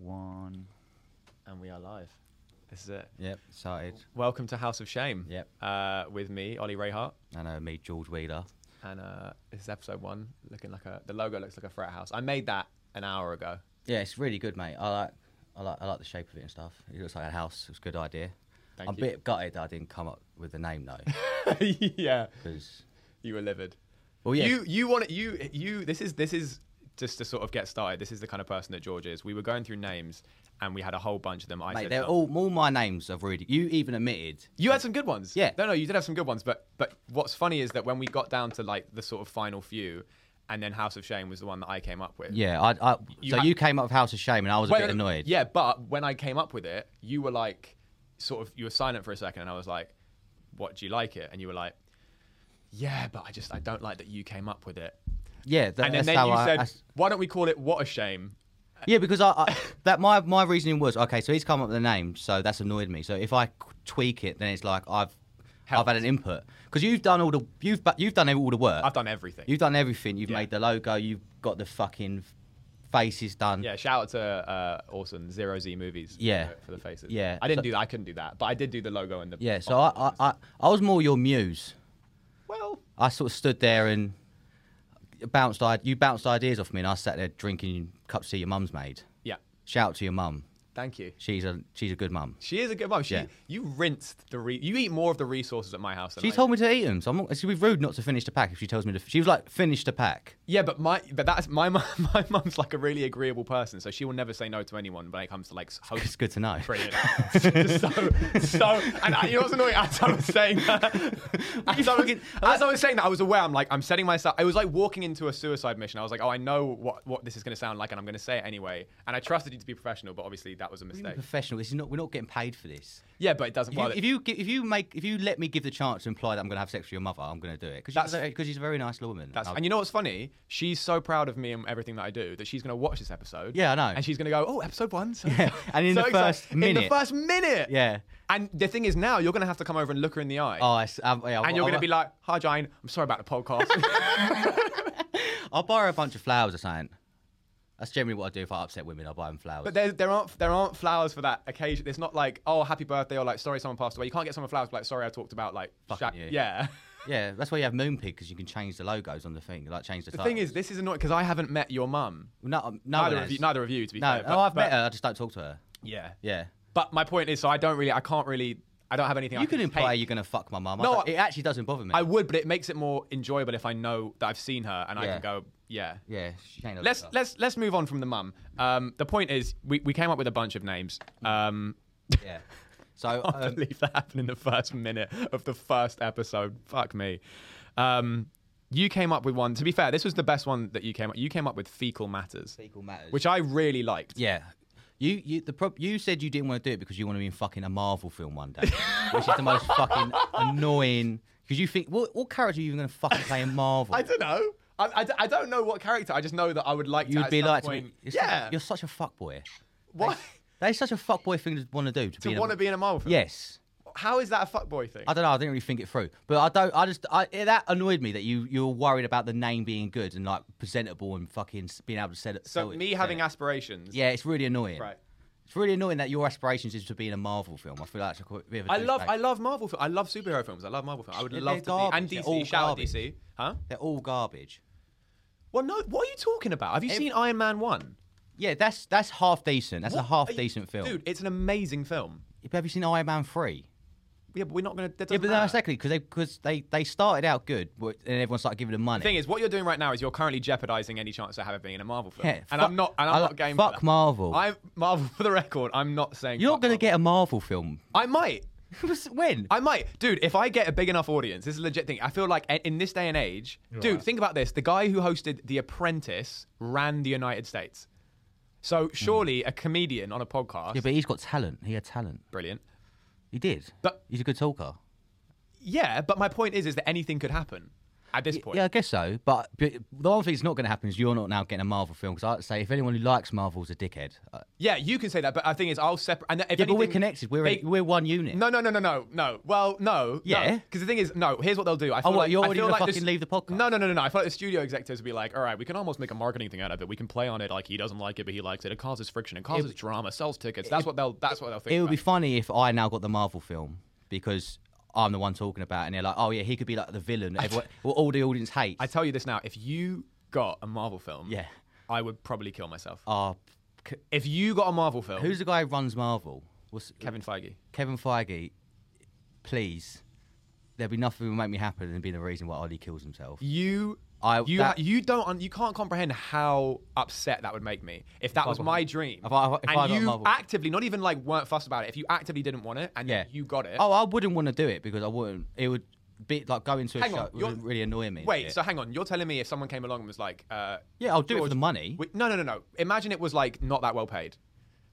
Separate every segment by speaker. Speaker 1: One.
Speaker 2: And we are live. This is it.
Speaker 1: Yep, started.
Speaker 2: Welcome to House of Shame.
Speaker 1: Yep.
Speaker 2: Uh, with me, Ollie Rayhart,
Speaker 1: And uh, me, George Wheeler.
Speaker 2: and uh, this is episode one. Looking like a the logo looks like a frat house. I made that an hour ago.
Speaker 1: Yeah, it's really good, mate. I like, I like, I like the shape of it and stuff. It looks like a house. It's a good idea.
Speaker 2: Thank
Speaker 1: I'm a bit gutted that I didn't come up with the name though,
Speaker 2: you. yeah,
Speaker 1: because
Speaker 2: you were livid.
Speaker 1: well, yeah,
Speaker 2: You you want you you this is this is just to sort of get started. This is the kind of person that George is. We were going through names and we had a whole bunch of them. I
Speaker 1: mate,
Speaker 2: said
Speaker 1: they're
Speaker 2: some.
Speaker 1: all all my names are really. You even admitted.
Speaker 2: You had some good ones.
Speaker 1: Yeah.
Speaker 2: No, no, you did have some good ones. But but what's funny is that when we got down to like the sort of final few, and then House of Shame was the one that I came up with.
Speaker 1: Yeah, I. I
Speaker 2: You
Speaker 1: so
Speaker 2: ha-
Speaker 1: you came up with House of Shame, and I was a
Speaker 2: Well, no,
Speaker 1: bit
Speaker 2: no,
Speaker 1: annoyed.
Speaker 2: Yeah, but when I came up with it, you were like, sort of, you were silent for a second, and I was like, "What do you like it?" And you were like, "Yeah, but I just I don't like that you came up with it."
Speaker 1: yeah. That,
Speaker 2: And then,
Speaker 1: that's
Speaker 2: then
Speaker 1: how
Speaker 2: you
Speaker 1: I,
Speaker 2: said,
Speaker 1: that's-
Speaker 2: "Why don't we call it What a Shame?"
Speaker 1: yeah, because I, I that my my reasoning was okay. So he's come up with a name, so that's annoyed me. So if I tweak it, then it's like I've
Speaker 2: Helped.
Speaker 1: I've had an input because you've done all the you've bu- you've done all the work.
Speaker 2: I've done everything.
Speaker 1: You've done everything. You've
Speaker 2: Yeah.
Speaker 1: made the logo. You've got the fucking faces done.
Speaker 2: yeah, shout out to uh, Orson Zero Z Movies.
Speaker 1: Yeah.
Speaker 2: for, for the faces.
Speaker 1: Yeah.
Speaker 2: I didn't
Speaker 1: So-
Speaker 2: do that. I couldn't do that, but I did do the logo and the.
Speaker 1: Yeah, So I, I, I, I was more your muse.
Speaker 2: well,
Speaker 1: I sort of stood there and bounced. I- You bounced ideas off me, and I sat there drinking cups of tea your mum's made.
Speaker 2: yeah.
Speaker 1: Shout out to your mum.
Speaker 2: Thank you.
Speaker 1: She's a she's a good mum.
Speaker 2: She is a good mom. She,
Speaker 1: Yeah.
Speaker 2: you rinsed the re- you eat more of the resources at my house. Than
Speaker 1: She
Speaker 2: I do.
Speaker 1: told me to eat them, so I'm not, it'd be rude not to finish the pack if she tells me to. She was like, finish the pack.
Speaker 2: Yeah, but my but that's my mum, my mum's like a really agreeable person, so she will never say no to anyone when it comes to like s-
Speaker 1: It's
Speaker 2: host.
Speaker 1: good to know.
Speaker 2: Brilliant. so so and I, you know what's annoying? As I was saying that, as I was, as I was saying that, I was aware. I'm like I'm setting myself. It was like walking into a suicide mission. I was like, oh, I know what what this is going to sound like, and I'm going to say it anyway. And I trusted you to be professional, but obviously that was a
Speaker 1: We're
Speaker 2: mistake.
Speaker 1: professional. This is not. We're not getting paid for this.
Speaker 2: Yeah, but it doesn't.
Speaker 1: If you,
Speaker 2: Well,
Speaker 1: if you gi- if you make if you let me give the chance to imply that I'm going to have sex with your mother, I'm going to do it because
Speaker 2: That's-
Speaker 1: she's, because she's a very nice little woman.
Speaker 2: That's,
Speaker 1: I'll-
Speaker 2: and you know what's funny? She's so proud of me and everything that I do that she's going to watch this episode.
Speaker 1: Yeah, I know.
Speaker 2: And she's going to go, oh, episode one. So,
Speaker 1: Yeah, and in the
Speaker 2: exci-
Speaker 1: first
Speaker 2: In the
Speaker 1: minute.
Speaker 2: first minute.
Speaker 1: yeah.
Speaker 2: And the thing is, now you're going to have to come over and look her in the eye.
Speaker 1: Oh, I, s- um, yeah,
Speaker 2: and you're going
Speaker 1: to
Speaker 2: to be like, hi, Jane, I'm sorry about the podcast.
Speaker 1: I'll buy her a bunch of flowers or something. That's generally what I do if I upset women. I'll buy them flowers.
Speaker 2: but there, there, aren't, there aren't flowers for that occasion. It's not like, oh, happy birthday or like, sorry, someone passed away. You can't get someone flowers, but like, sorry, I talked about like,
Speaker 1: Fucking you.
Speaker 2: yeah.
Speaker 1: yeah, that's why you have Moon Pig because you can change the logos on the thing, like change the.
Speaker 2: The thing is, this is annoying because I haven't met your mum.
Speaker 1: no, um, no one
Speaker 2: Neither
Speaker 1: has.
Speaker 2: of you, neither of you, to be
Speaker 1: No,
Speaker 2: fair.
Speaker 1: oh,
Speaker 2: but-
Speaker 1: I've
Speaker 2: but-
Speaker 1: met her. I just don't talk to her.
Speaker 2: Yeah.
Speaker 1: Yeah.
Speaker 2: But my point is, so I don't really, I can't really, I don't have anything. I
Speaker 1: You can imply
Speaker 2: take.
Speaker 1: you're going to fuck my mum. I
Speaker 2: No,
Speaker 1: don't-
Speaker 2: I-
Speaker 1: it actually doesn't bother me.
Speaker 2: I would, but it makes it more enjoyable if I know that I've seen her and I
Speaker 1: Yeah.
Speaker 2: can go, yeah.
Speaker 1: yeah, she ain't a
Speaker 2: Let's
Speaker 1: looker.
Speaker 2: let's let's move on from the mum. Um, the point is, we, we came up with a bunch of names. Um,
Speaker 1: Yeah. So
Speaker 2: I
Speaker 1: um,
Speaker 2: believe that happened in the first minute of the first episode. Fuck me. Um, you came up with one. To be fair, this was the best one that you came up. You came up with fecal matters,
Speaker 1: fecal matters.
Speaker 2: which I really liked.
Speaker 1: yeah. You, you, the prob- you said you didn't want to do it because you want to be in fucking a Marvel film one day, which is the most fucking annoying. Because you think, what, what character are you even going to fucking play in Marvel?
Speaker 2: I don't know. I, I, I don't know what character. I just know that I would like. to
Speaker 1: You'd
Speaker 2: at
Speaker 1: be
Speaker 2: some
Speaker 1: like, to
Speaker 2: point,
Speaker 1: me, you're,
Speaker 2: yeah.
Speaker 1: such, you're such a fuckboy.
Speaker 2: Why
Speaker 1: That is such a fuckboy thing to want to do. To, be
Speaker 2: to
Speaker 1: in
Speaker 2: want
Speaker 1: a,
Speaker 2: to be in a Marvel film?
Speaker 1: Yes.
Speaker 2: How is that a fuckboy thing?
Speaker 1: I don't know. I didn't really think it through, but I don't. I just I, it- that annoyed me that you you were worried about the name being good and like presentable and fucking s- being able to sell it.
Speaker 2: So
Speaker 1: sell it-
Speaker 2: me
Speaker 1: sell
Speaker 2: having
Speaker 1: it.
Speaker 2: aspirations.
Speaker 1: yeah, it's really annoying.
Speaker 2: Right.
Speaker 1: It's really annoying that your aspirations is to be in a Marvel film. I feel like it's a qu- bit of a
Speaker 2: I love
Speaker 1: douchebag.
Speaker 2: I love Marvel films. I love superhero films. I love Marvel films. I would
Speaker 1: They're-
Speaker 2: love
Speaker 1: they're
Speaker 2: to
Speaker 1: garbage.
Speaker 2: be
Speaker 1: They're
Speaker 2: and
Speaker 1: all
Speaker 2: DC. Shout out
Speaker 1: garbage.
Speaker 2: DC. Huh?
Speaker 1: They're all garbage.
Speaker 2: Well, no. What are you talking about? Have you
Speaker 1: Ev-
Speaker 2: seen Iron Man one?
Speaker 1: Yeah, that's that's half decent. That's a
Speaker 2: What
Speaker 1: half
Speaker 2: are you-
Speaker 1: decent film.
Speaker 2: Dude, it's an amazing film.
Speaker 1: Have you seen Iron Man three?
Speaker 2: Yeah, but we're not gonna. That
Speaker 1: Yeah,
Speaker 2: doesn't
Speaker 1: but no,
Speaker 2: matter.
Speaker 1: exactly because they because they they started out good but- and everyone started giving them money.
Speaker 2: The thing is, what you're doing right now is you're currently jeopardizing any chance I have of being in a Marvel film.
Speaker 1: Yeah,
Speaker 2: and
Speaker 1: fuck-
Speaker 2: I'm not. And I'm
Speaker 1: I
Speaker 2: not
Speaker 1: like-
Speaker 2: game.
Speaker 1: Fuck
Speaker 2: for that.
Speaker 1: Marvel.
Speaker 2: I'm Marvel for the record. I'm not saying
Speaker 1: You're
Speaker 2: fuck
Speaker 1: not going to
Speaker 2: Marvel.
Speaker 1: get a Marvel film.
Speaker 2: I might.
Speaker 1: when?
Speaker 2: I might, dude. If I get a big enough audience, this is a legit thing. I feel like a- in this day and age, dude, think about this: the guy who hosted The Apprentice ran the United States. So
Speaker 1: Hmm.
Speaker 2: surely a comedian on a podcast,
Speaker 1: Yeah, but he's got talent. He had talent.
Speaker 2: brilliant.
Speaker 1: He did.
Speaker 2: But-
Speaker 1: he's a good talker.
Speaker 2: Yeah, but my point is, is that anything could happen. at this point.
Speaker 1: Yeah, I guess so. But, but the one thing that's not going to happen is you're not now getting a Marvel film because I'd say if anyone who likes Marvel's a dickhead. Uh,
Speaker 2: Yeah, you can say that, but I think is I'll separate. And if
Speaker 1: yeah, but we're
Speaker 2: anything-
Speaker 1: connected. We're
Speaker 2: they-
Speaker 1: we're one unit.
Speaker 2: No, no, no, no, no, no. Well, no.
Speaker 1: Yeah. Oh,
Speaker 2: Because the thing is, no. Here's what they'll do. I feel
Speaker 1: what,
Speaker 2: like,
Speaker 1: you're
Speaker 2: I
Speaker 1: already
Speaker 2: feel
Speaker 1: gonna
Speaker 2: like this-
Speaker 1: fucking leave the podcast?
Speaker 2: No, no, no, no, no. I feel like the studio executives would be like, all right, we can almost make a marketing thing out of it. We can play on it. Like he doesn't like it, but he likes it. It causes friction. It causes drama. Sells tickets. That's what they'll. That's what they'll think.
Speaker 1: it would be
Speaker 2: about.
Speaker 1: funny if I now got the Marvel film because I'm the one talking about, it and they're like, "Oh yeah, he could be like the villain. that Everyone, well, all the audience hates."
Speaker 2: I tell you this now. If you got a Marvel film,
Speaker 1: Yeah.
Speaker 2: I would probably kill myself.
Speaker 1: Ah, c-
Speaker 2: if you got a Marvel film,
Speaker 1: who's the guy who runs Marvel? What's
Speaker 2: Kevin Feige?
Speaker 1: Kevin Feige? Please, there'd be nothing that would make me happy than being the reason why Ollie kills himself.
Speaker 2: You,
Speaker 1: I-
Speaker 2: you,
Speaker 1: that-
Speaker 2: ha- you don't, un- you can't comprehend how upset that would make me if that was
Speaker 1: got-
Speaker 2: my dream.
Speaker 1: if I- if I
Speaker 2: and
Speaker 1: got
Speaker 2: you
Speaker 1: Marvel.
Speaker 2: actively, not even like weren't fussed about it. If you actively didn't want it and
Speaker 1: Yeah.
Speaker 2: you got it.
Speaker 1: Oh, I wouldn't want to do it because I wouldn't. It would be like going to a
Speaker 2: Hang
Speaker 1: show
Speaker 2: on,
Speaker 1: it
Speaker 2: you're-
Speaker 1: would really annoy me.
Speaker 2: Wait,
Speaker 1: Yeah.
Speaker 2: so hang on. You're telling me if someone came along and was like, uh,
Speaker 1: yeah, I'll do it
Speaker 2: George,
Speaker 1: for the money.
Speaker 2: we- no, no, no, no. Imagine it was like not that well paid,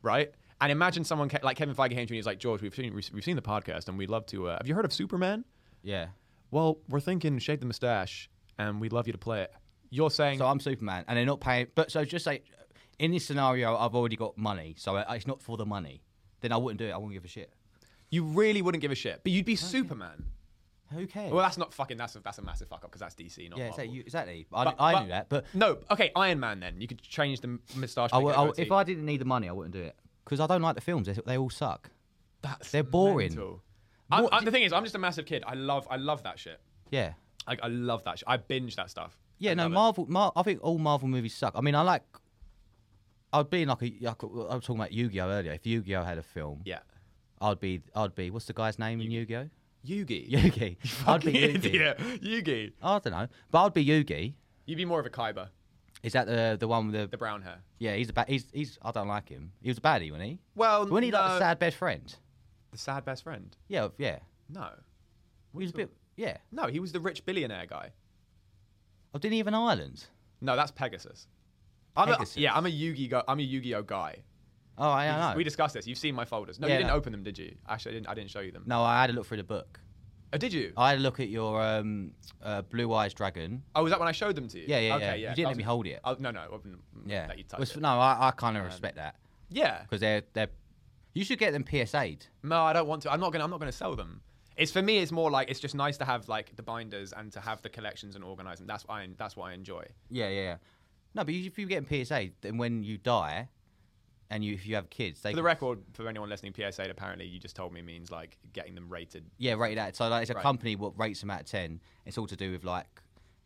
Speaker 2: right? And imagine someone ca- like Kevin Feige came to you and he's like, George, we've seen we've seen the podcast and we'd love to. Uh, have you heard of Superman?
Speaker 1: yeah.
Speaker 2: Well, we're thinking shave the mustache and we'd love you to play it. You're saying
Speaker 1: So I'm Superman, and they're not paying. But so just say, in this scenario, I've already got money, so I- it's not for the money. Then I wouldn't do it. I wouldn't give a shit.
Speaker 2: You really wouldn't give a shit, but you'd be Superman.
Speaker 1: Who cares?
Speaker 2: Well, that's not fucking. That's a, that's a massive fuck up because that's DC, not Marvel.
Speaker 1: yeah, exactly. You, exactly. I,
Speaker 2: But-
Speaker 1: I
Speaker 2: but-
Speaker 1: knew that, but
Speaker 2: No, okay, Iron Man. Then you could change the moustache.
Speaker 1: I
Speaker 2: make
Speaker 1: would-
Speaker 2: it a
Speaker 1: I would-
Speaker 2: goatee.
Speaker 1: if I didn't need the money, I wouldn't do it because I don't like the films. They, they all suck.
Speaker 2: that's
Speaker 1: they're boring.
Speaker 2: mental. I'm-
Speaker 1: What
Speaker 2: I'm- the thing is, I'm just a massive kid. I love I love that shit.
Speaker 1: Yeah.
Speaker 2: I, I love that shit. I binge that stuff.
Speaker 1: Yeah,
Speaker 2: I
Speaker 1: no,
Speaker 2: love it.
Speaker 1: Marvel. Mar- I think all Marvel movies suck. I mean, I like. I'd be in like a. Like, I was talking about Yu-Gi-Oh earlier. If Yu-Gi-Oh had a film,
Speaker 2: Yeah.
Speaker 1: I'd be. I'd be. What's the guy's name in Yu-Gi-Oh?
Speaker 2: Yugi.
Speaker 1: Yugi. I'd be Yugi.
Speaker 2: Idiot. Yugi.
Speaker 1: I don't know, but I'd be Yugi.
Speaker 2: You'd be more of a Kaiba,
Speaker 1: Is that the the one with the,
Speaker 2: the brown hair.
Speaker 1: yeah? He's a ba- he's he's I don't like him. He was a baddie, wasn't he?
Speaker 2: Well,
Speaker 1: Wasn't he like
Speaker 2: no.
Speaker 1: a sad best friend?
Speaker 2: The sad best friend.
Speaker 1: Yeah, yeah.
Speaker 2: No.
Speaker 1: He was a bit yeah.
Speaker 2: No, he was the rich billionaire guy.
Speaker 1: Oh, didn't he have an island?
Speaker 2: No, that's Pegasus. I'm
Speaker 1: Pegasus.
Speaker 2: A, yeah, I'm a Yugi. Go- I'm a Yu-Gi-Oh guy.
Speaker 1: Oh, I,
Speaker 2: We
Speaker 1: I
Speaker 2: dis-
Speaker 1: know.
Speaker 2: We discussed this. You've seen my folders. No, you
Speaker 1: Yeah,
Speaker 2: didn't
Speaker 1: no.
Speaker 2: open them, did you? Actually, I didn't. I didn't show you them.
Speaker 1: no, I had a look through the book.
Speaker 2: Oh, did you?
Speaker 1: I had a look at your um, uh, Blue Eyes Dragon.
Speaker 2: Oh, was that when I showed them to you?
Speaker 1: Yeah, yeah,
Speaker 2: okay,
Speaker 1: yeah.
Speaker 2: yeah.
Speaker 1: You didn't
Speaker 2: I
Speaker 1: let me
Speaker 2: was-
Speaker 1: hold it.
Speaker 2: I, no, no. I wouldn't
Speaker 1: Yeah,
Speaker 2: Let you touch
Speaker 1: Was-
Speaker 2: it. Um,
Speaker 1: no, I, I kind of respect that
Speaker 2: Yeah.
Speaker 1: because they're they're you should get them PSA'd.
Speaker 2: No, I don't want to. I'm not gonna. I'm not gonna sell them. It's for me. It's more like it's just nice to have like the binders and to have the collections and organize them. That's what I. That's what I enjoy.
Speaker 1: Yeah, yeah, yeah. No, but you, if you get them PSA'd, then when you die, and you if you have kids, they
Speaker 2: For the
Speaker 1: can-
Speaker 2: record, for anyone listening, PSA apparently you just told me means like getting them rated.
Speaker 1: Yeah, rated out. So like, it's a
Speaker 2: Right.
Speaker 1: company what rates them out of ten. It's all to do with like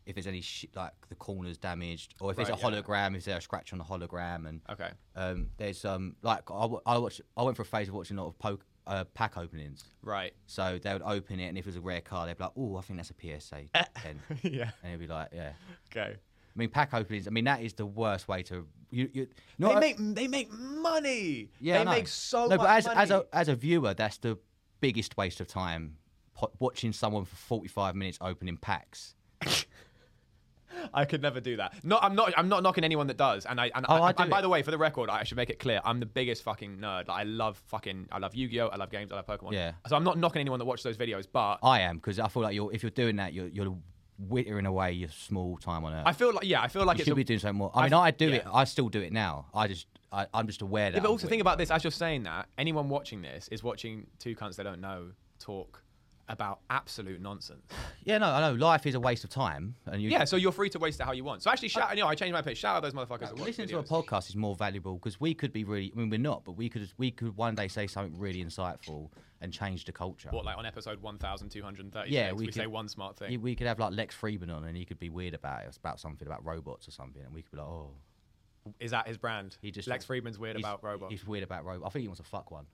Speaker 1: if there's any shit like the corners damaged, or if there's
Speaker 2: Right,
Speaker 1: a
Speaker 2: yeah.
Speaker 1: hologram, if there's a scratch on the hologram, and
Speaker 2: Okay.
Speaker 1: um, there's um like I, wa- I watched I went for a phase of watching a lot of poke, uh, pack openings.
Speaker 2: Right.
Speaker 1: So they would open it, and if it was a rare card, they'd be like, "Oh, I think that's a PSA 10.
Speaker 2: yeah.
Speaker 1: and it'd be like, "Yeah."
Speaker 2: Okay.
Speaker 1: I mean, pack openings. I mean, that is the worst way to you. you no,
Speaker 2: They
Speaker 1: I-
Speaker 2: make. They make money.
Speaker 1: yeah, I
Speaker 2: They
Speaker 1: know.
Speaker 2: make so
Speaker 1: no,
Speaker 2: much
Speaker 1: but as,
Speaker 2: money.
Speaker 1: as a as a viewer, that's the biggest waste of time po- watching someone for forty five minutes opening packs.
Speaker 2: I could never do that. No, I'm not. I'm not knocking anyone that does. And I. And,
Speaker 1: Oh,
Speaker 2: I,
Speaker 1: I
Speaker 2: and
Speaker 1: do
Speaker 2: by
Speaker 1: it.
Speaker 2: the way, for the record, I should make it clear. I'm the biggest fucking nerd. Like, I love fucking. I love Yu-Gi-Oh. I love games. I love Pokemon.
Speaker 1: Yeah. Oh.
Speaker 2: So I'm not knocking anyone that watches those videos. But
Speaker 1: I am because I feel like you're if you're doing that, you're you're wittering away your small time on earth.
Speaker 2: I feel like yeah. I feel like
Speaker 1: you
Speaker 2: it's.
Speaker 1: should
Speaker 2: A,
Speaker 1: be doing something more. I
Speaker 2: I
Speaker 1: mean,
Speaker 2: f-
Speaker 1: I, do it.
Speaker 2: yeah.
Speaker 1: I still do it now. I just I, I'm just aware that.
Speaker 2: yeah, but
Speaker 1: I'm
Speaker 2: also think
Speaker 1: wittering.
Speaker 2: about this. As you're saying that, anyone watching this is watching two cunts they don't know talk about absolute nonsense.
Speaker 1: Yeah, no, I know life is a waste of time, and you
Speaker 2: Yeah, so you're free to waste it how you want. So actually, shout. you know, I changed my pitch. Shout out those motherfuckers. that watch
Speaker 1: Listening Uh, to a
Speaker 2: videos.
Speaker 1: podcast is more valuable because we could be really. I mean, we're not, but we could we could one day say something really insightful and change the culture.
Speaker 2: What like on episode 1,236?
Speaker 1: Yeah,
Speaker 2: we,
Speaker 1: we
Speaker 2: say
Speaker 1: could-
Speaker 2: one smart thing.
Speaker 1: Yeah, We could have like Lex Friedman on, and he could be weird about it, about something about robots or something, and we could be like, oh,
Speaker 2: Is that his brand?
Speaker 1: he just
Speaker 2: Lex Friedman's weird
Speaker 1: he's-
Speaker 2: about robots.
Speaker 1: He's weird about robots. I think he wants to fuck one.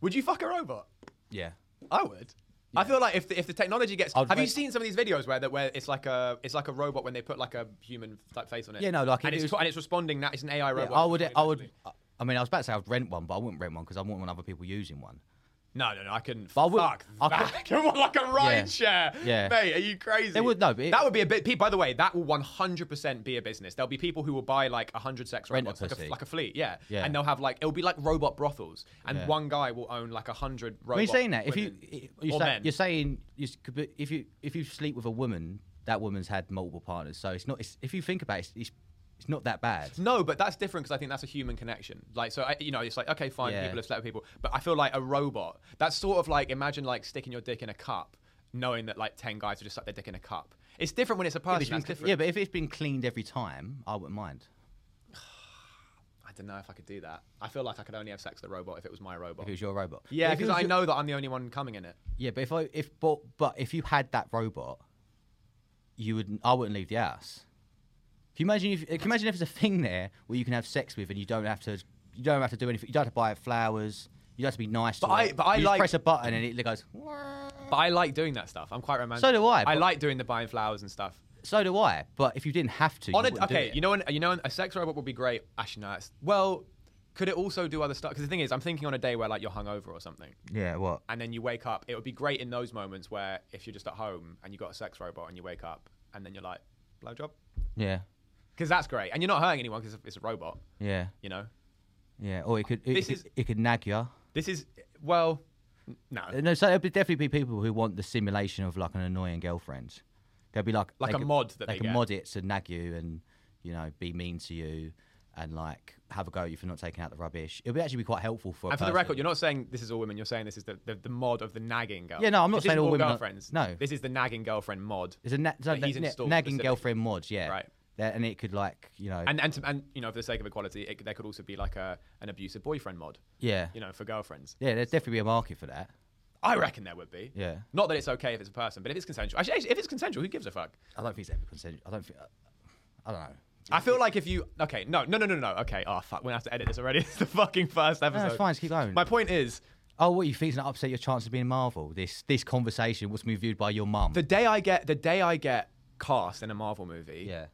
Speaker 2: Would you fuck a robot?
Speaker 1: Yeah.
Speaker 2: I would. I feel like if the, if the technology gets,
Speaker 1: I'd
Speaker 2: have you
Speaker 1: wait-
Speaker 2: seen some of these videos where that where it's like a it's like a robot when they put like a human type face on it?
Speaker 1: Yeah, no, like,
Speaker 2: and
Speaker 1: if
Speaker 2: it's
Speaker 1: it was-
Speaker 2: and it's responding that it's an AI
Speaker 1: Yeah,
Speaker 2: robot.
Speaker 1: I would. I would.
Speaker 2: Exactly.
Speaker 1: I mean, I was about to say I'd rent one, but I wouldn't rent one because I wouldn't want other people using one.
Speaker 2: No, no, no, I couldn't.
Speaker 1: But I would-
Speaker 2: Fuck
Speaker 1: I
Speaker 2: that.
Speaker 1: could-
Speaker 2: Come on, like a ride share.
Speaker 1: yeah.
Speaker 2: Mate, are you crazy?
Speaker 1: There would- no, but it-
Speaker 2: that would be a bit. pe- By the way, that will 100% be a business. There'll be people who will buy like 100 sex
Speaker 1: Rent a
Speaker 2: robots, like a,
Speaker 1: pussy.
Speaker 2: like a fleet, yeah.
Speaker 1: Yeah.
Speaker 2: And they'll have like, it'll be like robot brothels. And
Speaker 1: Yeah.
Speaker 2: one guy will own like 100 robots.
Speaker 1: When you're saying that, if you you're,
Speaker 2: or
Speaker 1: say-
Speaker 2: men.
Speaker 1: you're saying you s- could be- if you if you sleep with a woman, that woman's had multiple partners, so it's not. It's, if you think about it, it's, it's it's not that bad.
Speaker 2: No, but that's different because I think that's a human connection. Like, so I, you know, it's like okay, fine,
Speaker 1: Yeah.
Speaker 2: people have slept with people, but I feel like a robot. That's sort of like imagine like sticking your dick in a cup, knowing that like ten guys will just stuck their dick in a cup. It's different when it's a person.
Speaker 1: It's been
Speaker 2: that's
Speaker 1: cl-
Speaker 2: different.
Speaker 1: yeah, but if it's been cleaned every time, I wouldn't mind.
Speaker 2: I don't know if I could do that. I feel like I could only have sex with a robot if it was my robot.
Speaker 1: If it was your robot,
Speaker 2: Yeah,
Speaker 1: But if it
Speaker 2: because
Speaker 1: was
Speaker 2: I
Speaker 1: your-
Speaker 2: know that I'm the only one coming in it.
Speaker 1: Yeah, but if I if but but if you had that robot, you would I wouldn't leave the house. Can you imagine if can you imagine if there's a thing there where you can have sex with and you don't have to you don't have to do anything. You don't have to buy flowers. You don't have to be nice.
Speaker 2: But
Speaker 1: to
Speaker 2: I-
Speaker 1: it.
Speaker 2: but I
Speaker 1: you
Speaker 2: like-
Speaker 1: just press a button and it goes.
Speaker 2: But I like doing that stuff. I'm quite romantic.
Speaker 1: So do I,
Speaker 2: I
Speaker 1: but-
Speaker 2: like doing the buying flowers and stuff.
Speaker 1: So do I. But if you didn't have to,
Speaker 2: On
Speaker 1: you
Speaker 2: a,
Speaker 1: wouldn't do
Speaker 2: okay,
Speaker 1: it.
Speaker 2: you know, when, you know, when a sex robot would be great. Actually, no. It's, well, could it also do other stuff? Because the thing is, I'm thinking on a day where like you're hungover or something.
Speaker 1: yeah, what?
Speaker 2: and then you wake up. It would be great in those moments where if you're just at home and you got a sex robot and you wake up and then you're like, blowjob,
Speaker 1: Yeah,
Speaker 2: because that's great, and you're not hurting anyone because it's a robot,
Speaker 1: yeah,
Speaker 2: you know.
Speaker 1: yeah. Or it could it,
Speaker 2: This
Speaker 1: it,
Speaker 2: is-
Speaker 1: it could nag you.
Speaker 2: This is well, n- no,
Speaker 1: No, so there'd be definitely be people who want the simulation of like an annoying girlfriend. They'll be like
Speaker 2: Like
Speaker 1: they
Speaker 2: a
Speaker 1: could-
Speaker 2: mod that they
Speaker 1: can
Speaker 2: get.
Speaker 1: mod it to nag you and you know be mean to you and like have a go at you for not taking out the rubbish. It would actually be quite helpful for. a
Speaker 2: and for the
Speaker 1: person.
Speaker 2: record, you're not saying this is all women. You're saying this is the the, the mod of the nagging girl.
Speaker 1: Yeah, no, I'm not
Speaker 2: This isn't
Speaker 1: saying all women are-
Speaker 2: girlfriends.
Speaker 1: no.
Speaker 2: this is the nagging girlfriend mod.
Speaker 1: there's a na- so
Speaker 2: that he's
Speaker 1: na-
Speaker 2: installed
Speaker 1: nagging
Speaker 2: specifically.
Speaker 1: girlfriend mods, yeah,
Speaker 2: Right.
Speaker 1: That- and it could like you know,
Speaker 2: And and, to, and you know, for the sake of equality, it, there could also be like a an abusive boyfriend mod.
Speaker 1: yeah,
Speaker 2: You know, for girlfriends,
Speaker 1: yeah. There'd definitely be a market for that.
Speaker 2: I reckon there would be.
Speaker 1: Yeah.
Speaker 2: Not that it's okay if it's a person, but if it's consensual, actually, if it's consensual, who gives a fuck?
Speaker 1: I don't think it's ever consensual. I don't think. I don't know.
Speaker 2: I feel like if you okay, no, no, no, no, no. Okay, oh fuck, we're gonna have to edit this already. It's the fucking first episode.
Speaker 1: No, it's fine. Just keep going.
Speaker 2: My point is,
Speaker 1: Oh, what you think is going to upset your chance of being Marvel? This this conversation was being viewed by your mum.
Speaker 2: the day I get the day I get cast in a Marvel movie,
Speaker 1: yeah.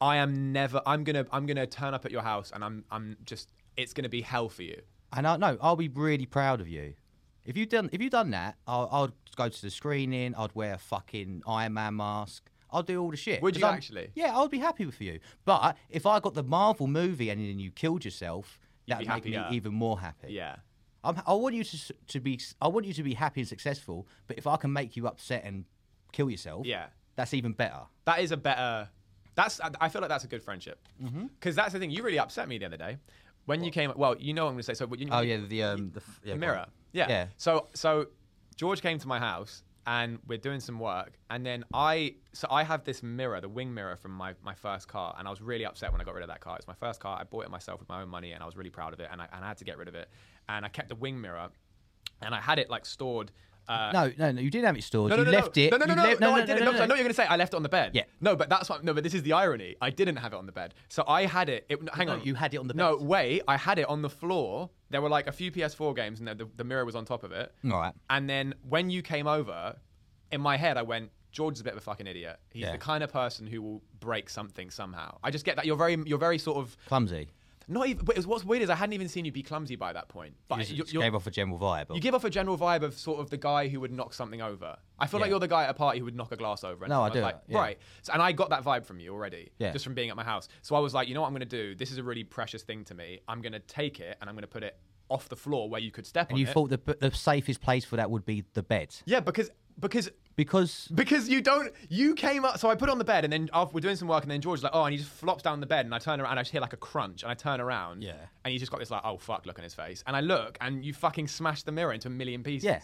Speaker 2: I am never. I'm gonna I'm gonna turn up at your house, and I'm I'm just. It's gonna be hell for you.
Speaker 1: And I no, I'll be really proud of you. If you done if you done that, I'll, I'll go to the screening. I'd wear a fucking Iron Man mask. I'll do all the shit.
Speaker 2: Would
Speaker 1: 'Cause
Speaker 2: you
Speaker 1: I'm-
Speaker 2: actually?
Speaker 1: Yeah, I'd be happy with you. But if I got the Marvel movie and then you killed yourself,
Speaker 2: You'd
Speaker 1: that'd
Speaker 2: be
Speaker 1: make me
Speaker 2: happier.
Speaker 1: even more happy.
Speaker 2: Yeah.
Speaker 1: I'm, I want you to s- to be s- I want you to be happy and successful. But if I can make you upset and kill yourself,
Speaker 2: Yeah.
Speaker 1: that's even better.
Speaker 2: That is a better. That's. I- I feel like that's a good friendship. Because
Speaker 1: Mm-hmm.
Speaker 2: that's the thing. You really upset me the other day when you came. Well, you know what I'm gonna say. So when you,
Speaker 1: Oh yeah, the um the, f- yeah,
Speaker 2: the
Speaker 1: go
Speaker 2: mirror.
Speaker 1: on.
Speaker 2: Yeah.
Speaker 1: Yeah.
Speaker 2: So so George came to my house and we're doing some work and then I so I have this mirror, the wing mirror from my, my first car and I was really upset when I got rid of that car. It's my first car. I bought it myself with my own money and I was really proud of it and I, and I had to get rid of it. And I kept the wing mirror and I had it like stored uh,
Speaker 1: No, no, no. You didn't have it stored.
Speaker 2: no,
Speaker 1: you
Speaker 2: no, no,
Speaker 1: left it.
Speaker 2: No, no, no,
Speaker 1: you
Speaker 2: no,
Speaker 1: left-
Speaker 2: no, I didn't. No,
Speaker 1: no,
Speaker 2: I know what you're going to say. I left it on the bed.
Speaker 1: Yeah.
Speaker 2: No, but that's what, no, but this is the irony. I didn't have it on the bed. So I had it. it hang
Speaker 1: No,
Speaker 2: on.
Speaker 1: you had it on the
Speaker 2: No,
Speaker 1: bed.
Speaker 2: wait. I had it on the floor. There were like a few PS4 games and the, the, the mirror was on top of it.
Speaker 1: All right.
Speaker 2: And then when you came over, in my head, I went, George's a bit of a fucking idiot. He's
Speaker 1: Yeah.
Speaker 2: the kind of person who will break something somehow. I just get that. You're very, you're very sort of
Speaker 1: Clumsy.
Speaker 2: not even. But it was- what's weird is I hadn't even seen you be clumsy by that point. But
Speaker 1: Just-
Speaker 2: you're-
Speaker 1: just
Speaker 2: you're-
Speaker 1: gave off a general vibe.
Speaker 2: you give off a general vibe of sort of the guy who would knock something over. I feel like
Speaker 1: Yeah.
Speaker 2: you're the guy at a party who would knock a glass over. And
Speaker 1: No, I
Speaker 2: was
Speaker 1: do
Speaker 2: Like,
Speaker 1: it, yeah.
Speaker 2: Right. So, and I got that vibe from you already,
Speaker 1: Yeah.
Speaker 2: just from being at my house. So I was like, you know what I'm going to do? This is a really precious thing to me. I'm going to take it and I'm going to put it off the floor where you could step
Speaker 1: and
Speaker 2: on
Speaker 1: you
Speaker 2: it.
Speaker 1: thought the, the safest place for that would be the bed
Speaker 2: yeah, because because
Speaker 1: because
Speaker 2: because you don't you came up so i put it on the bed and then after we're doing some work and then george's like oh and he just flops down the bed and i turn around and i just hear like a crunch and i turn around
Speaker 1: Yeah.
Speaker 2: and he's just got this like oh fuck look on his face and i look and you fucking smashed the mirror into a million pieces
Speaker 1: Yeah.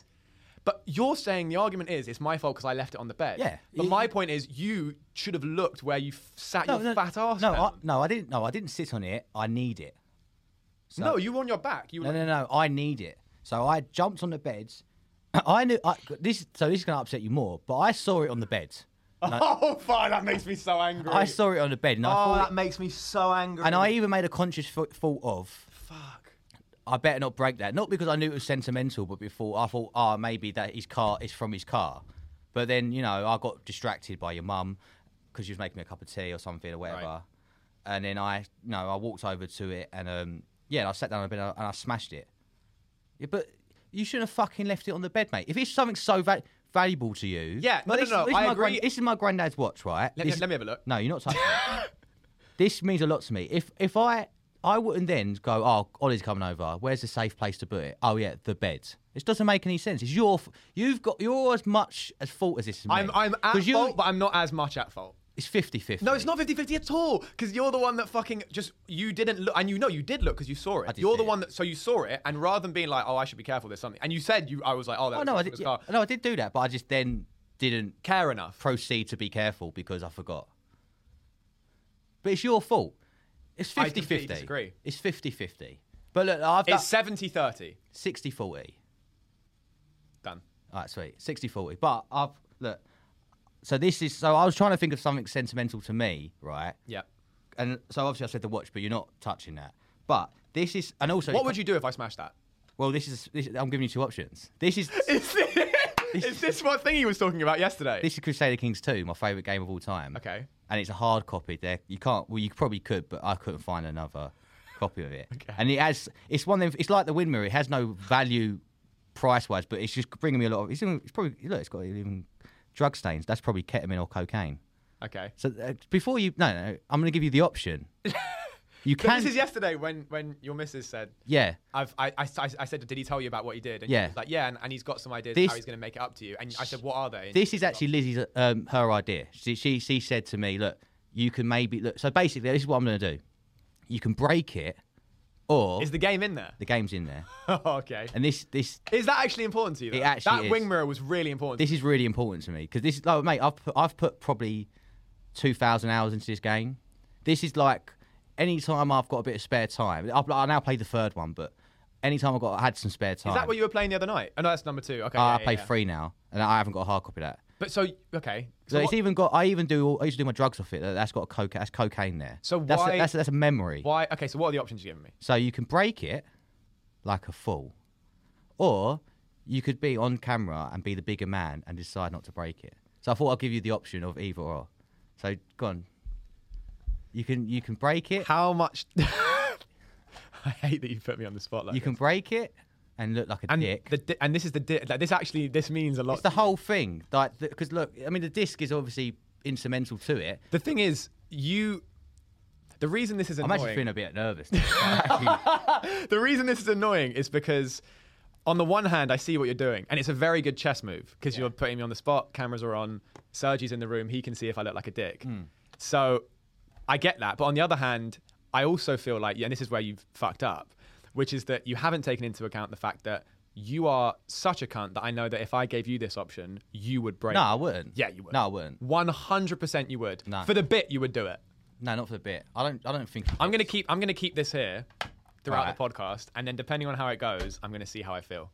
Speaker 2: but you're saying the argument is it's my fault because i left it on the bed
Speaker 1: Yeah.
Speaker 2: but
Speaker 1: You-
Speaker 2: my point is you should have looked where you f- sat your fat ass
Speaker 1: no,
Speaker 2: down.
Speaker 1: I, no, I didn't. No, I didn't sit on it. I need it. So,
Speaker 2: no you were on your back you were
Speaker 1: no, no, no. I need it. So I jumped on the bed. I knew I, this. So this is going to upset you more, but I saw it on the bed.
Speaker 2: like, oh fuck that makes me so angry
Speaker 1: I saw it on the bed, and I
Speaker 2: oh
Speaker 1: thought,
Speaker 2: that makes me so angry
Speaker 1: and I even made a conscious thou- thought of.
Speaker 2: fuck
Speaker 1: I better not break that. Not because I knew it was sentimental, but before I thought, ah, maybe that his car is from his car. But then you know, I got distracted by your mum because she was making me a cup of tea or something or whatever.
Speaker 2: Right.
Speaker 1: And then I, no, I walked over to it and um, yeah, and I sat down on the bed and I- and I smashed it. Yeah, but You shouldn't have fucking left it on the bed, mate. If it's something so va- valuable to you,
Speaker 2: Yeah, no,
Speaker 1: Like,
Speaker 2: no,
Speaker 1: this,
Speaker 2: no,
Speaker 1: This,
Speaker 2: I
Speaker 1: is my
Speaker 2: agree.
Speaker 1: gran- this is my granddad's watch, right?
Speaker 2: Let, me,
Speaker 1: this,
Speaker 2: let me have a look.
Speaker 1: No, you're not touching. it. This means a lot to me. If if I I wouldn't then go, oh, Ollie's coming over. Where's the safe place to put it? Oh yeah, the bed. It doesn't make any sense. It's your, f- you've got, you're as much at fault as this is me.
Speaker 2: I'm, I'm at
Speaker 1: 'Cause you-
Speaker 2: fault, but I'm not as much at fault.
Speaker 1: It's 50-50.
Speaker 2: No, it's not 50 50 at all. Because you're the one that fucking just, you didn't look, and you know you did look because you saw it.
Speaker 1: did
Speaker 2: You're
Speaker 1: see
Speaker 2: the
Speaker 1: it.
Speaker 2: one that, so you saw it, and rather than being like, oh, I should be careful, there's something. And you said, you, I was like, oh,
Speaker 1: Oh
Speaker 2: that's
Speaker 1: no, I
Speaker 2: was
Speaker 1: did.
Speaker 2: car.
Speaker 1: yeah, no, I did do that, but I just then didn't
Speaker 2: Care enough.
Speaker 1: proceed to be careful because I forgot. But it's your fault. It's 50-50.
Speaker 2: I completely disagree.
Speaker 1: It's 50-50. But look, I've done
Speaker 2: It's 70 30.
Speaker 1: 60-40.
Speaker 2: Done.
Speaker 1: All right, sweet. 60 40. But I've, look, so this is, so I was trying to think of something sentimental to me, right?
Speaker 2: Yeah.
Speaker 1: And so obviously I said the watch, but you're not touching that. But this is, and also,
Speaker 2: What would you do if I smashed that?
Speaker 1: well, this is, this, I'm giving you two options. This is,
Speaker 2: Is this, is this what thing he was talking about yesterday?
Speaker 1: this is Crusader Kings 2, my favourite game of all time.
Speaker 2: Okay.
Speaker 1: And it's a hard copy. There, you can't, well, you probably could, but I couldn't find another copy of it. Okay. And it has, it's one of them, it's like the windmill, it has no value price wise, but it's just bringing me a lot of, it's, even, it's probably, look, it's got even drug stains. That's probably ketamine or cocaine.
Speaker 2: Okay.
Speaker 1: So uh, before you, no, no, I'm going to give you the option. You
Speaker 2: But
Speaker 1: can,
Speaker 2: this is yesterday when when your missus said,
Speaker 1: yeah.
Speaker 2: I've, I, I, I I said, did he tell you about what he did? And she
Speaker 1: Yeah.
Speaker 2: was like, yeah, and, and he's got some ideas
Speaker 1: This-
Speaker 2: how he's going to make it up to you. And I said, what are they? And
Speaker 1: This
Speaker 2: she
Speaker 1: is
Speaker 2: was
Speaker 1: actually Lizzie's, uh, um, her idea. She, she she said to me, look, you can maybe look. So basically, this is what I'm going to do. You can break it, or
Speaker 2: like, Is the game in there?
Speaker 1: the game's in there.
Speaker 2: okay.
Speaker 1: And this this
Speaker 2: Is that actually important to you? Though?
Speaker 1: It actually
Speaker 2: that
Speaker 1: is.
Speaker 2: wing mirror was really important.
Speaker 1: this is really important to me because this, like, mate, I've put, I've put probably two thousand hours into this game. This is like any time I've got a bit of spare time. I've, I now play the third one, but any time I've got I had some spare time.
Speaker 2: is that what you were playing the other night? Oh, no, that's number two. Okay.
Speaker 1: I
Speaker 2: yeah, yeah,
Speaker 1: play
Speaker 2: yeah.
Speaker 1: free now, and I haven't got a hard copy of that.
Speaker 2: But so, okay.
Speaker 1: So,
Speaker 2: So,
Speaker 1: it's
Speaker 2: what-
Speaker 1: even got. I even do. I used to do my drugs off it. That's got a coca. That's cocaine there.
Speaker 2: So
Speaker 1: that's
Speaker 2: why-
Speaker 1: A, that's, a, that's a memory.
Speaker 2: why? Okay, so what are the options you're giving me?
Speaker 1: So you can break it, like a fool, or you could be on camera and be the bigger man and decide not to break it. So I thought I'd give you the option of either or. So go on. You can you can break it.
Speaker 2: How much. I hate that you put me on the spot like
Speaker 1: You can break it and look like a
Speaker 2: and
Speaker 1: dick.
Speaker 2: The di- and this is the di- like, this actually this means a lot.
Speaker 1: it's the whole thing. Like because look, I mean the disc is obviously instrumental to it.
Speaker 2: The thing is, you. The reason this is
Speaker 1: I'm actually
Speaker 2: annoying.
Speaker 1: feeling a bit nervous. now.
Speaker 2: the reason this is annoying is because, on the one hand, I see what you're doing, and it's a very good chess move because you're putting me on the spot. Cameras are on. Sergi's in the room. He can see if I look like a dick. So, I get that. But on the other hand, I also feel like, yeah, and this is where you've fucked up, which is that you haven't taken into account the fact that you are such a cunt that I know that if I gave you this option, you would break.
Speaker 1: no, I wouldn't.
Speaker 2: Yeah, you would.
Speaker 1: No, I wouldn't.
Speaker 2: One hundred percent, you would.
Speaker 1: No.
Speaker 2: For the bit, you would do it.
Speaker 1: No, not for the bit. I don't. I don't think.
Speaker 2: I'm gonna keep. I'm gonna keep this here throughout
Speaker 1: Alright.
Speaker 2: the podcast, and then depending on how it goes, I'm gonna see how I feel.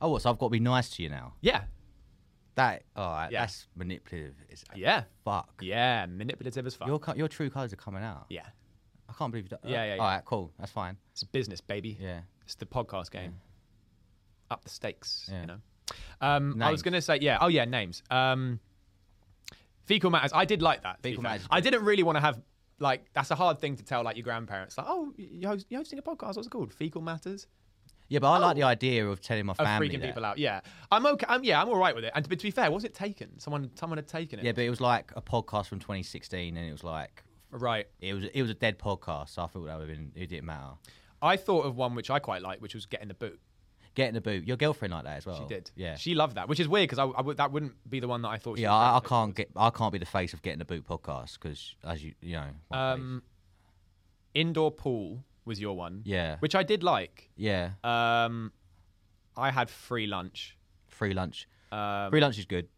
Speaker 1: Oh, what? So I've got to be nice to you now.
Speaker 2: Yeah,
Speaker 1: That. All right.
Speaker 2: Yeah.
Speaker 1: That's manipulative. As
Speaker 2: yeah,
Speaker 1: Fuck.
Speaker 2: yeah. Manipulative as fuck.
Speaker 1: Your co- your true colors are coming out.
Speaker 2: yeah,
Speaker 1: I can't believe you. Don't,
Speaker 2: Yeah, yeah, yeah.
Speaker 1: All right. Cool. That's fine.
Speaker 2: it's business, baby.
Speaker 1: Yeah.
Speaker 2: It's the podcast game. Up the stakes,
Speaker 1: Yeah.
Speaker 2: you know. Um, I was
Speaker 1: Names.
Speaker 2: gonna say, yeah. Oh yeah, names. Um, fecal matters. I did like that. to be
Speaker 1: Fecal
Speaker 2: fair.
Speaker 1: matters is
Speaker 2: I didn't really want to have like that's a hard thing to tell like your grandparents. Like, oh, you host, you're hosting a podcast. What's it called? Fecal matters.
Speaker 1: Yeah, but I like the idea of telling my
Speaker 2: Oh. Of
Speaker 1: family.
Speaker 2: freaking
Speaker 1: that.
Speaker 2: people out. Yeah, I'm okay. I'm, yeah, I'm all right with it. And to be, to be fair, was it taken? Someone, someone had taken it.
Speaker 1: Yeah, but it was like a podcast from 2016, and it was like
Speaker 2: Right.
Speaker 1: it was it was a dead podcast. So I thought that would have been it didn't matter.
Speaker 2: I thought of one which I quite like, which was getting the boot.
Speaker 1: Getting the boot. Your girlfriend like that as well.
Speaker 2: She did.
Speaker 1: Oh, Yeah.
Speaker 2: She loved that, which is weird because I, I would- that wouldn't be the one that I thought. She
Speaker 1: yeah. I, I can't get. I can't be the face of getting the boot podcast because as you you know. my face.
Speaker 2: Um, indoor pool was your one.
Speaker 1: Yeah.
Speaker 2: Which I did like.
Speaker 1: yeah.
Speaker 2: Um, I had free lunch.
Speaker 1: free lunch.
Speaker 2: Um,
Speaker 1: free lunch is good.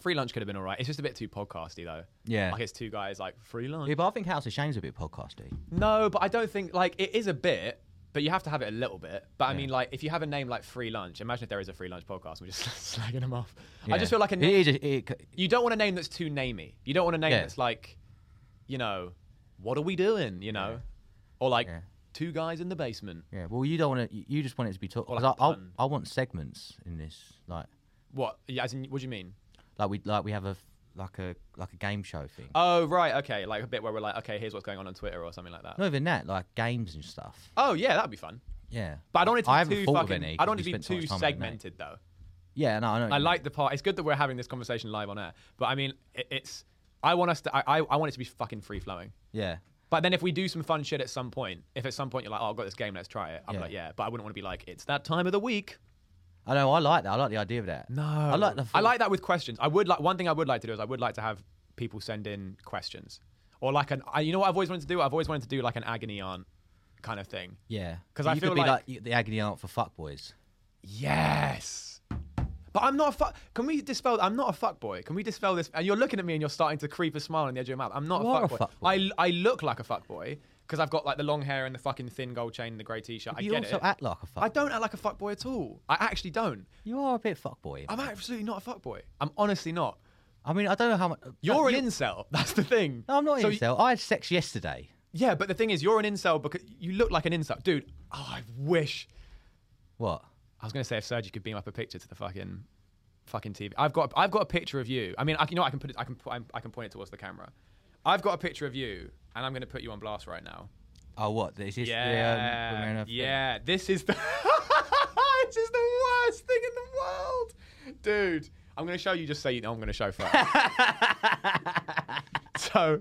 Speaker 2: free lunch could have been all right. It's just a bit too podcasty though.
Speaker 1: Yeah.
Speaker 2: Like it's two guys like free lunch.
Speaker 1: Yeah, but I think House of Shame's a bit podcasty.
Speaker 2: No, but I don't think like it is a bit. But you have to have it a little bit. But I mean, like, if you have a name like Free Lunch, imagine if there is a Free Lunch podcast, we're just slagging them off. I just feel like a
Speaker 1: it
Speaker 2: name-
Speaker 1: is. A, it, c-
Speaker 2: you don't want a name that's too namey. You don't want a name
Speaker 1: Yeah.
Speaker 2: that's like, you know, what are we doing? You know, or like
Speaker 1: Yeah.
Speaker 2: two guys in the basement.
Speaker 1: yeah. Well, you don't want to. You just want it to be talked.
Speaker 2: Or like a
Speaker 1: I, I,
Speaker 2: pun.
Speaker 1: I want segments in this. Like,
Speaker 2: What? Yeah, As in, what do you mean?
Speaker 1: like we like we have a f- like a like a game show thing.
Speaker 2: Oh, right. Okay, like a bit where we're like, okay, here's what's going on on Twitter or something like that.
Speaker 1: Not even that. Like games and stuff.
Speaker 2: Oh yeah, that'd be fun.
Speaker 1: Yeah.
Speaker 2: But I don't want it to
Speaker 1: I
Speaker 2: be
Speaker 1: haven't
Speaker 2: too
Speaker 1: thought of
Speaker 2: fucking.
Speaker 1: any
Speaker 2: I
Speaker 1: 'cause
Speaker 2: don't want it
Speaker 1: we
Speaker 2: to be
Speaker 1: spent so
Speaker 2: too
Speaker 1: much time on it, mate.
Speaker 2: segmented though.
Speaker 1: Yeah, no, I know. what
Speaker 2: I
Speaker 1: you mean.
Speaker 2: like the part. It's good that we're having this conversation live on air. But I mean, it, it's. I want us to. I, I I want it to be fucking free flowing.
Speaker 1: Yeah.
Speaker 2: But then if we do some fun shit at some point, if at some point you're like, oh, I've got this game, let's try it. I'm
Speaker 1: Yeah.
Speaker 2: like, yeah. But I wouldn't want to be like, it's that time of the week.
Speaker 1: I know. I like that. I like the idea of that.
Speaker 2: No.
Speaker 1: I like the.
Speaker 2: I like that with questions. I would like one thing I would like to do is I would like to have people send in questions, or like an. I, you know what I've always wanted to do? I've always wanted to do like an agony aunt kind of thing.
Speaker 1: Yeah.
Speaker 2: 'Cause
Speaker 1: You
Speaker 2: I
Speaker 1: could
Speaker 2: feel
Speaker 1: be
Speaker 2: like-
Speaker 1: the agony aunt for fuckboys.
Speaker 2: Yes. But I'm not a fuck. Can we dispel? I'm not a fuck boy. Can we dispel this? And you're looking at me and you're starting to creep a smile on the edge of your mouth. I'm not
Speaker 1: You are
Speaker 2: a
Speaker 1: a
Speaker 2: fuck boy.
Speaker 1: fuck boy.
Speaker 2: I, I look like a fuck boy because I've got like the long hair and the fucking thin gold chain and the grey t-shirt. I
Speaker 1: you
Speaker 2: get
Speaker 1: also
Speaker 2: it.
Speaker 1: act like a fuck.
Speaker 2: I don't act like a fuck boy at all. I actually don't.
Speaker 1: You are a bit fuckboy.
Speaker 2: I'm absolutely not a fuck boy. I'm honestly not.
Speaker 1: I mean, I don't know how much.
Speaker 2: You're an incel. That's the thing.
Speaker 1: No, I'm not
Speaker 2: So
Speaker 1: an
Speaker 2: you-
Speaker 1: incel. I had sex yesterday.
Speaker 2: Yeah, but the thing is, you're an incel because you look like an incel, dude. Oh, I wish.
Speaker 1: What?
Speaker 2: I was gonna say if Sergi could beam up a picture to the fucking fucking TV. I've got I've got a picture of you. I mean, I, can- you know, what, I can put it. I can po- I'm- I can point it towards the camera. I've got a picture of you, and I'm gonna put you on blast right now.
Speaker 1: Oh, what? Is this the, um,
Speaker 2: Yeah,
Speaker 1: women of-
Speaker 2: yeah. This is the this is the worst thing in the world, dude. I'm gonna show you. Just so you know, I'm gonna show first. so,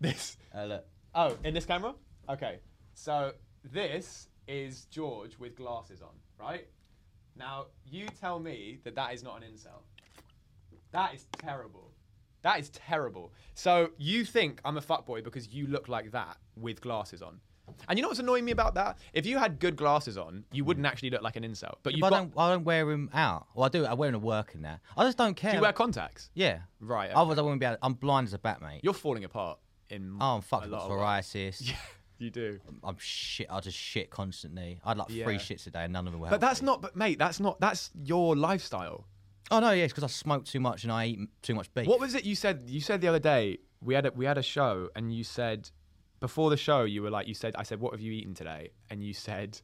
Speaker 2: this.
Speaker 1: Uh, look.
Speaker 2: Oh, in this camera? Okay. So this is George with glasses on, right? Now you tell me that that is not an incel. That is terrible. That is terrible. So you think I'm a fuckboy because you look like that with glasses on. And you know what's annoying me about that? If you had good glasses on, you wouldn't actually look like an incel. But
Speaker 1: But
Speaker 2: you've
Speaker 1: I
Speaker 2: got,
Speaker 1: don't. I don't wear them out. Well, I do. I wear them to work and that. I just don't care.
Speaker 2: do you wear contacts?
Speaker 1: yeah.
Speaker 2: Right, okay.
Speaker 1: Otherwise, I wouldn't be. Able to, I'm blind as a bat, mate.
Speaker 2: You're falling apart in
Speaker 1: Oh, I'm
Speaker 2: a
Speaker 1: fucked with
Speaker 2: lot of ways.
Speaker 1: psoriasis.
Speaker 2: You do.
Speaker 1: I'm shit. I just shit constantly. I'd like
Speaker 2: Yeah.
Speaker 1: three shits a day, and none of them were.
Speaker 2: But that's not but mate, that's not that's your lifestyle.
Speaker 1: Oh no, yeah, it's because I smoke too much and I eat m- too much beef.
Speaker 2: What was it you said? You said the other day we had a, we had a show, and you said before the show you were like you said I said what have you eaten today? And you said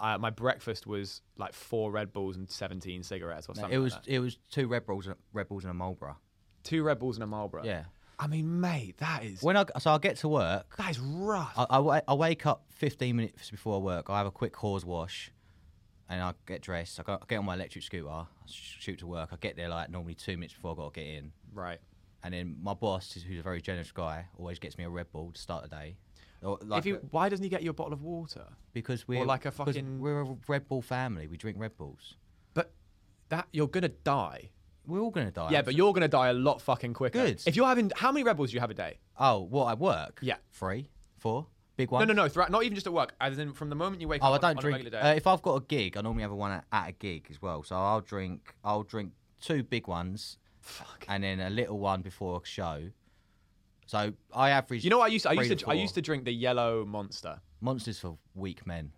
Speaker 2: uh, my breakfast was like four Red Bulls and seventeen cigarettes or something.
Speaker 1: it was
Speaker 2: like
Speaker 1: it was two Red Bulls, and- Red Bulls and a Marlboro.
Speaker 2: that. two Red Bulls and a Marlboro.
Speaker 1: Yeah.
Speaker 2: I mean, mate, that is
Speaker 1: When I g- so I get to work,
Speaker 2: that is rough.
Speaker 1: I, I, wa- I wake up 15 minutes before work. I have a quick horse wash, and I get dressed. I, go, I get on my electric scooter. I sh- shoot to work. I get there like normally two minutes before I got to get in.
Speaker 2: right.
Speaker 1: And then my boss, who's a very generous guy, always gets me a Red Bull to start the day. Or, like,
Speaker 2: if you, why doesn't he get you a bottle of water?
Speaker 1: because we're
Speaker 2: like a
Speaker 1: 'cause
Speaker 2: fucking-
Speaker 1: we're a Red Bull family. We drink Red Bulls.
Speaker 2: But that you're gonna die.
Speaker 1: We're all gonna die.
Speaker 2: Yeah, but you're gonna die a lot fucking quicker.
Speaker 1: Good.
Speaker 2: If you're having how many Red Bulls do you have a day?
Speaker 1: oh, what at work?
Speaker 2: Yeah.
Speaker 1: three, four, big one.
Speaker 2: No, no, no. Throughout, not even just at work. As in, from the moment you wake up
Speaker 1: Oh, I
Speaker 2: on-
Speaker 1: don't
Speaker 2: on a
Speaker 1: drink.
Speaker 2: regular day.
Speaker 1: Uh, if I've got a gig, I normally have a one at, at a gig as well. So I'll drink. I'll drink two big ones,
Speaker 2: Fuck.
Speaker 1: and then a little one before a show. So I average.
Speaker 2: You know, what I used to, I
Speaker 1: three
Speaker 2: used to, I
Speaker 1: four.
Speaker 2: used to drink the yellow monster.
Speaker 1: monsters for weak men.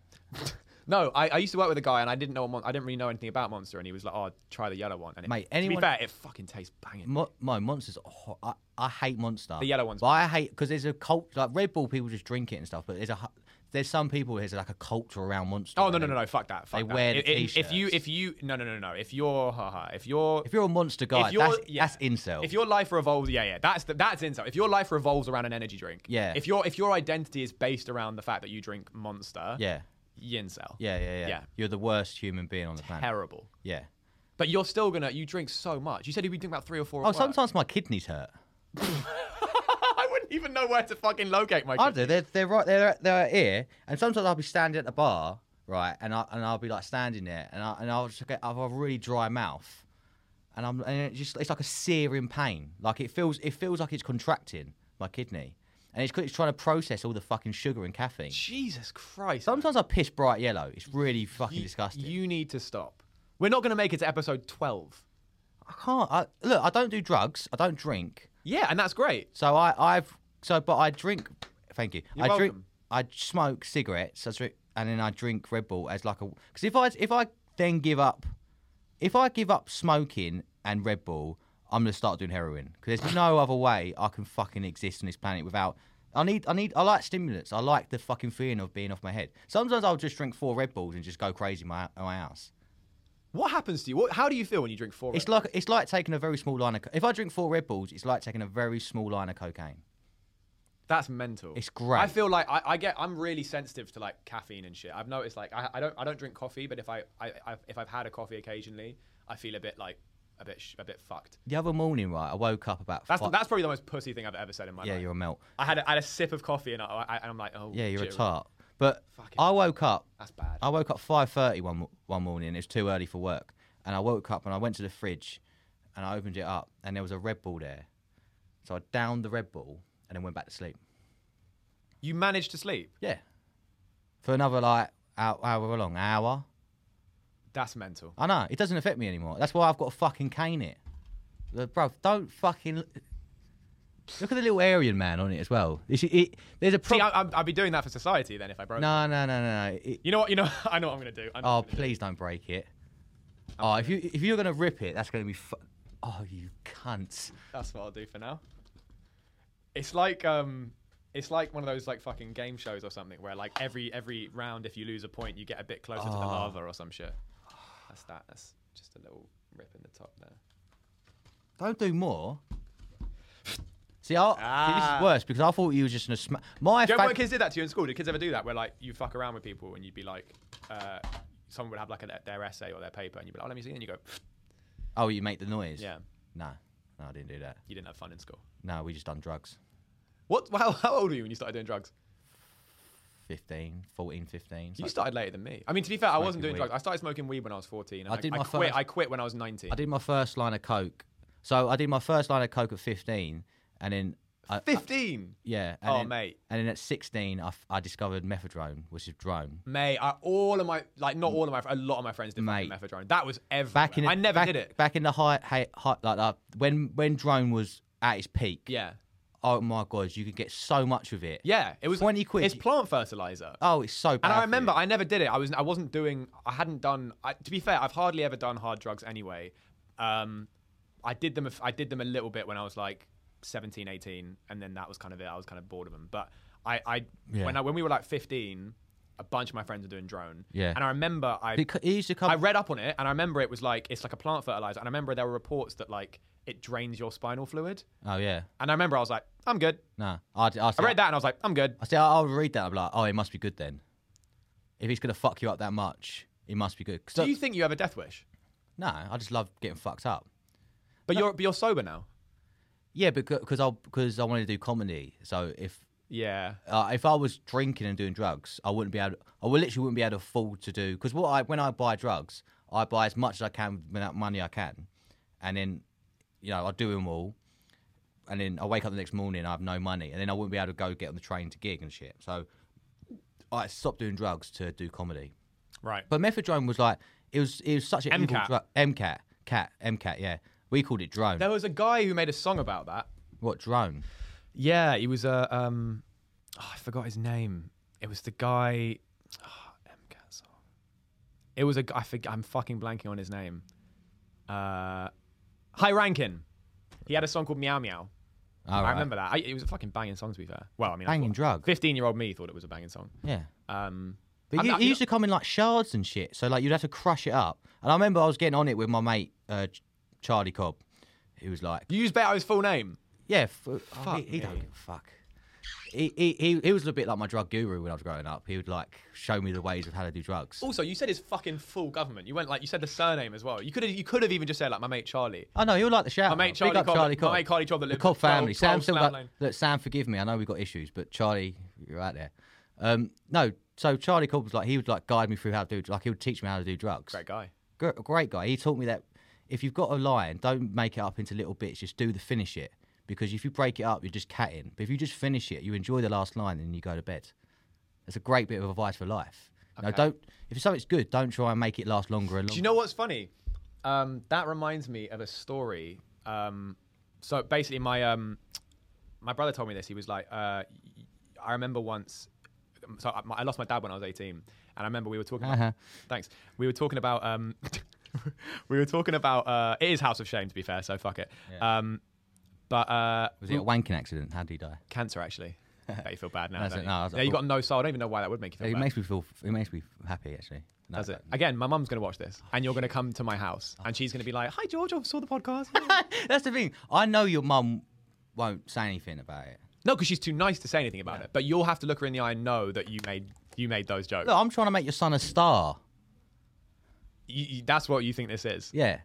Speaker 2: No, I, I used to work with a guy and I didn't know a mon- I didn't really know anything about monster, and he was like, "Oh, try the yellow one." And it,
Speaker 1: Mate,
Speaker 2: to
Speaker 1: anyone-
Speaker 2: be fair, it fucking tastes banging.
Speaker 1: Mo- no, monsters. are ho- I, I hate monster.
Speaker 2: The yellow ones.
Speaker 1: But I hate because there's a cult like Red Bull. People just drink it and stuff. But there's a hu- there's some people here's like a culture around monster.
Speaker 2: Oh no
Speaker 1: where
Speaker 2: no
Speaker 1: they-
Speaker 2: no no! Fuck that! Fuck
Speaker 1: They
Speaker 2: that.
Speaker 1: wear the
Speaker 2: If- if, if you
Speaker 1: t-shirts.
Speaker 2: if you no no no no if you're haha if you're
Speaker 1: If you're a monster guy,
Speaker 2: you're-
Speaker 1: that's,
Speaker 2: yeah.
Speaker 1: that's incel.
Speaker 2: if your life revolves yeah yeah that's the, that's insult. If your life revolves around an energy drink
Speaker 1: Yeah.
Speaker 2: If your if your identity is based around the fact that you drink Monster
Speaker 1: yeah.
Speaker 2: you incel
Speaker 1: yeah, yeah, yeah,
Speaker 2: Yeah.
Speaker 1: You're the worst human being on the planet.
Speaker 2: terrible.
Speaker 1: Yeah. Oh,
Speaker 2: But you're still gonna you drink so much. You said you would drink about three or four. at
Speaker 1: Oh,
Speaker 2: work.
Speaker 1: sometimes my kidneys hurt.
Speaker 2: I wouldn't even know where to fucking locate my.
Speaker 1: I do. They're, they're right. They're they're here, and sometimes I'll be standing at the bar, right, and I and I'll be like standing there, and I and I'll just get I've a really dry mouth, and I'm and it's just it's like a searing pain. Like it feels it feels like it's contracting my kidney, and it's 'cause it's trying to process all the fucking sugar and caffeine.
Speaker 2: Jesus Christ.
Speaker 1: Sometimes I piss bright yellow. It's really fucking
Speaker 2: you,
Speaker 1: disgusting.
Speaker 2: You need to stop. We're not going to make it to episode 12.
Speaker 1: I can't. I, look, I don't do drugs. I don't drink.
Speaker 2: Yeah, and that's great.
Speaker 1: So I, I've so, but I drink. Thank you.
Speaker 2: You're
Speaker 1: I drink.
Speaker 2: welcome.
Speaker 1: I smoke cigarettes. I drink, and then I drink Red Bull as like a. Because if I if I then give up, if I give up smoking and Red Bull, I'm gonna start doing heroin. Because there's no other way I can fucking exist on this planet without. I need, I need, I like stimulants. I like the fucking feeling of being off my head. Sometimes I'll just drink four Red Bulls and just go crazy in my, in my house.
Speaker 2: What happens to you? What, how do you feel when you drink four?
Speaker 1: It's like, it's like taking a very small line of. co- If I drink four Red Bulls, it's like taking a very small line of cocaine.
Speaker 2: That's mental.
Speaker 1: It's great.
Speaker 2: I feel like I, I get I'm really sensitive to like caffeine and shit. I've noticed like I, I don't I don't drink coffee, but if I, I, I if I've had a coffee occasionally, I feel a bit like a bit sh- a bit fucked.
Speaker 1: The other morning, right, I woke up about
Speaker 2: That's
Speaker 1: fi-
Speaker 2: that's probably the most pussy thing I've ever said in my
Speaker 1: yeah,
Speaker 2: life.
Speaker 1: you're a melt.
Speaker 2: I had a, I had a sip of coffee and I, I and I'm like oh
Speaker 1: Yeah, you're a
Speaker 2: shit,
Speaker 1: tart. But
Speaker 2: Fucking
Speaker 1: I woke up.
Speaker 2: That's bad.
Speaker 1: I woke up 5:30 one mo- one morning. It was too early for work, and I woke up and I went to the fridge, and I opened it up, and there was a Red Bull there. So I downed the Red Bull and then went back to sleep.
Speaker 2: You managed to sleep.
Speaker 1: Yeah, for another like hour, hour long hour.
Speaker 2: That's mental.
Speaker 1: I know it doesn't affect me anymore. That's why I've got a fucking cane it. Like, Bro, don't fucking look at the little Aryan man on it as well. It's- it- there's a pro-
Speaker 2: See, I, I'm- I'd be doing that for society then if I broke. it.
Speaker 1: no, no, no, no, no. It-
Speaker 2: You know what? You know I know what I'm gonna do. I'm
Speaker 1: Oh, please don't break it. Oh, if you if you're gonna rip it, that's gonna be. Fu- oh, you cunts.
Speaker 2: That's what I'll do for now. It's like um, it's like one of those like fucking game shows or something where like every every round, if you lose a point, you get a bit closer to the
Speaker 1: Ah.
Speaker 2: lava or some shit. That's that. That's just a little rip in the top there.
Speaker 1: Don't do more. See, I, see, this
Speaker 2: Ah.
Speaker 1: is worse because I thought you were just gonna smash my.
Speaker 2: Do you
Speaker 1: fa-
Speaker 2: know when kids did that to you in school? Did kids ever do that where like you fuck around with people and you'd be like, uh, someone would have like a, their essay or their paper and you'd be like, oh, let me see, and you go,
Speaker 1: oh, you make the noise.
Speaker 2: yeah,
Speaker 1: No, no, I didn't do that.
Speaker 2: you didn't have fun in school.
Speaker 1: No, we just done drugs.
Speaker 2: What? How, how old were you when you started doing drugs?
Speaker 1: 15, 14, 15.
Speaker 2: You
Speaker 1: So
Speaker 2: started later than me. I mean, to be fair, I wasn't doing
Speaker 1: weed.
Speaker 2: drugs. I started smoking weed when I was 14. And
Speaker 1: I
Speaker 2: I,
Speaker 1: did
Speaker 2: I
Speaker 1: my
Speaker 2: quit.
Speaker 1: first-
Speaker 2: I quit when I was 19.
Speaker 1: I did my first line of coke. So I did my first line of coke at 15, and then I,
Speaker 2: 15.
Speaker 1: yeah. And
Speaker 2: Oh,
Speaker 1: then,
Speaker 2: mate.
Speaker 1: And then at 16, I, f- I discovered methadone, which is drone.
Speaker 2: Mate, I, all of my like not all of my a lot of my friends did fucking
Speaker 1: Mate.
Speaker 2: methadone. That was everywhere.
Speaker 1: back in
Speaker 2: I never
Speaker 1: back,
Speaker 2: did it.
Speaker 1: back in the high, high, high like uh, when when drone was at its peak.
Speaker 2: Yeah,
Speaker 1: Oh my god, you could get so much with it.
Speaker 2: yeah. It was
Speaker 1: 20 quid.
Speaker 2: It's plant fertilizer.
Speaker 1: Oh, it's so bad.
Speaker 2: and I
Speaker 1: for
Speaker 2: remember
Speaker 1: you.
Speaker 2: I never did it. I was I wasn't doing. I hadn't done. I, to be fair, I've hardly ever done hard drugs anyway. Um, I did them. a f- I did them a little bit when I was like 17, 18, and then that was kind of it. I was kind of bored of them. But I, I
Speaker 1: Yeah.
Speaker 2: when I when we were like fifteen, a bunch of my friends were doing drone.
Speaker 1: Yeah.
Speaker 2: and I remember I
Speaker 1: It, co- it used to come.
Speaker 2: I read up on it and I remember it was like it's like a plant fertilizer and I remember there were reports that like it drains your spinal fluid
Speaker 1: oh yeah,
Speaker 2: and I remember I was like I'm good.
Speaker 1: no. I, d- I,
Speaker 2: I read that and I was like I'm good.
Speaker 1: I say I'll read that. I'm like, oh, it must be good then. If it's gonna fuck you up that much, it must be good. 'Cause
Speaker 2: Do
Speaker 1: I-
Speaker 2: you think you have a death wish?
Speaker 1: no, I just love getting fucked up.
Speaker 2: But you're but you're sober now.
Speaker 1: Yeah, because I because I wanted to do comedy. So if
Speaker 2: Yeah.
Speaker 1: uh, if I was drinking and doing drugs, I wouldn't be able. I would literally wouldn't be able to afford to do because what I when I buy drugs, I buy as much as I can with that money I can, and then you know I do them all, and then I wake up the next morning I have no money, and then I wouldn't be able to go get on the train to gig and shit. So I stopped doing drugs to do comedy.
Speaker 2: Right.
Speaker 1: But methadone was like it was it was such an evil
Speaker 2: MCAT.
Speaker 1: drug. MCAT cat MCAT yeah we called it drone.
Speaker 2: There was a guy who made a song about that.
Speaker 1: what drone?
Speaker 2: Yeah, he was a um oh, I forgot his name. It was the guy oh, MCAT song. It was a guy I forg I'm fucking blanking on his name. Uh High Rankin. He had a song called Meow Meow.
Speaker 1: All
Speaker 2: I
Speaker 1: right.
Speaker 2: remember that. I, it was a fucking banging song, to be fair. Well, I mean,
Speaker 1: Banging drug.
Speaker 2: Fifteen-year-old me thought it was a banging song.
Speaker 1: Yeah.
Speaker 2: Um,
Speaker 1: But
Speaker 2: I'm
Speaker 1: you,
Speaker 2: not-
Speaker 1: it used to come in like shards and shit. So like you'd have to crush it up. And I remember I was getting on it with my mate uh, Ch- Charlie Cobb. He was like,
Speaker 2: you use Beto's full name.
Speaker 1: "Yeah, f- oh, he, he
Speaker 2: me.
Speaker 1: don't give a fuck." He, he, he, he was a bit like my drug guru when I was growing up. He would like show me the ways of how to do drugs.
Speaker 2: Also, you said his fucking full government. You went like you said the surname as well. You could have you could have even just said like my mate Charlie.
Speaker 1: I know he would like the shout.
Speaker 2: My mate
Speaker 1: out.
Speaker 2: Charlie
Speaker 1: Big up
Speaker 2: Cobb-
Speaker 1: Charlie
Speaker 2: my
Speaker 1: Cobb.
Speaker 2: mate Charlie Cobb that
Speaker 1: The
Speaker 2: lived
Speaker 1: Cobb
Speaker 2: at 12
Speaker 1: family. Sam,
Speaker 2: 12
Speaker 1: still
Speaker 2: Slough
Speaker 1: got-
Speaker 2: Lane.
Speaker 1: look, Sam, forgive me. I know we got issues, but Charlie, you're out there. Um, no, so Charlie Cobb was like he would like guide me through how to do like he would teach me how to do drugs.
Speaker 2: Great guy.
Speaker 1: gr- great guy. He taught me that if you've got a line, don't make it up into little bits. Just do the finish it. Because if you break it up, you're just catting. But if you just finish it, you enjoy the last line and you go to bed. That's a great bit of advice for life. No, don't. If something's good, don't try and make it last longer and longer.
Speaker 2: Do you know what's funny? Um, that reminds me of a story. Um, so basically, my um, my brother told me this. He was like, uh, I remember once. um, So I, my- I lost my dad when I was 18, and I remember we were talking.
Speaker 1: Uh-huh.
Speaker 2: About, thanks. We were talking about. Um, we were talking about. Uh, it is House of Shame, to be fair. So fuck it. Um, but uh,
Speaker 1: was it a wanking accident? How did he die?
Speaker 2: cancer actually. Bet you feel bad now.
Speaker 1: That's
Speaker 2: don't
Speaker 1: it.
Speaker 2: you?
Speaker 1: No, I was-
Speaker 2: yeah, you got no soul. I don't even know why that would make you feel
Speaker 1: It
Speaker 2: bad.
Speaker 1: makes me feel. It makes me happy actually. No,
Speaker 2: Does it?
Speaker 1: but-
Speaker 2: Again, my mum's going to watch this,
Speaker 1: Oh,
Speaker 2: and you're going to come to my house, and she's going to be like, "Hi, George, I saw the podcast."
Speaker 1: That's the thing. I know your mum won't say anything about it.
Speaker 2: No, because she's too nice to say anything about it. But you'll have to look her in the eye and know that you made you made those jokes.
Speaker 1: Look, I'm trying to make your son a star.
Speaker 2: You, you- that's what you think this is.
Speaker 1: Yeah.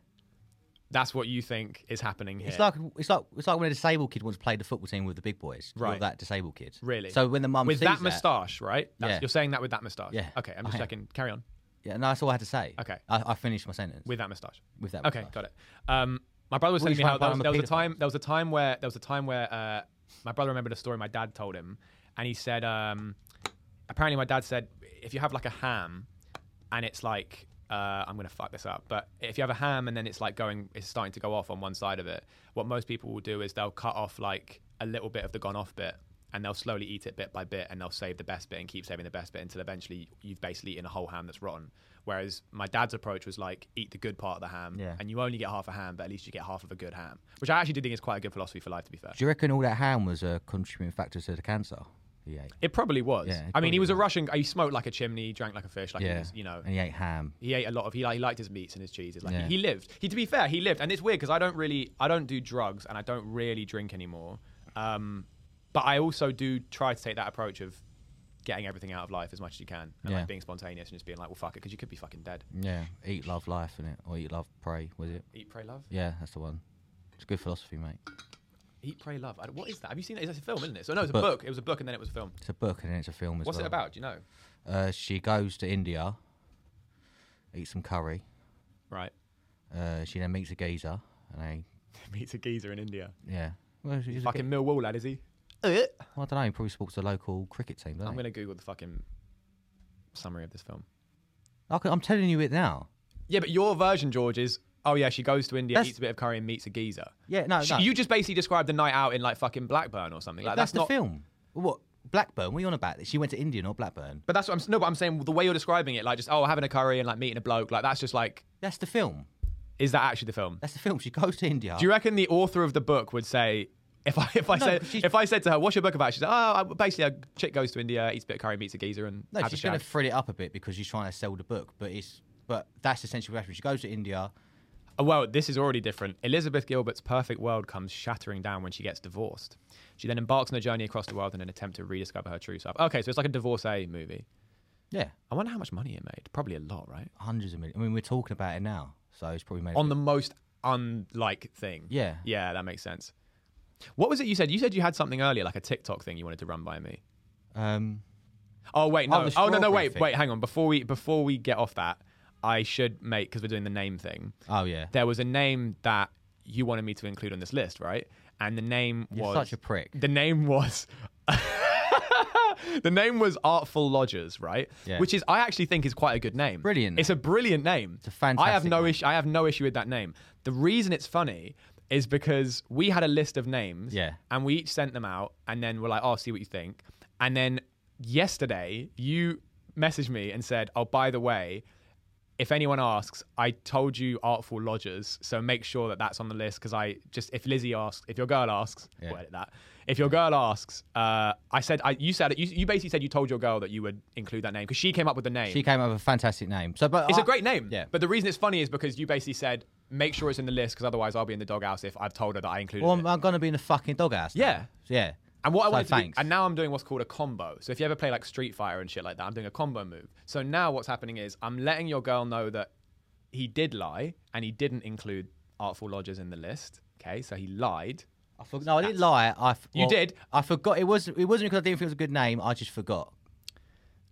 Speaker 2: That's what you think is happening here.
Speaker 1: It's like it's like it's like when a disabled kid wants to play the football team with the big boys. You're
Speaker 2: Right.
Speaker 1: that disabled kid.
Speaker 2: really.
Speaker 1: So when the mum
Speaker 2: with
Speaker 1: sees
Speaker 2: that moustache, right? That's,
Speaker 1: Yeah.
Speaker 2: You're saying that with that moustache.
Speaker 1: Yeah.
Speaker 2: Okay, I'm just
Speaker 1: I am.
Speaker 2: checking. Carry on.
Speaker 1: yeah, no, that's all I had to say.
Speaker 2: Okay.
Speaker 1: I, I finished my sentence with,
Speaker 2: With that moustache.
Speaker 1: that.
Speaker 2: Okay,
Speaker 1: moustache.
Speaker 2: got it. Um, my brother was
Speaker 1: What
Speaker 2: telling
Speaker 1: are
Speaker 2: me
Speaker 1: you
Speaker 2: how
Speaker 1: trying to
Speaker 2: there was,
Speaker 1: find on the
Speaker 2: there was a
Speaker 1: paedophile?
Speaker 2: time there was a time where there was a time where uh, my brother remembered a story my dad told him, and he said um, apparently my dad said if you have like a ham, and it's like uh, I'm gonna fuck this up, but if you have a ham and then it's like going it's starting to go off on one side of it, what most people will do is they'll cut off like a little bit of the gone off bit. And they'll slowly eat it bit by bit, and they'll save the best bit and keep saving the best bit until eventually you've basically eaten a whole ham that's rotten. Whereas my dad's approach was like, eat the good part of the ham,
Speaker 1: Yeah.
Speaker 2: and you only get half a ham, but at least you get half of a good ham, which I actually do think is quite a good philosophy for life, to be fair.
Speaker 1: Do you reckon all that ham was a contributing factor to the cancer he ate?
Speaker 2: It probably was.
Speaker 1: Yeah, it
Speaker 2: I mean, he
Speaker 1: probably
Speaker 2: was a Russian. He smoked like a chimney, drank like a fish, like he was, you know.
Speaker 1: and he ate ham.
Speaker 2: He ate a lot of. He, like, he liked his meats and his cheeses. Like
Speaker 1: Yeah.
Speaker 2: he, he lived. He to be fair, he lived. And it's weird because I don't really, I don't do drugs and I don't really drink anymore. Um, but I also do try to take that approach of getting everything out of life as much as you can and
Speaker 1: Yeah.
Speaker 2: like being spontaneous and just being like, well, fuck it, because you could be fucking dead.
Speaker 1: Yeah, eat, love, life, innit? Or eat, love, pray, was it?
Speaker 2: Eat, pray, love.
Speaker 1: Yeah, that's the one. It's good philosophy, mate.
Speaker 2: Eat, pray, love. I, what is that? Have you seen that? It's a film, isn't it? So no, it's a
Speaker 1: Book.
Speaker 2: book. It was a book and then it was a film.
Speaker 1: It's a book and then it's a film as
Speaker 2: What's
Speaker 1: well.
Speaker 2: it about? Do you know?
Speaker 1: Uh, she goes to India, eats some curry.
Speaker 2: Right.
Speaker 1: Uh, she then meets a geezer, and they,
Speaker 2: meets a geezer in India.
Speaker 1: yeah. Well, she's a
Speaker 2: Fucking
Speaker 1: ge-
Speaker 2: Millwall lad, is he?
Speaker 1: well, I don't know. He probably supports the local cricket team. Don't
Speaker 2: I'm
Speaker 1: he?
Speaker 2: gonna Google the fucking summary of this film.
Speaker 1: I can, I'm telling you it now.
Speaker 2: Yeah, but your version, George, is oh yeah, she goes to India,
Speaker 1: That's-
Speaker 2: eats a bit of curry, and meets a geezer.
Speaker 1: Yeah, no,
Speaker 2: She-
Speaker 1: no.
Speaker 2: You just basically described the night out in like fucking Blackburn or something. Like
Speaker 1: that's
Speaker 2: that's,
Speaker 1: the
Speaker 2: not.
Speaker 1: film. What Blackburn? What are you on about? She went to India, not Blackburn.
Speaker 2: But that's what I'm s- no, but I'm saying the way you're describing it, like just oh having a curry and like meeting a bloke, like that's just like
Speaker 1: That's the film.
Speaker 2: is that actually the film?
Speaker 1: That's the film. She goes to India.
Speaker 2: Do you reckon the author of the book would say? If I if I
Speaker 1: No,
Speaker 2: said
Speaker 1: she's-
Speaker 2: if I said to her, "What's your book about?" She's like, "Oh, I, basically, a chick goes to India, eats a bit of curry, meets a geezer, and
Speaker 1: No,
Speaker 2: has
Speaker 1: she's
Speaker 2: a shag."
Speaker 1: going to thread it up a bit because she's trying to sell the book, but it's but that's essentially what happens. She goes to India.
Speaker 2: Oh, Well, this is already different. Elizabeth Gilbert's perfect world comes shattering down when she gets divorced. She then embarks on a journey across the world in an attempt to rediscover her true self. Okay, so it's like a divorcee movie.
Speaker 1: Yeah,
Speaker 2: I wonder how much money it made. Probably a lot, right?
Speaker 1: hundreds of millions. I mean, we're talking about it now, so it's probably made.
Speaker 2: On the most unlike thing.
Speaker 1: Yeah.
Speaker 2: Yeah, that makes sense. What was it you said? You said you had something earlier, like a TikTok thing you wanted to run by me.
Speaker 1: um,
Speaker 2: Oh wait,
Speaker 1: Oh,
Speaker 2: no.
Speaker 1: the
Speaker 2: Oh, no, no,
Speaker 1: strawberry
Speaker 2: wait,
Speaker 1: thing.
Speaker 2: wait, hang on. Before we before we get off that, I should make because we're doing the name thing.
Speaker 1: oh yeah,
Speaker 2: There was a name that you wanted me to include on this list, right? And the name
Speaker 1: you're
Speaker 2: was
Speaker 1: such a prick.
Speaker 2: The name was. the name was Artful Lodgers, right?
Speaker 1: Yeah.
Speaker 2: Which is, I actually think, is quite a good name.
Speaker 1: Brilliant
Speaker 2: It's a brilliant name. It's
Speaker 1: a fantastic
Speaker 2: I have no
Speaker 1: name.
Speaker 2: issue. I have no issue with that name. The reason it's funny is because we had a list of names.
Speaker 1: Yeah.
Speaker 2: And we each sent them out, and then we're like, "Oh, see what you think." And then yesterday, you messaged me and said, "Oh, by the way." If anyone asks, I told you artful lodgers, so make sure that that's on the list because I just if Lizzie asks, if your girl asks,
Speaker 1: Yeah.
Speaker 2: we'll edit that. If your girl asks, uh, I said I, you said it. You, you basically said you told your girl that you would include that name because she came up with the name.
Speaker 1: She came up with a fantastic name. So, but
Speaker 2: It's
Speaker 1: a
Speaker 2: a great name.
Speaker 1: Yeah.
Speaker 2: But the reason it's funny is because you basically said, make sure it's in the list because otherwise I'll be in the doghouse if I've told her that I included
Speaker 1: Well,
Speaker 2: it.
Speaker 1: I'm, I'm going to be in the fucking doghouse. now.
Speaker 2: Yeah.
Speaker 1: yeah.
Speaker 2: And what I
Speaker 1: so
Speaker 2: wanted to do,
Speaker 1: thanks.
Speaker 2: and now I'm doing what's called a combo. So if you ever play like Street Fighter and shit like that, I'm doing a combo move. So now what's happening is I'm letting your girl know that he did lie and he didn't include Artful Lodgers in the list. Okay, so he lied.
Speaker 1: I for- no, I didn't lie. I f-
Speaker 2: You did.
Speaker 1: I forgot. It was. It wasn't because I didn't think it was a good name. I just forgot.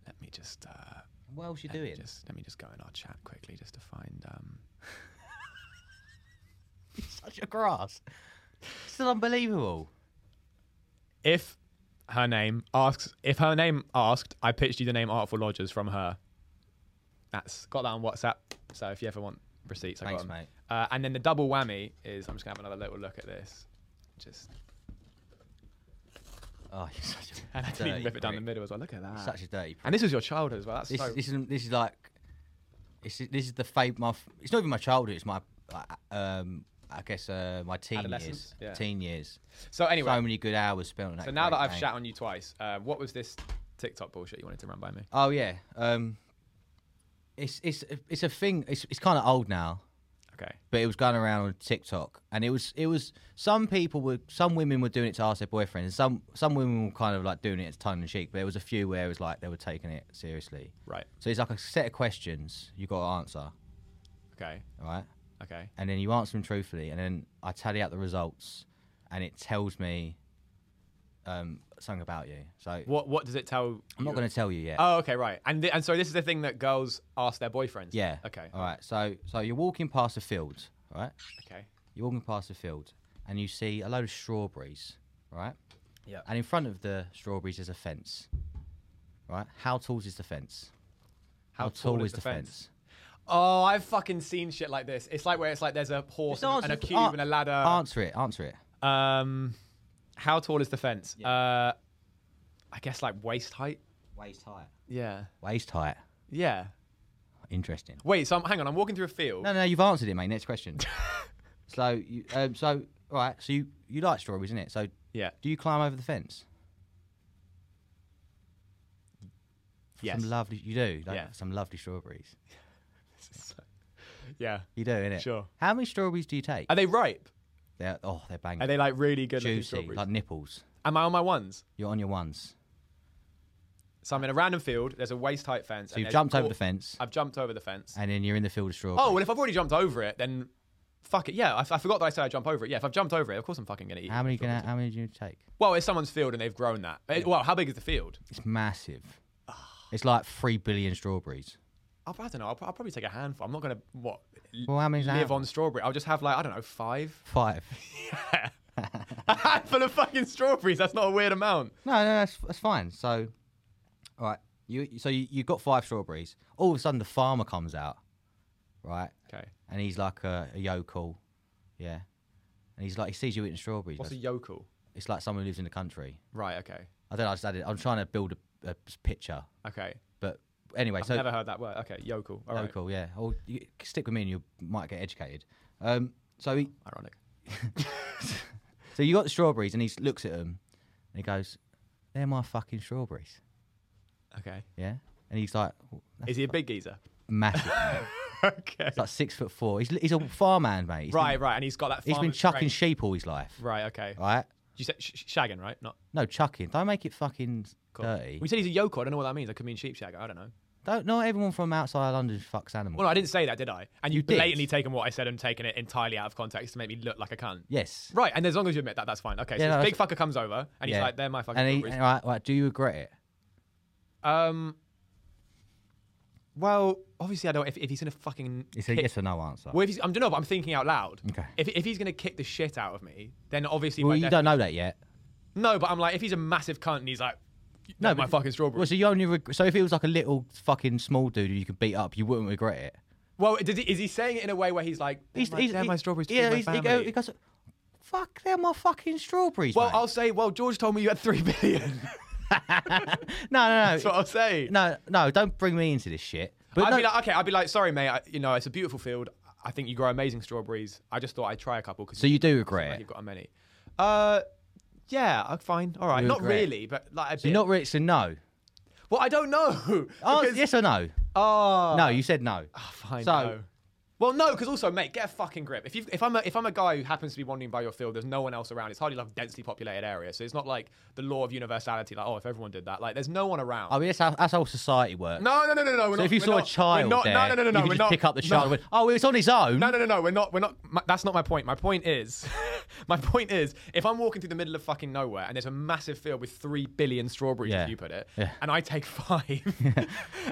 Speaker 2: Let me just, uh,
Speaker 1: What else you
Speaker 2: let me
Speaker 1: doing?
Speaker 2: just let me just go in our chat quickly just to find. Um,
Speaker 1: Such a grass. Still unbelievable.
Speaker 2: if her name asks if her name asked i pitched you the name artful lodgers from her that's got that on whatsapp so if you ever want receipts i
Speaker 1: Thanks,
Speaker 2: got them.
Speaker 1: mate.
Speaker 2: Uh, and then the double whammy is i'm just gonna have another little look at this just
Speaker 1: Oh, you're such a.
Speaker 2: and i didn't even
Speaker 1: dirty
Speaker 2: rip it down the
Speaker 1: prick.
Speaker 2: middle as well look at that
Speaker 1: Such a dirty. Prick.
Speaker 2: and this was your childhood as well that's
Speaker 1: This,
Speaker 2: so
Speaker 1: this is this is like, this is, this is the fave. My f- it's not even my childhood. It's my, uh, um, I guess uh, my teen
Speaker 2: Adolescence?
Speaker 1: years.
Speaker 2: Yeah.
Speaker 1: Teen years.
Speaker 2: so anyway
Speaker 1: so many good hours spent on that.
Speaker 2: so now
Speaker 1: great
Speaker 2: that i've
Speaker 1: game.
Speaker 2: shat on you twice uh, what was this tiktok bullshit you wanted to run by me
Speaker 1: Oh yeah. Um, it's it's it's a thing. It's it's kind of old now.
Speaker 2: Okay.
Speaker 1: but it was going around on TikTok, and it was it was some people were some women were doing it to ask their boyfriends, and some some women were kind of like doing it tongue in cheek. But there was a few where it was like they were taking it seriously.
Speaker 2: Right.
Speaker 1: So it's like a set of questions you got to answer, all
Speaker 2: Okay.
Speaker 1: right?
Speaker 2: Okay.
Speaker 1: And then you answer them truthfully, and then I tally out the results, and it tells me um, something about you. So
Speaker 2: What What does it tell?
Speaker 1: I'm not going to tell you yet.
Speaker 2: Oh, okay, right. And th- and so this is the thing that girls ask their boyfriends.
Speaker 1: yeah.
Speaker 2: Okay.
Speaker 1: All right. So so you're walking past a field, all right?
Speaker 2: Okay.
Speaker 1: You're walking past a field, and you see a load of strawberries, all right?
Speaker 2: Yeah.
Speaker 1: And in front of the strawberries is a fence. Right? How tall is the fence?
Speaker 2: How tall is the fence? Oh, I've fucking seen shit like this. It's like where it's like there's a horse
Speaker 1: Just
Speaker 2: and, and a
Speaker 1: answer-
Speaker 2: cube
Speaker 1: an-
Speaker 2: and a ladder.
Speaker 1: Answer it. Answer it.
Speaker 2: Um, how tall is the fence? Uh, I guess like waist height.
Speaker 1: Waist height.
Speaker 2: Yeah.
Speaker 1: Waist height.
Speaker 2: Yeah.
Speaker 1: Interesting.
Speaker 2: Wait. So I'm, hang on. I'm walking through a field.
Speaker 1: No, no, you've answered it, mate. Next question. so, you, um, so all right. So you you like strawberries, isn't it? So
Speaker 2: Yeah.
Speaker 1: do you climb over the fence? For
Speaker 2: Yes.
Speaker 1: Some lovely. You do. Like,
Speaker 2: Yeah.
Speaker 1: Some lovely strawberries.
Speaker 2: yeah.
Speaker 1: You do, innit?
Speaker 2: Sure.
Speaker 1: How many strawberries do you take?
Speaker 2: Are they ripe?
Speaker 1: They're, oh, they're banging.
Speaker 2: Are they like really good? looking
Speaker 1: juicy,
Speaker 2: strawberries?
Speaker 1: like nipples.
Speaker 2: Am I on my ones?
Speaker 1: You're on your ones.
Speaker 2: So I'm in a random field. There's a waist height fence.
Speaker 1: So you've jumped over the
Speaker 2: oh,
Speaker 1: fence,
Speaker 2: I've jumped over the fence.
Speaker 1: and then you're in the field of strawberries.
Speaker 2: Oh well, if I've already jumped over it, then fuck it. Yeah, I, I forgot that I said I jump over it. Yeah, if I've jumped over it, of course I'm fucking gonna eat.
Speaker 1: How many
Speaker 2: it.
Speaker 1: can I, how many do you take?
Speaker 2: Well, it's someone's field and they've grown that. It- well, how big is the field?
Speaker 1: It's massive.
Speaker 2: Ah.
Speaker 1: It's like three billion strawberries.
Speaker 2: I'll, I don't know. I'll, pro- I'll probably take a handful. I'm not gonna what l-
Speaker 1: Well, how many's that?
Speaker 2: live on strawberry. I'll just have like I don't know five.
Speaker 1: Five.
Speaker 2: a handful of fucking strawberries. That's not a weird amount.
Speaker 1: No, no, that's, that's fine. So, all right, you so you you got five strawberries. All of a sudden, the farmer comes out, right,
Speaker 2: Okay.
Speaker 1: and he's like a, a yokel, yeah, and he's like he sees you eating strawberries.
Speaker 2: What's a
Speaker 1: That's-
Speaker 2: yokel?
Speaker 1: It's like someone who lives in the country.
Speaker 2: Right. Okay.
Speaker 1: I don't know. I just added, I'm trying to build a, a picture,
Speaker 2: Okay.
Speaker 1: but anyway,
Speaker 2: I've
Speaker 1: so
Speaker 2: never heard that word. Okay. Yokel. All right.
Speaker 1: Local, yeah. Or you, stick with me and you might get educated. Um, so he,
Speaker 2: Ironic.
Speaker 1: so you got the strawberries and he s- looks at them and he goes, "They're my fucking strawberries."
Speaker 2: Okay.
Speaker 1: Yeah, and he's like, "Oh, "That's
Speaker 2: Is he a big geezer?
Speaker 1: massive." mate."
Speaker 2: okay.
Speaker 1: He's like six foot four. He's, li- he's a farmman, mate. He's been-
Speaker 2: Right. Right. And he's got that.
Speaker 1: he's been
Speaker 2: farmer's
Speaker 1: chucking
Speaker 2: strength.
Speaker 1: sheep all his life.
Speaker 2: Right. Okay.
Speaker 1: Right?
Speaker 2: You said sh- sh- shagging, right? Not.
Speaker 1: No, chucking. Don't make it fucking dirty.
Speaker 2: We said he's a yokel. I don't know what that means. I could mean sheep shagger. I don't know.
Speaker 1: Don't. Not everyone from outside London fucks animals.
Speaker 2: Well, I didn't say that, did I? And
Speaker 1: You
Speaker 2: you
Speaker 1: did.
Speaker 2: blatantly taken what I said and taken it entirely out of context to make me look like a cunt.
Speaker 1: yes.
Speaker 2: Right, and as long as you admit that, that's fine. Okay,
Speaker 1: Yeah,
Speaker 2: so
Speaker 1: no,
Speaker 2: this big fucker comes over and he's
Speaker 1: Yeah.
Speaker 2: like, "They're my fucking
Speaker 1: And he,
Speaker 2: strawberries."
Speaker 1: and right, right, do you regret it?
Speaker 2: um, well, obviously I don't. If, if he's gonna fucking,
Speaker 1: It's a
Speaker 2: kick-
Speaker 1: yes or no answer.
Speaker 2: well, if he's, I'm don't know, but I'm thinking out loud.
Speaker 1: Okay.
Speaker 2: If, if he's gonna kick the shit out of me, then obviously
Speaker 1: Well,
Speaker 2: by
Speaker 1: you
Speaker 2: def-
Speaker 1: don't know that yet.
Speaker 2: No, but I'm like, if he's a massive cunt and he's like,
Speaker 1: No,
Speaker 2: "No, my
Speaker 1: but-
Speaker 2: fucking strawberries."
Speaker 1: Well, so you only reg- so if it was like a little fucking small dude who you could beat up, you wouldn't regret it.
Speaker 2: Well, did he, is he saying it in a way where he's like, "They're my, they're my strawberries"? to
Speaker 1: Yeah,
Speaker 2: my
Speaker 1: he's, he, go,
Speaker 2: family."
Speaker 1: he goes, "Fuck, they're my fucking strawberries."
Speaker 2: Well,
Speaker 1: mate."
Speaker 2: I'll say, well, George told me you had three billion.
Speaker 1: no, no, no,
Speaker 2: That's what I'll say.
Speaker 1: no, no. Don't bring me into this shit. But
Speaker 2: I'd
Speaker 1: no,
Speaker 2: be like, okay, I'd be like, sorry, mate. I, you know, it's a beautiful field. I think you grow amazing strawberries. I just thought I'd try a couple because
Speaker 1: so you do
Speaker 2: like
Speaker 1: regret
Speaker 2: you've
Speaker 1: it.
Speaker 2: got many. Uh, yeah, I'm fine. All right,
Speaker 1: You
Speaker 2: not
Speaker 1: regret.
Speaker 2: really, but like a
Speaker 1: You're
Speaker 2: bit.
Speaker 1: not really. So no.
Speaker 2: well, I don't know.
Speaker 1: Oh,
Speaker 2: because-
Speaker 1: yes or no?
Speaker 2: Oh,
Speaker 1: no, you said no.
Speaker 2: fine.
Speaker 1: so-
Speaker 2: no. Well, no, because also, mate, get a fucking grip. If you, if I'm, a, if I'm a guy who happens to be wandering by your field, there's no one else around. It's hardly like a densely populated area, so it's not like the law of universality. Like, oh, if everyone did that, like, there's no one around.
Speaker 1: I mean, that's how, that's how society works.
Speaker 2: No, no, no, no, no. We're
Speaker 1: so
Speaker 2: not,
Speaker 1: if you
Speaker 2: we're
Speaker 1: saw
Speaker 2: not,
Speaker 1: a
Speaker 2: we're
Speaker 1: child
Speaker 2: not,
Speaker 1: there,
Speaker 2: no, no, no, no,
Speaker 1: you
Speaker 2: no,
Speaker 1: could
Speaker 2: we're
Speaker 1: just
Speaker 2: not,
Speaker 1: pick up the
Speaker 2: no.
Speaker 1: child. and went, oh, it's on his own.
Speaker 2: No, no, no, no. We're not. We're not. My, that's not my point. My point is, my point is, if I'm walking through the middle of fucking nowhere and there's a massive field with three billion strawberries,
Speaker 1: Yeah.
Speaker 2: as you put it,
Speaker 1: Yeah.
Speaker 2: and I take five,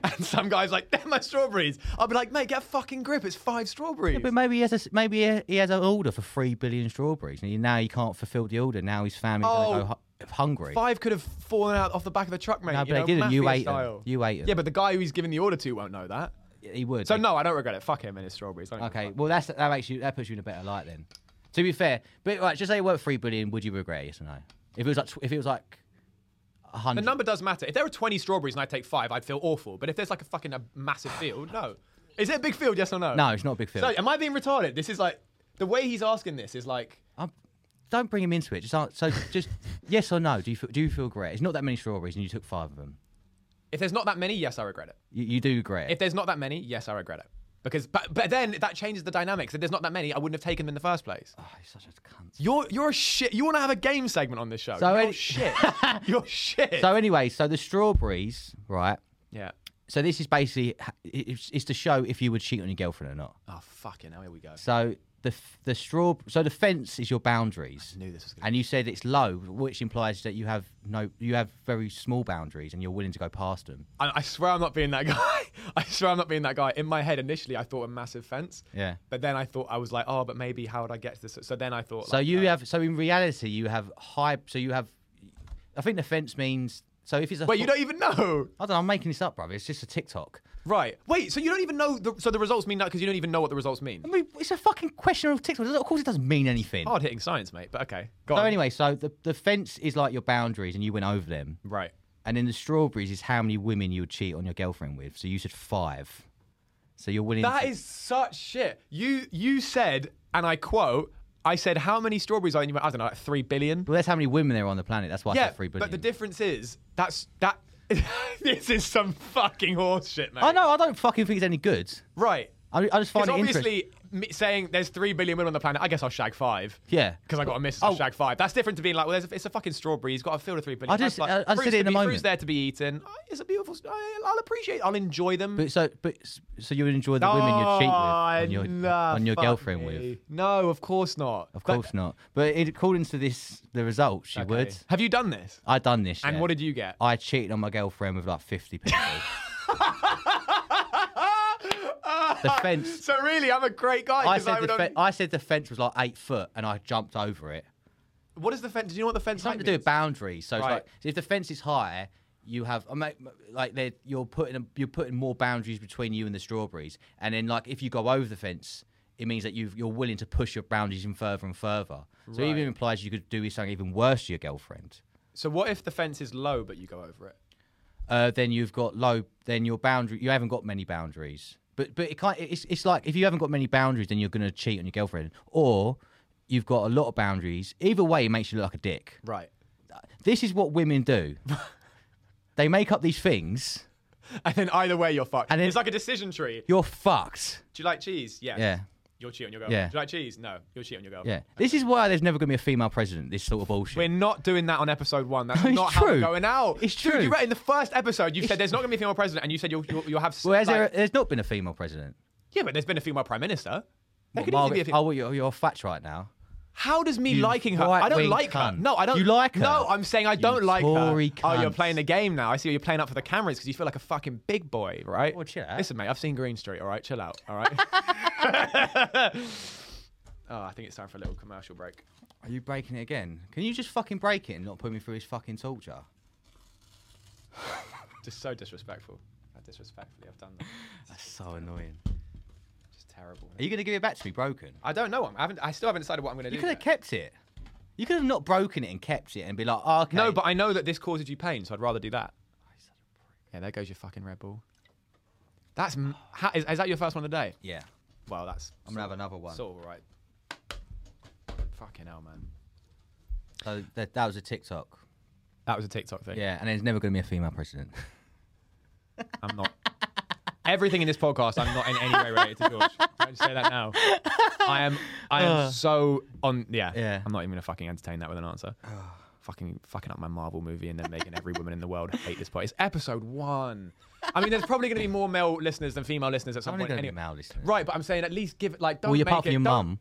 Speaker 2: and some guy's like, "They're my strawberries," I'll be like, "Mate, get a fucking grip. It's five strawberries."
Speaker 1: But maybe he has a, s- maybe he- he has an order for three billion strawberries, and he, now he can't fulfil the order. Now his family's going to
Speaker 2: Oh.
Speaker 1: go hu- hungry.
Speaker 2: Five could have fallen out off the back of the truck, mate.
Speaker 1: No, but
Speaker 2: you
Speaker 1: they
Speaker 2: know,
Speaker 1: didn't. You
Speaker 2: mafia
Speaker 1: ate 'em.
Speaker 2: style.
Speaker 1: You ate 'em.
Speaker 2: Yeah, but the guy who he's giving the order to won't know that.
Speaker 1: He would.
Speaker 2: So
Speaker 1: They-
Speaker 2: no, I don't regret it. Fuck him and his strawberries. I don't give a
Speaker 1: Okay,
Speaker 2: fuck.
Speaker 1: well that's that makes you that puts you in a better light then. To be fair, but right, just say it worked three billion. Would you regret it? Yes or no? If it was like tw- if it was like a
Speaker 2: The
Speaker 1: hundred,
Speaker 2: number does matter. If there were 20 strawberries and I take five, I'd feel awful. But if there's like a fucking a massive field, no. Is it a big field, yes or no?
Speaker 1: no, it's not a big field.
Speaker 2: So, am I being retarded? This is like, the way he's asking this is like,
Speaker 1: I'm, don't bring him into it. Just an- so just yes or no. Do you feel, do you feel regret? It's not that many strawberries, and you took five of them.
Speaker 2: if there's not that many, yes, I regret it.
Speaker 1: You, you do regret.
Speaker 2: If there's not that many, yes, I regret it. Because but, but then that changes the dynamics. If there's not that many, I wouldn't have taken them in the first place.
Speaker 1: Oh, he's such a cunt.
Speaker 2: You're you're a shit. You want to have a game segment on this show.
Speaker 1: So
Speaker 2: you're
Speaker 1: any-
Speaker 2: shit. you're shit.
Speaker 1: So anyway, so the strawberries, right?
Speaker 2: yeah.
Speaker 1: So this is basically it's, it's to show if you would cheat on your girlfriend or not.
Speaker 2: Oh fucking hell, here we go.
Speaker 1: So the f- the straw so the fence is your boundaries.
Speaker 2: knew this was gonna
Speaker 1: And you said it's low, which implies that you have no you have very small boundaries and you're willing to go past them.
Speaker 2: I, I swear I'm not being that guy. I swear I'm not being that guy. In my head, initially, I thought a massive fence.
Speaker 1: Yeah.
Speaker 2: But then I thought I was like, oh, but maybe how would I get to this? So then I thought.
Speaker 1: So
Speaker 2: like,
Speaker 1: you
Speaker 2: uh,
Speaker 1: have so in reality you have high so you have I think the fence means so if it's a
Speaker 2: Wait, you don't even know,
Speaker 1: I don't know, I'm making this up, brother. It's just a TikTok.
Speaker 2: right? Wait, so you don't even know. The, so the results mean that because you don't even know what the results mean.
Speaker 1: I mean, it's a fucking question of TikTok. Of course, it doesn't mean anything.
Speaker 2: Hard hitting science, mate. But okay. Go
Speaker 1: so
Speaker 2: on.
Speaker 1: anyway, so the, the fence is like your boundaries, and you went over them.
Speaker 2: Right.
Speaker 1: And then the strawberries is how many women you would cheat on your girlfriend with. So you said five. So you're willing.
Speaker 2: That
Speaker 1: to,
Speaker 2: is such shit. You you said, and I quote, I said, how many strawberries are in you? went, I don't know, like three billion.
Speaker 1: Well, that's how many women there are on the planet. That's why I
Speaker 2: Yeah,
Speaker 1: said three billion.
Speaker 2: but the difference is that's that. this is some fucking horse shit, mate.
Speaker 1: I know. I don't fucking think it's any good.
Speaker 2: Right.
Speaker 1: I, I just find
Speaker 2: Because
Speaker 1: it
Speaker 2: obviously, me saying there's three billion women on the planet, I guess I'll shag five.
Speaker 1: Yeah.
Speaker 2: Because I got a miss, I'll
Speaker 1: Oh.
Speaker 2: shag five. That's different to being like, well, there's a, it's a fucking strawberry. He's got a field of three billion.
Speaker 1: I just-
Speaker 2: That's
Speaker 1: I- I said
Speaker 2: fruits
Speaker 1: it
Speaker 2: to
Speaker 1: in the
Speaker 2: be-
Speaker 1: moment.
Speaker 2: Fruits there to be eaten. Oh, It's a beautiful. I, I'll appreciate. I'll enjoy them. Oh,
Speaker 1: But so, but so you would enjoy the women you cheat with on your
Speaker 2: nah,
Speaker 1: on your
Speaker 2: fuck
Speaker 1: girlfriend
Speaker 2: me.
Speaker 1: with.
Speaker 2: No, of course not.
Speaker 1: Of course not. But it, according to this, the results, you would.
Speaker 2: Have you done this?
Speaker 1: I done this.
Speaker 2: And
Speaker 1: yeah.
Speaker 2: what did you get?
Speaker 1: I cheated on my girlfriend with like 50 people. the fence.
Speaker 2: So really, I'm a great guy.
Speaker 1: I
Speaker 2: 'cause I
Speaker 1: said,
Speaker 2: would
Speaker 1: the
Speaker 2: have-
Speaker 1: fe- I said the fence was like eight foot and I jumped over it.
Speaker 2: what is the fence? Do you know what the fence?
Speaker 1: Something to
Speaker 2: height
Speaker 1: do
Speaker 2: means?
Speaker 1: with boundaries. So
Speaker 2: Right.
Speaker 1: it's like so if the fence is higher, you have I mean, like they're, you're putting a- you're putting more boundaries between you and the strawberries. And then like if you go over the fence, it means that you've, you're willing to push your boundaries in further and further. So it
Speaker 2: Right.
Speaker 1: even implies you could do something even worse to your girlfriend.
Speaker 2: So what if the fence is low but you go over it?
Speaker 1: uh, then you've got low. Then your boundary. You haven't got many boundaries. But but it can't, it's it's like if you haven't got many boundaries, then you're gonna cheat on your girlfriend, or you've got a lot of boundaries. Either way, it makes you look like a dick.
Speaker 2: Right.
Speaker 1: This is what women do. they make up these things.
Speaker 2: And then either way, you're fucked.
Speaker 1: And then-
Speaker 2: it's like a decision tree.
Speaker 1: You're fucked.
Speaker 2: Do you like cheese? Yes.
Speaker 1: Yeah.
Speaker 2: You're cheating on your girlfriend.
Speaker 1: Yeah.
Speaker 2: Do you like cheese? No. You're cheating on your
Speaker 1: Yeah.
Speaker 2: girlfriend.
Speaker 1: This is why there's never gonna be a female president. This sort of bullshit.
Speaker 2: We're not doing that on episode one. That's
Speaker 1: It's
Speaker 2: not how we're
Speaker 1: true.
Speaker 2: going out.
Speaker 1: It's
Speaker 2: Dude,
Speaker 1: true.
Speaker 2: you right in the first episode. You said there's not going to be a female president, and you said you'll you'll, you'll have. s-
Speaker 1: Whereas
Speaker 2: like-
Speaker 1: there, there's not been a female president.
Speaker 2: yeah, but there's been a female prime minister. There
Speaker 1: What,
Speaker 2: could easily
Speaker 1: Margaret-
Speaker 2: be a female.
Speaker 1: oh, well, you're, you're fat right now.
Speaker 2: How does me
Speaker 1: You
Speaker 2: liking her? I don't
Speaker 1: right-wing
Speaker 2: like her.
Speaker 1: cunt.
Speaker 2: No, I don't.
Speaker 1: You like her.
Speaker 2: No, I'm saying I don't like
Speaker 1: Tory
Speaker 2: her. Oh, you're
Speaker 1: cunt.
Speaker 2: playing the game now. I see you're playing up for the cameras because you feel like a fucking big boy, right?
Speaker 1: Well, chill out.
Speaker 2: Listen, mate, I've seen Green Street. All right, chill out. All right. oh, I think it's time for a little commercial break.
Speaker 1: Are you breaking it again? Can you just fucking break it and not put me through his fucking torture?
Speaker 2: Just so disrespectful. How disrespectfully I've done that.
Speaker 1: That's so annoying.
Speaker 2: Just terrible.
Speaker 1: Are you going to give it back to me broken?
Speaker 2: I don't know. I'm, I haven't. I still haven't decided what I'm going to do.
Speaker 1: You could have
Speaker 2: yet.
Speaker 1: kept it. You could have not broken it and kept it and be like, oh, okay.
Speaker 2: No, but I know that this causes you pain, so I'd rather do that. Yeah, there goes your fucking Red Bull. That's m- ha- is, is that your first one of the day?
Speaker 1: yeah,
Speaker 2: Well, that's
Speaker 1: I'm gonna have another one.
Speaker 2: It's
Speaker 1: So,
Speaker 2: all right. Fucking hell, man.
Speaker 1: that, that was a TikTok.
Speaker 2: That was a TikTok thing.
Speaker 1: Yeah, and there's never going to be a female president.
Speaker 2: I'm not. Everything in this podcast, I'm not in any way related to George. Don't say that now. I am. I am so on. Yeah.
Speaker 1: Yeah.
Speaker 2: I'm not even gonna fucking entertain that with an answer. fucking fucking up my Marvel movie and then making every woman in the world hate this podcast. It's episode one. I mean, there's probably gonna be more male listeners than female listeners at some
Speaker 1: I'm
Speaker 2: point.
Speaker 1: going to be
Speaker 2: anyway.
Speaker 1: male listeners.
Speaker 2: Right, but I'm saying at least give it like don't
Speaker 1: Well, you're
Speaker 2: make
Speaker 1: part
Speaker 2: it,
Speaker 1: of your
Speaker 2: don't-
Speaker 1: mum.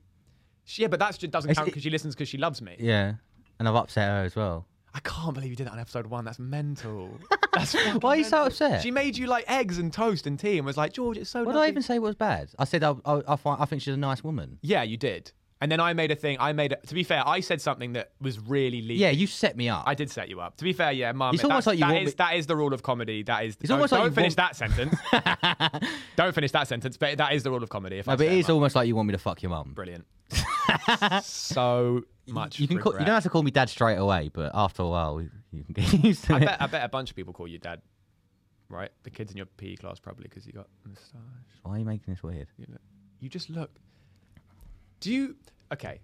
Speaker 2: Yeah, but that doesn't
Speaker 1: It's-
Speaker 2: count because she listens because she loves me.
Speaker 1: Yeah, and I've upset her as well.
Speaker 2: I can't believe you did that on episode one. That's mental. That's
Speaker 1: Why are you so upset?
Speaker 2: She made you like eggs and toast and tea and was like, George, it's so
Speaker 1: What did
Speaker 2: lovely.
Speaker 1: I even say was bad? I said I, I, I, find, I think she's a nice woman.
Speaker 2: Yeah, you did. And then I made a thing. I made a, to be fair, I said something that was really leaky.
Speaker 1: Yeah, you set me up.
Speaker 2: I did set you up. To be fair, yeah, mum.
Speaker 1: It's almost
Speaker 2: that's-
Speaker 1: like you
Speaker 2: that
Speaker 1: want
Speaker 2: is
Speaker 1: me-
Speaker 2: that is the rule of comedy. That is.
Speaker 1: It's
Speaker 2: don't,
Speaker 1: almost like
Speaker 2: don't
Speaker 1: you
Speaker 2: finish that
Speaker 1: want-
Speaker 2: sentence. don't finish that sentence. But that is the rule of comedy. If I
Speaker 1: no, but
Speaker 2: say
Speaker 1: it
Speaker 2: it,
Speaker 1: is
Speaker 2: mum.
Speaker 1: almost like you want me to fuck your mum.
Speaker 2: brilliant. so much.
Speaker 1: You can call, you
Speaker 2: regret.
Speaker 1: don't have to call me dad straight away, but after a while, you can get used to
Speaker 2: I
Speaker 1: it.
Speaker 2: bet, I bet a bunch of people call you dad, right? The kids in your PE class probably because you got moustache.
Speaker 1: Why are you making this weird?
Speaker 2: You, look, you just look. Do you okay?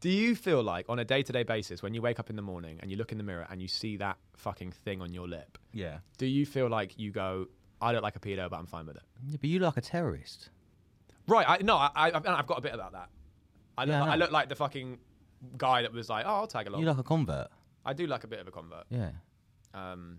Speaker 2: Do you feel like on a day-to-day basis when you wake up in the morning and you look in the mirror and you see that fucking thing on your lip?
Speaker 1: Yeah.
Speaker 2: Do you feel like you go, I don't like a pedo, but I'm fine with it.
Speaker 1: Yeah, but you look like a terrorist.
Speaker 2: Right? I, no, I, I, I've got a bit about that. I look,
Speaker 1: Yeah, I
Speaker 2: like- I
Speaker 1: know.
Speaker 2: look like the fucking guy that was like, oh, I'll tag along.
Speaker 1: You look like a convert.
Speaker 2: I do like a bit of a convert.
Speaker 1: Yeah.
Speaker 2: Um,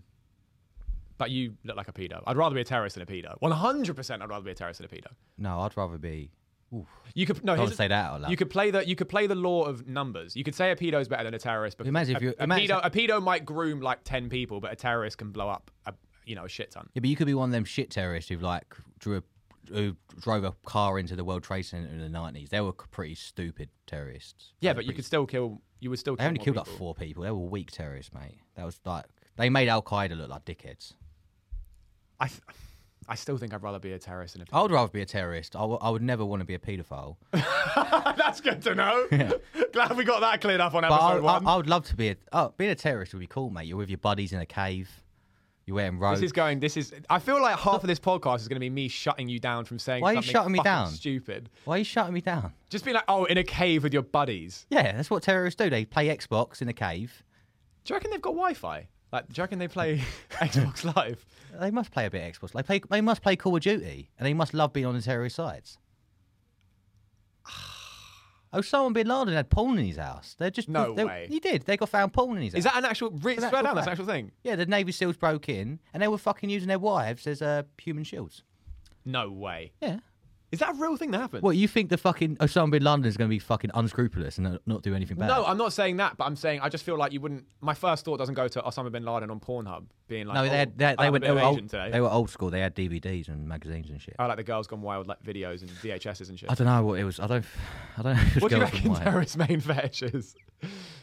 Speaker 2: but you look like a pedo. I'd rather be a terrorist than a pedo. 100%. I'd rather be a terrorist than a pedo.
Speaker 1: No, I'd rather be. Oof.
Speaker 2: You could no.
Speaker 1: I
Speaker 2: here's
Speaker 1: would
Speaker 2: the-
Speaker 1: say that out loud.
Speaker 2: You could play the you could play the law of numbers. You could say a pedo is better than a terrorist. Because
Speaker 1: Imagine if
Speaker 2: a,
Speaker 1: you-
Speaker 2: a
Speaker 1: imagine-
Speaker 2: pedo, a pedo might groom like ten people, but a terrorist can blow up a you know a shit ton.
Speaker 1: Yeah, but you could be one of them shit terrorists who like drew a, who drove a car into the World Trade Center in the nineties. They were c- pretty stupid terrorists.
Speaker 2: Yeah, Uh,
Speaker 1: They were
Speaker 2: but you
Speaker 1: pretty
Speaker 2: could still kill. You would still.
Speaker 1: They
Speaker 2: Kill
Speaker 1: only
Speaker 2: more
Speaker 1: killed like
Speaker 2: people.
Speaker 1: four people. They were weak terrorists, mate. That was like they made Al Qaeda look like dickheads.
Speaker 2: I, th- I still think I'd rather be a terrorist than a.
Speaker 1: I would rather be a terrorist. I, w- I would never want to be a paedophile. But
Speaker 2: That's good to know. Glad we got that cleared up on
Speaker 1: I,
Speaker 2: episode
Speaker 1: I,
Speaker 2: one.
Speaker 1: I would love to be a. Oh, being a terrorist would be cool, mate. You're with your buddies in a cave. You're wearing robes.
Speaker 2: this is going. This is. I feel like half of this podcast is going to be me shutting you down from saying.
Speaker 1: Why are you
Speaker 2: something
Speaker 1: shutting me
Speaker 2: fucking
Speaker 1: down?
Speaker 2: Stupid.
Speaker 1: Why are you shutting me down?
Speaker 2: Just be like, oh, in a cave with your buddies.
Speaker 1: Yeah, that's what terrorists do. They play Xbox in a cave.
Speaker 2: Do you reckon they've got Wi-Fi? Like, do you reckon they play Xbox Live?
Speaker 1: They must play a bit of Xbox. They play. They must play Call of Duty, and they must love being on the terrorist sides. Osama Oh, bin Laden had porn in his house. They're just
Speaker 2: No
Speaker 1: they-
Speaker 2: way.
Speaker 1: He did. They got found porn in his house.
Speaker 2: Is that an actual? Re-
Speaker 1: It's an
Speaker 2: swear
Speaker 1: actual
Speaker 2: down, that's an
Speaker 1: fact.
Speaker 2: actual thing.
Speaker 1: Yeah, the Navy SEALs broke in and they were fucking using their wives as uh, human shields.
Speaker 2: No way.
Speaker 1: Yeah.
Speaker 2: Is that a real thing that happened?
Speaker 1: What, you think the fucking Osama bin Laden is going to be fucking unscrupulous and not- not do anything bad?
Speaker 2: No, I'm not saying that, but I'm saying I just feel like you wouldn't. My first thought doesn't go to Osama bin Laden on Pornhub being like,
Speaker 1: No,
Speaker 2: oh,
Speaker 1: they, had, they, had-
Speaker 2: I
Speaker 1: they,
Speaker 2: have a
Speaker 1: went,
Speaker 2: bit
Speaker 1: they,
Speaker 2: of
Speaker 1: were
Speaker 2: Asian
Speaker 1: old,
Speaker 2: today. Oh.
Speaker 1: they were old school. They had DVDs and magazines and shit.
Speaker 2: I like the girls gone wild like videos and VHSs and shit.
Speaker 1: I don't know what it was. I don't. I don't know. If it was
Speaker 2: What do you
Speaker 1: girls
Speaker 2: reckon
Speaker 1: and white.
Speaker 2: terrorist main fetish is?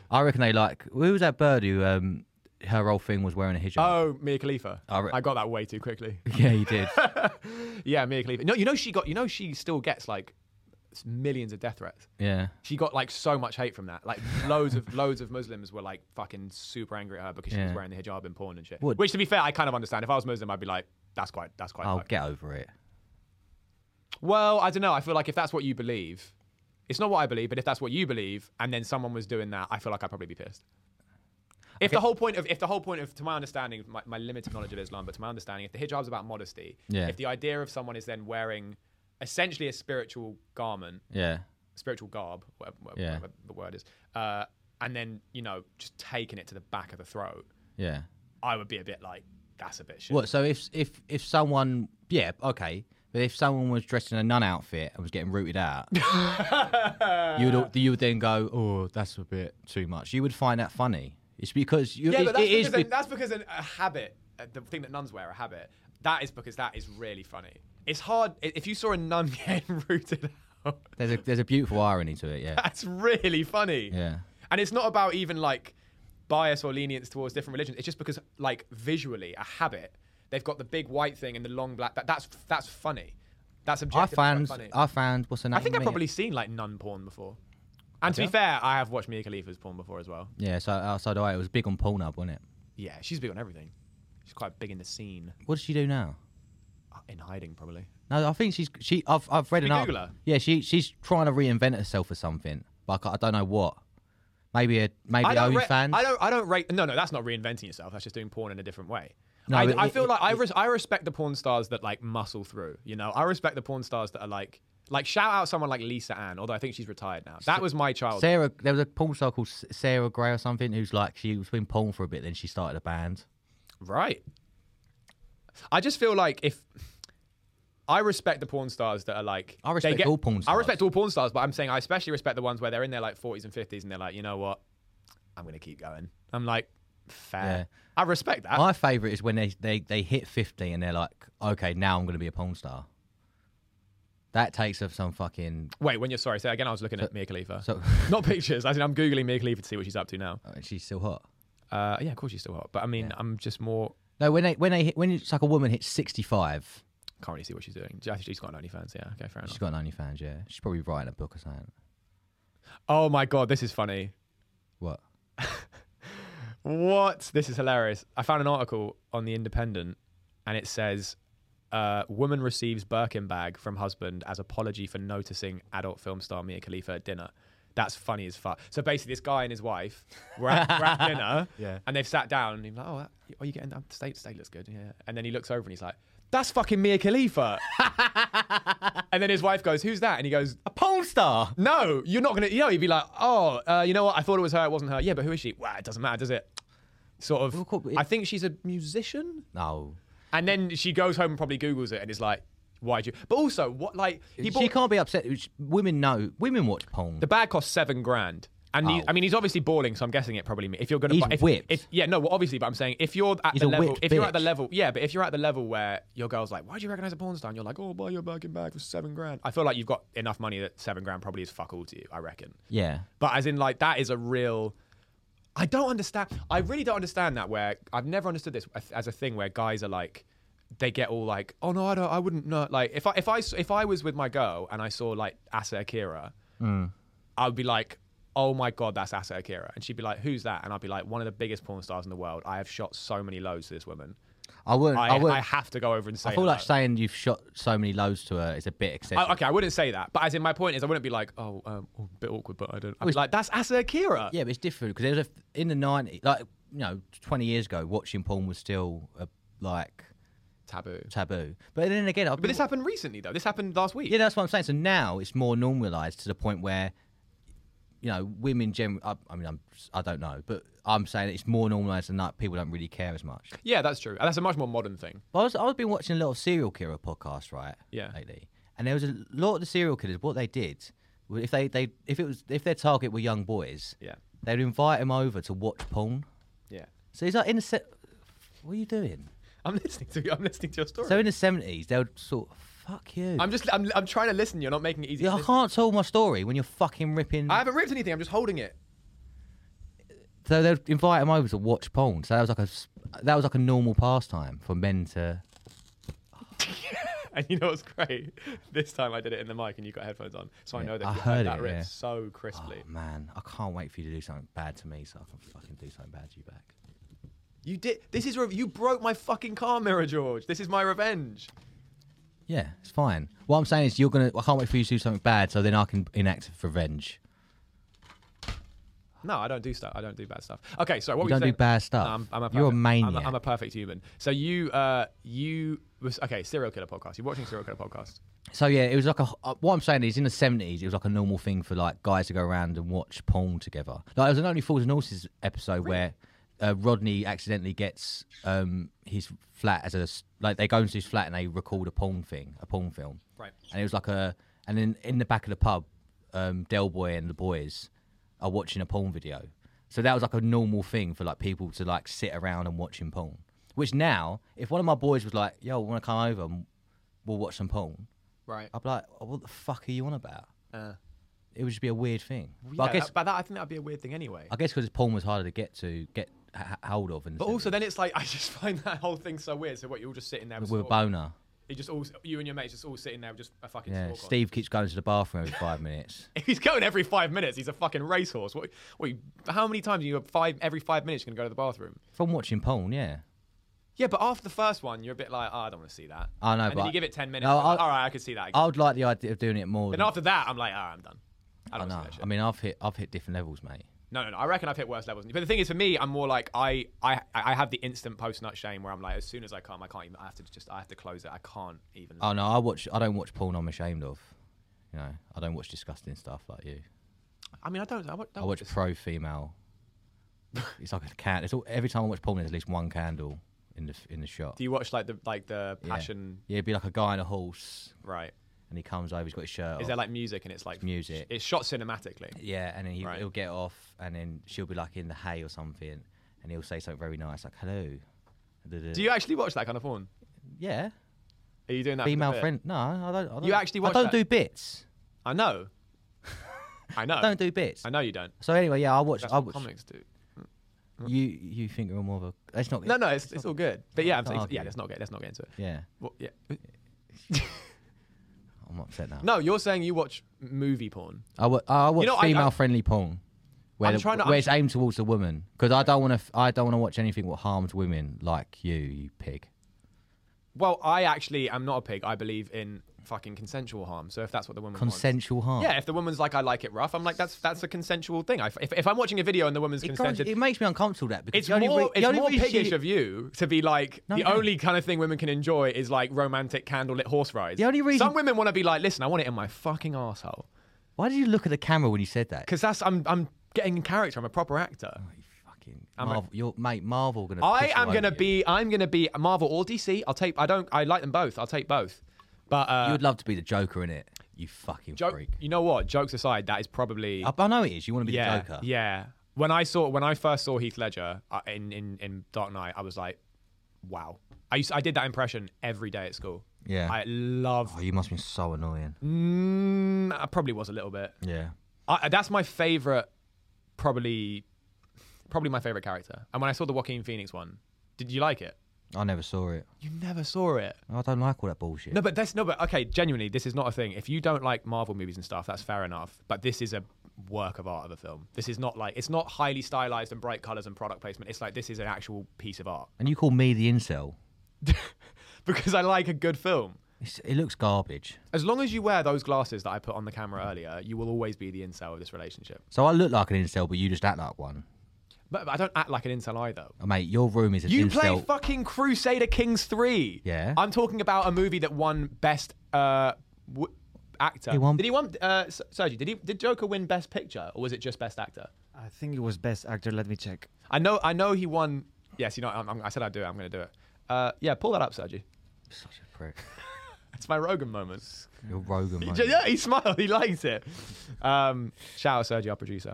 Speaker 1: I reckon they like. Who was that bird who? Um, her whole thing was wearing a hijab.
Speaker 2: Oh, Mia Khalifa.
Speaker 1: I re-
Speaker 2: I got that way too quickly.
Speaker 1: Yeah, he did.
Speaker 2: Yeah, Mia Khalifa. No, you know she got. You know she still gets like millions of death threats.
Speaker 1: yeah.
Speaker 2: She got like so much hate from that. Like loads of loads of Muslims were like fucking super angry at her because she was
Speaker 1: Yeah.
Speaker 2: wearing the hijab in porn and shit.
Speaker 1: What-
Speaker 2: Which to be fair, I kind of understand. If I was Muslim, I'd be like, that's quite that's quite.
Speaker 1: Oh,
Speaker 2: fucked.
Speaker 1: get over it.
Speaker 2: Well, I don't know. I feel like if that's what you believe, it's not what I believe, but if that's what you believe, and then someone was doing that, I feel like I'd probably be pissed. If the whole point of, if the whole point of, to my understanding, my, my limited knowledge of Islam, but to my understanding, if the hijab's about modesty,
Speaker 1: Yeah.
Speaker 2: if the idea of someone is then wearing essentially a spiritual garment,
Speaker 1: Yeah.
Speaker 2: spiritual garb, whatever, whatever,
Speaker 1: Yeah.
Speaker 2: whatever the word is, uh, and then you know just taking it to the back of the throat,
Speaker 1: Yeah.
Speaker 2: I would be a bit like, that's a bit shit.
Speaker 1: What? So if if if someone, yeah, okay, but if someone was dressed in a nun outfit and was getting rooted out, you would al- you would then go, oh, that's a bit too much. You would find that funny. It's because you,
Speaker 2: Yeah,
Speaker 1: it-
Speaker 2: but that's
Speaker 1: it is
Speaker 2: because,
Speaker 1: be-
Speaker 2: that's because an, a habit, uh, the thing that nuns wear, a habit, that is because that is really funny. It's hard. i- If you saw a nun getting rooted out,
Speaker 1: there's a there's a beautiful irony to it. Yeah.
Speaker 2: that's really funny.
Speaker 1: Yeah.
Speaker 2: And it's not about even like bias or lenience towards different religions. It's just because, like, visually, a habit, they've got the big white thing and the long black. That, that's that's funny. That's
Speaker 1: I
Speaker 2: objectively quite
Speaker 1: found
Speaker 2: funny.
Speaker 1: I found what's her name?
Speaker 2: I think I've
Speaker 1: Mia-
Speaker 2: probably seen like nun porn before. And to be fair, I have watched Mia Khalifa's porn before as well.
Speaker 1: yeah. So outside I, it was big on Pornhub, wasn't it?
Speaker 2: Yeah, she's big on everything. She's quite big in the scene,
Speaker 1: What does she do now?
Speaker 2: Uh, in hiding probably.
Speaker 1: No, I think she's she. I've I've read
Speaker 2: Should
Speaker 1: an
Speaker 2: we
Speaker 1: art.
Speaker 2: Google her?
Speaker 1: Yeah, she she's trying to reinvent herself or something. Like I don't know what. Maybe a maybe
Speaker 2: I don't, ra-
Speaker 1: OnlyFans.
Speaker 2: I don't. I don't rate. No, no, that's not reinventing yourself. That's just doing porn in a different way.
Speaker 1: No,
Speaker 2: I,
Speaker 1: it-
Speaker 2: I
Speaker 1: it-
Speaker 2: feel
Speaker 1: it-
Speaker 2: like I, res- I respect the porn stars that like muscle through. You know, I respect the porn stars that are like like shout out someone like Lisa Ann. Although I think she's retired now. That was my childhood.
Speaker 1: Sarah, there was a porn star called S- Sarah Gray or something who's like she was been porn for a bit, then she started a band.
Speaker 2: Right. I just feel like if I respect the porn stars that are like
Speaker 1: I
Speaker 2: they
Speaker 1: respect all porn
Speaker 2: I
Speaker 1: stars.
Speaker 2: respect all porn stars, but I'm saying I especially respect the ones where they're in their like 40s and 50s and they're like, you know what, I'm gonna keep going. I'm like, fair.
Speaker 1: Yeah.
Speaker 2: I respect that.
Speaker 1: My favourite is when they, they they hit fifty and they're like, okay, now I'm gonna be a porn star. That takes up some fucking.
Speaker 2: Wait, when you're sorry, say again. I was looking at Mia Khalifa.
Speaker 1: So
Speaker 2: Not pictures. I mean, I'm googling Mia Khalifa to see what she's up to now.
Speaker 1: she's still hot.
Speaker 2: Uh, yeah, of course she's still hot, but I mean, I'm just more
Speaker 1: No, when they when they hit, when it's like a woman hits sixty five,
Speaker 2: can't really see what she's doing. I think she's got an OnlyFans. Yeah, okay, fair
Speaker 1: she's
Speaker 2: enough.
Speaker 1: got an OnlyFans. Yeah, she's probably writing a book or something.
Speaker 2: Oh my god, this is funny.
Speaker 1: What?
Speaker 2: What? This is hilarious. I found an article on the Independent, and it says. Uh, woman receives Birkin bag from husband as apology for noticing adult film star Mia Khalifa at dinner. That's funny as fuck. So basically, this guy and his wife were at, were at dinner,
Speaker 1: Yeah.
Speaker 2: um, and they've sat down, and he's like, "Oh, that, are you getting that? Steak, steak looks good." Yeah. And then he looks over and he's like, that's fucking Mia Khalifa. and then his wife goes, who's that? And he goes,
Speaker 1: A porn star.
Speaker 2: no, you're not gonna. You know, he'd be like, oh, uh, you know what? I thought it was her. It wasn't her. Yeah, but who is she? Well, it doesn't matter, does it? Sort of.
Speaker 1: Well, of course, it-
Speaker 2: I think she's a musician.
Speaker 1: No.
Speaker 2: And then she goes home and probably Google's it and is like, why'd you? But also, what like he
Speaker 1: she
Speaker 2: bought
Speaker 1: can't be upset. Which- Women know. Women watch porn.
Speaker 2: the bag cost seven grand. And he-
Speaker 1: Oh.
Speaker 2: I mean, he's obviously balling, so I'm guessing it probably. me- If you're gonna,
Speaker 1: He's
Speaker 2: buy, if,
Speaker 1: whipped.
Speaker 2: if- yeah, no, well, obviously, but I'm saying if you're at
Speaker 1: He's
Speaker 2: the
Speaker 1: a
Speaker 2: level,
Speaker 1: whipped
Speaker 2: if you're at the
Speaker 1: bitch.
Speaker 2: level, yeah, but if you're at the level where your girl's like, why do you recognize a porn star? And you're like, oh, buy your fucking bag for seven grand. I feel like you've got enough money that seven grand probably is fuck all to you. I reckon.
Speaker 1: yeah.
Speaker 2: But as in, like, that is a real. I don't understand. I really don't understand that. Where I've never understood this as a thing where guys are like, they get all like, oh no, I don't, I wouldn't know. Like, if I if I s- if I was with my girl and I saw like Asa Akira,
Speaker 1: Mm.
Speaker 2: I would be like, oh my god, that's Asa Akira, and she'd be like, who's that? And I'd be like, one of the biggest porn stars in the world. I have shot so many loads to this woman.
Speaker 1: I wouldn't.
Speaker 2: I
Speaker 1: I,
Speaker 2: I,
Speaker 1: wouldn't. I,
Speaker 2: have to go over and say.
Speaker 1: feel
Speaker 2: hello.
Speaker 1: like saying you've shot so many loads to her is a bit excessive.
Speaker 2: I- okay, I wouldn't say that, but as in my point is, I wouldn't be like, oh, um, oh, a bit awkward, but I don't. I'd be
Speaker 1: Well,
Speaker 2: like, that's Asa Akira.
Speaker 1: Yeah, but it's different because it was a, in the nineties, like you know, twenty years ago, watching porn was still a, like
Speaker 2: Taboo.
Speaker 1: taboo. But then again, I've
Speaker 2: But
Speaker 1: been-
Speaker 2: this happened recently, though. This happened last week.
Speaker 1: yeah, that's what I'm saying. So now it's more normalised to the point where, you know, women generally. I, I mean, I'm I don't know, but I'm saying it's more normalised than that. People don't really care as much.
Speaker 2: Yeah, that's true. And That's a much more modern thing.
Speaker 1: But I was I've been watching a lot of serial killer podcasts, right?
Speaker 2: Yeah.
Speaker 1: Lately, and there was a lot of the serial killers. What they did, was if they they if it was if their target were young boys,
Speaker 2: Yeah.
Speaker 1: they'd invite them over to watch porn.
Speaker 2: Yeah.
Speaker 1: So he's like in the se- What are you doing?
Speaker 2: I'm listening to you. I'm listening to your story.
Speaker 1: So in the seventies, they would sort of fuck you.
Speaker 2: I'm just. I'm, I'm trying to listen. You're not making it easy.
Speaker 1: Yeah,
Speaker 2: to
Speaker 1: I
Speaker 2: listen.
Speaker 1: can't tell my story when you're fucking ripping.
Speaker 2: I haven't ripped anything. I'm just holding it.
Speaker 1: So they'd invite him over to watch porn. So that was like a s- that was like a normal pastime for men to.
Speaker 2: And you know what's great? This time I did it in the mic, and you got headphones on, so I know that
Speaker 1: I
Speaker 2: you
Speaker 1: heard
Speaker 2: that
Speaker 1: it,
Speaker 2: rip
Speaker 1: yeah.
Speaker 2: so crisply.
Speaker 1: Oh, man, I can't wait for you to do something bad to me so I can fucking do something bad to you back.
Speaker 2: You did. This is. Re- you broke my fucking car mirror, George. This is my revenge.
Speaker 1: Yeah, it's fine. What I'm saying is you're gonna. I can't wait for you to do something bad so then I can enact revenge.
Speaker 2: No, I don't do stuff. I don't do bad stuff. Okay, so what
Speaker 1: You
Speaker 2: were
Speaker 1: don't do
Speaker 2: saying?
Speaker 1: bad stuff.
Speaker 2: No, I'm, I'm a perfect,
Speaker 1: You're a
Speaker 2: I'm
Speaker 1: maniac.
Speaker 2: a, I'm a perfect human. So you, uh, you was okay. Serial killer podcast. You're watching serial killer podcast.
Speaker 1: So yeah, it was like a. uh, What I'm saying is, in the seventies, it was like a normal thing for like guys to go around and watch porn together. Like it was an Only Fools and Horses episode where uh, Rodney accidentally gets um, his flat as a s- like they go into his flat and they record a porn thing, a porn film.
Speaker 2: Right.
Speaker 1: And it was like a. And then in the back of the pub, um, Del Boy and the boys are watching a porn video. So that was like a normal thing for like people to like sit around and watching porn. Which now, if one of my boys was like, "Yo, want to come over and we'll watch some porn,"
Speaker 2: Right.
Speaker 1: I'd be like, oh, what the fuck are you on about?
Speaker 2: Uh,
Speaker 1: It would just be a weird thing. But
Speaker 2: yeah,
Speaker 1: I guess,
Speaker 2: that, but that I think that'd be a weird thing anyway.
Speaker 1: I guess because porn was harder to get to get h- h- hold of, and
Speaker 2: But also, then it's like I just find that whole thing so weird. So what you're all just sitting there with,
Speaker 1: with a
Speaker 2: snorkel-
Speaker 1: boner.
Speaker 2: you just all you and your mates just all sitting there with just a fucking
Speaker 1: Yeah,
Speaker 2: snorkel.
Speaker 1: Steve keeps going to the bathroom every five minutes.
Speaker 2: He's going every five minutes. He's a fucking racehorse. What? what you- how many times are you five every five minutes? You're gonna go to the bathroom.
Speaker 1: From watching porn, yeah.
Speaker 2: Yeah, but after the first one, you're a bit like, oh, I don't want to see that.
Speaker 1: I know,
Speaker 2: And then
Speaker 1: but-
Speaker 2: you give it ten minutes.
Speaker 1: No,
Speaker 2: I'm like,
Speaker 1: I-
Speaker 2: all right, I could see that. Again.
Speaker 1: I would like the idea of doing it more.
Speaker 2: And
Speaker 1: than,
Speaker 2: after that, I'm like, ah, I'm done. I
Speaker 1: I
Speaker 2: don't know.
Speaker 1: know. I mean, I've hit I've hit different levels, mate.
Speaker 2: No, no, no. I reckon I've hit worse levels. But the thing is, for me, I'm more like I, I, I have the instant post nut shame where I'm like, as soon as I come, I can't even. I have to just, I have to close it. I can't even.
Speaker 1: Oh no, I watch. I don't watch porn. I'm ashamed of. You know, I don't watch disgusting stuff like you.
Speaker 2: I mean, I don't. I watch.
Speaker 1: I watch
Speaker 2: this.
Speaker 1: pro female. it's like a can. It's all, every time I watch porn, there's at least one candle in the f- in the shot.
Speaker 2: Do you watch like the like the passion?
Speaker 1: Yeah, it'd be like a guy on a horse,
Speaker 2: Right.
Speaker 1: and he comes over. He's got his
Speaker 2: Is
Speaker 1: shirt. off.
Speaker 2: there like music and it's like
Speaker 1: Music.
Speaker 2: It's shot cinematically.
Speaker 1: Yeah, and then he,
Speaker 2: Right.
Speaker 1: he'll get off, and then she'll be like in the hay or something, and he'll say something very nice, like "hello."
Speaker 2: Do you actually watch that kind of porn?
Speaker 1: Yeah,
Speaker 2: Are you doing that? for the
Speaker 1: female
Speaker 2: bit?
Speaker 1: friend. No, I don't. I don't
Speaker 2: You actually watch
Speaker 1: I don't
Speaker 2: that?
Speaker 1: do bits.
Speaker 2: I know. I know.
Speaker 1: I don't do bits.
Speaker 2: I know you don't.
Speaker 1: So anyway, yeah, I watch.
Speaker 2: Oh. That's
Speaker 1: I
Speaker 2: what
Speaker 1: watch.
Speaker 2: comics do.
Speaker 1: You you think you're more of a? That's not.
Speaker 2: No, no, it's, it's all good. But yeah, I'm
Speaker 1: not
Speaker 2: saying, yeah.
Speaker 1: arguing.
Speaker 2: Let's not get let's not get into it.
Speaker 1: Yeah,
Speaker 2: Well, yeah.
Speaker 1: I'm upset now.
Speaker 2: No, you're saying you watch movie porn.
Speaker 1: I wa- I watch
Speaker 2: You know, I- I-
Speaker 1: female-friendly porn, where,
Speaker 2: I'm
Speaker 1: the,
Speaker 2: trying to-
Speaker 1: where
Speaker 2: I'm
Speaker 1: it's aimed towards the woman. Because I don't want to. F- I don't want to watch anything what harms women like you, you pig.
Speaker 2: Well, I actually am not a pig. I believe in fucking consensual harm. So if that's what the woman wants.
Speaker 1: Consensual harm.
Speaker 2: Yeah, if the woman's like, I like it rough, I'm like, that's that's a consensual thing. I, if, if I'm watching a video and the woman's
Speaker 1: It, drives-
Speaker 2: consented,
Speaker 1: it makes me uncomfortable that because
Speaker 2: it's
Speaker 1: the only
Speaker 2: more,
Speaker 1: re- the
Speaker 2: it's
Speaker 1: only
Speaker 2: more
Speaker 1: reason
Speaker 2: piggish
Speaker 1: she-
Speaker 2: of you to be like,
Speaker 1: No,
Speaker 2: the
Speaker 1: no.
Speaker 2: only kind of thing women can enjoy is like romantic candlelit horse rides.
Speaker 1: The only reason-
Speaker 2: Some women want to be like, listen, I want it in my fucking asshole.
Speaker 1: Why did you look at the camera when you said that?
Speaker 2: Because that's, I'm, I'm getting in character. I'm a proper actor.
Speaker 1: You fucking
Speaker 2: I'm a-
Speaker 1: Marvel, your mate Marvel gonna.
Speaker 2: I
Speaker 1: piss all
Speaker 2: am
Speaker 1: over
Speaker 2: gonna
Speaker 1: Oh, you.
Speaker 2: be, I'm gonna be Marvel or DC. I'll take, I don't, I like them both. I'll take both. But
Speaker 1: You
Speaker 2: uh,
Speaker 1: would love to be the Joker in it. You fucking
Speaker 2: joke,
Speaker 1: freak.
Speaker 2: you know what? Jokes aside, that is probably
Speaker 1: I, I know it is. You want to be
Speaker 2: yeah,
Speaker 1: the Joker.
Speaker 2: Yeah. When I saw when I first saw Heath Ledger uh, in in, in Dark Knight, I was like, wow. I used, I did that impression every day at school.
Speaker 1: Yeah.
Speaker 2: I love.
Speaker 1: Oh, you must be so annoying.
Speaker 2: Mm, I probably was a little bit.
Speaker 1: Yeah.
Speaker 2: I, that's my favorite, probably, probably my favorite character. And when I saw the Joaquin Phoenix one, did you like it?
Speaker 1: I never saw it.
Speaker 2: You never saw it.
Speaker 1: I don't like all that bullshit.
Speaker 2: No, but that's no, but okay. Genuinely, this is not a thing. If you don't like Marvel movies and stuff, that's fair enough. But this is a work of art of a film. This is not like it's not highly stylized and bright colors and product placement. It's like this is an actual piece of art
Speaker 1: And you call me the incel.
Speaker 2: because I like a good film.
Speaker 1: It's, it looks garbage.
Speaker 2: As long as you wear those glasses that I put on the camera earlier, you will always be the incel of this relationship.
Speaker 1: So I look like an incel, but you just act like one.
Speaker 2: But, but I don't act like an incel either.
Speaker 1: Oh, mate, your room is an
Speaker 2: You
Speaker 1: incel.
Speaker 2: play fucking Crusader Kings three.
Speaker 1: Yeah.
Speaker 2: I'm talking about a movie that won best uh, w- actor.
Speaker 1: He won-
Speaker 2: Did he won? Uh, S- Sergi, did he? Did Joker win best picture or was it just best actor?
Speaker 3: I think it was best actor. Let me check.
Speaker 2: I know. I know he won. Yes, you know. I'm, I'm, I said I'd do it. I'm going to do it. Uh, yeah, pull that up, Sergi.
Speaker 1: Such a prick.
Speaker 2: It's my Rogan moment.
Speaker 1: You're Rogan,
Speaker 2: He
Speaker 1: mate.
Speaker 2: j- yeah, he smiled. He liked it. Um, shout out, Sergi, our producer.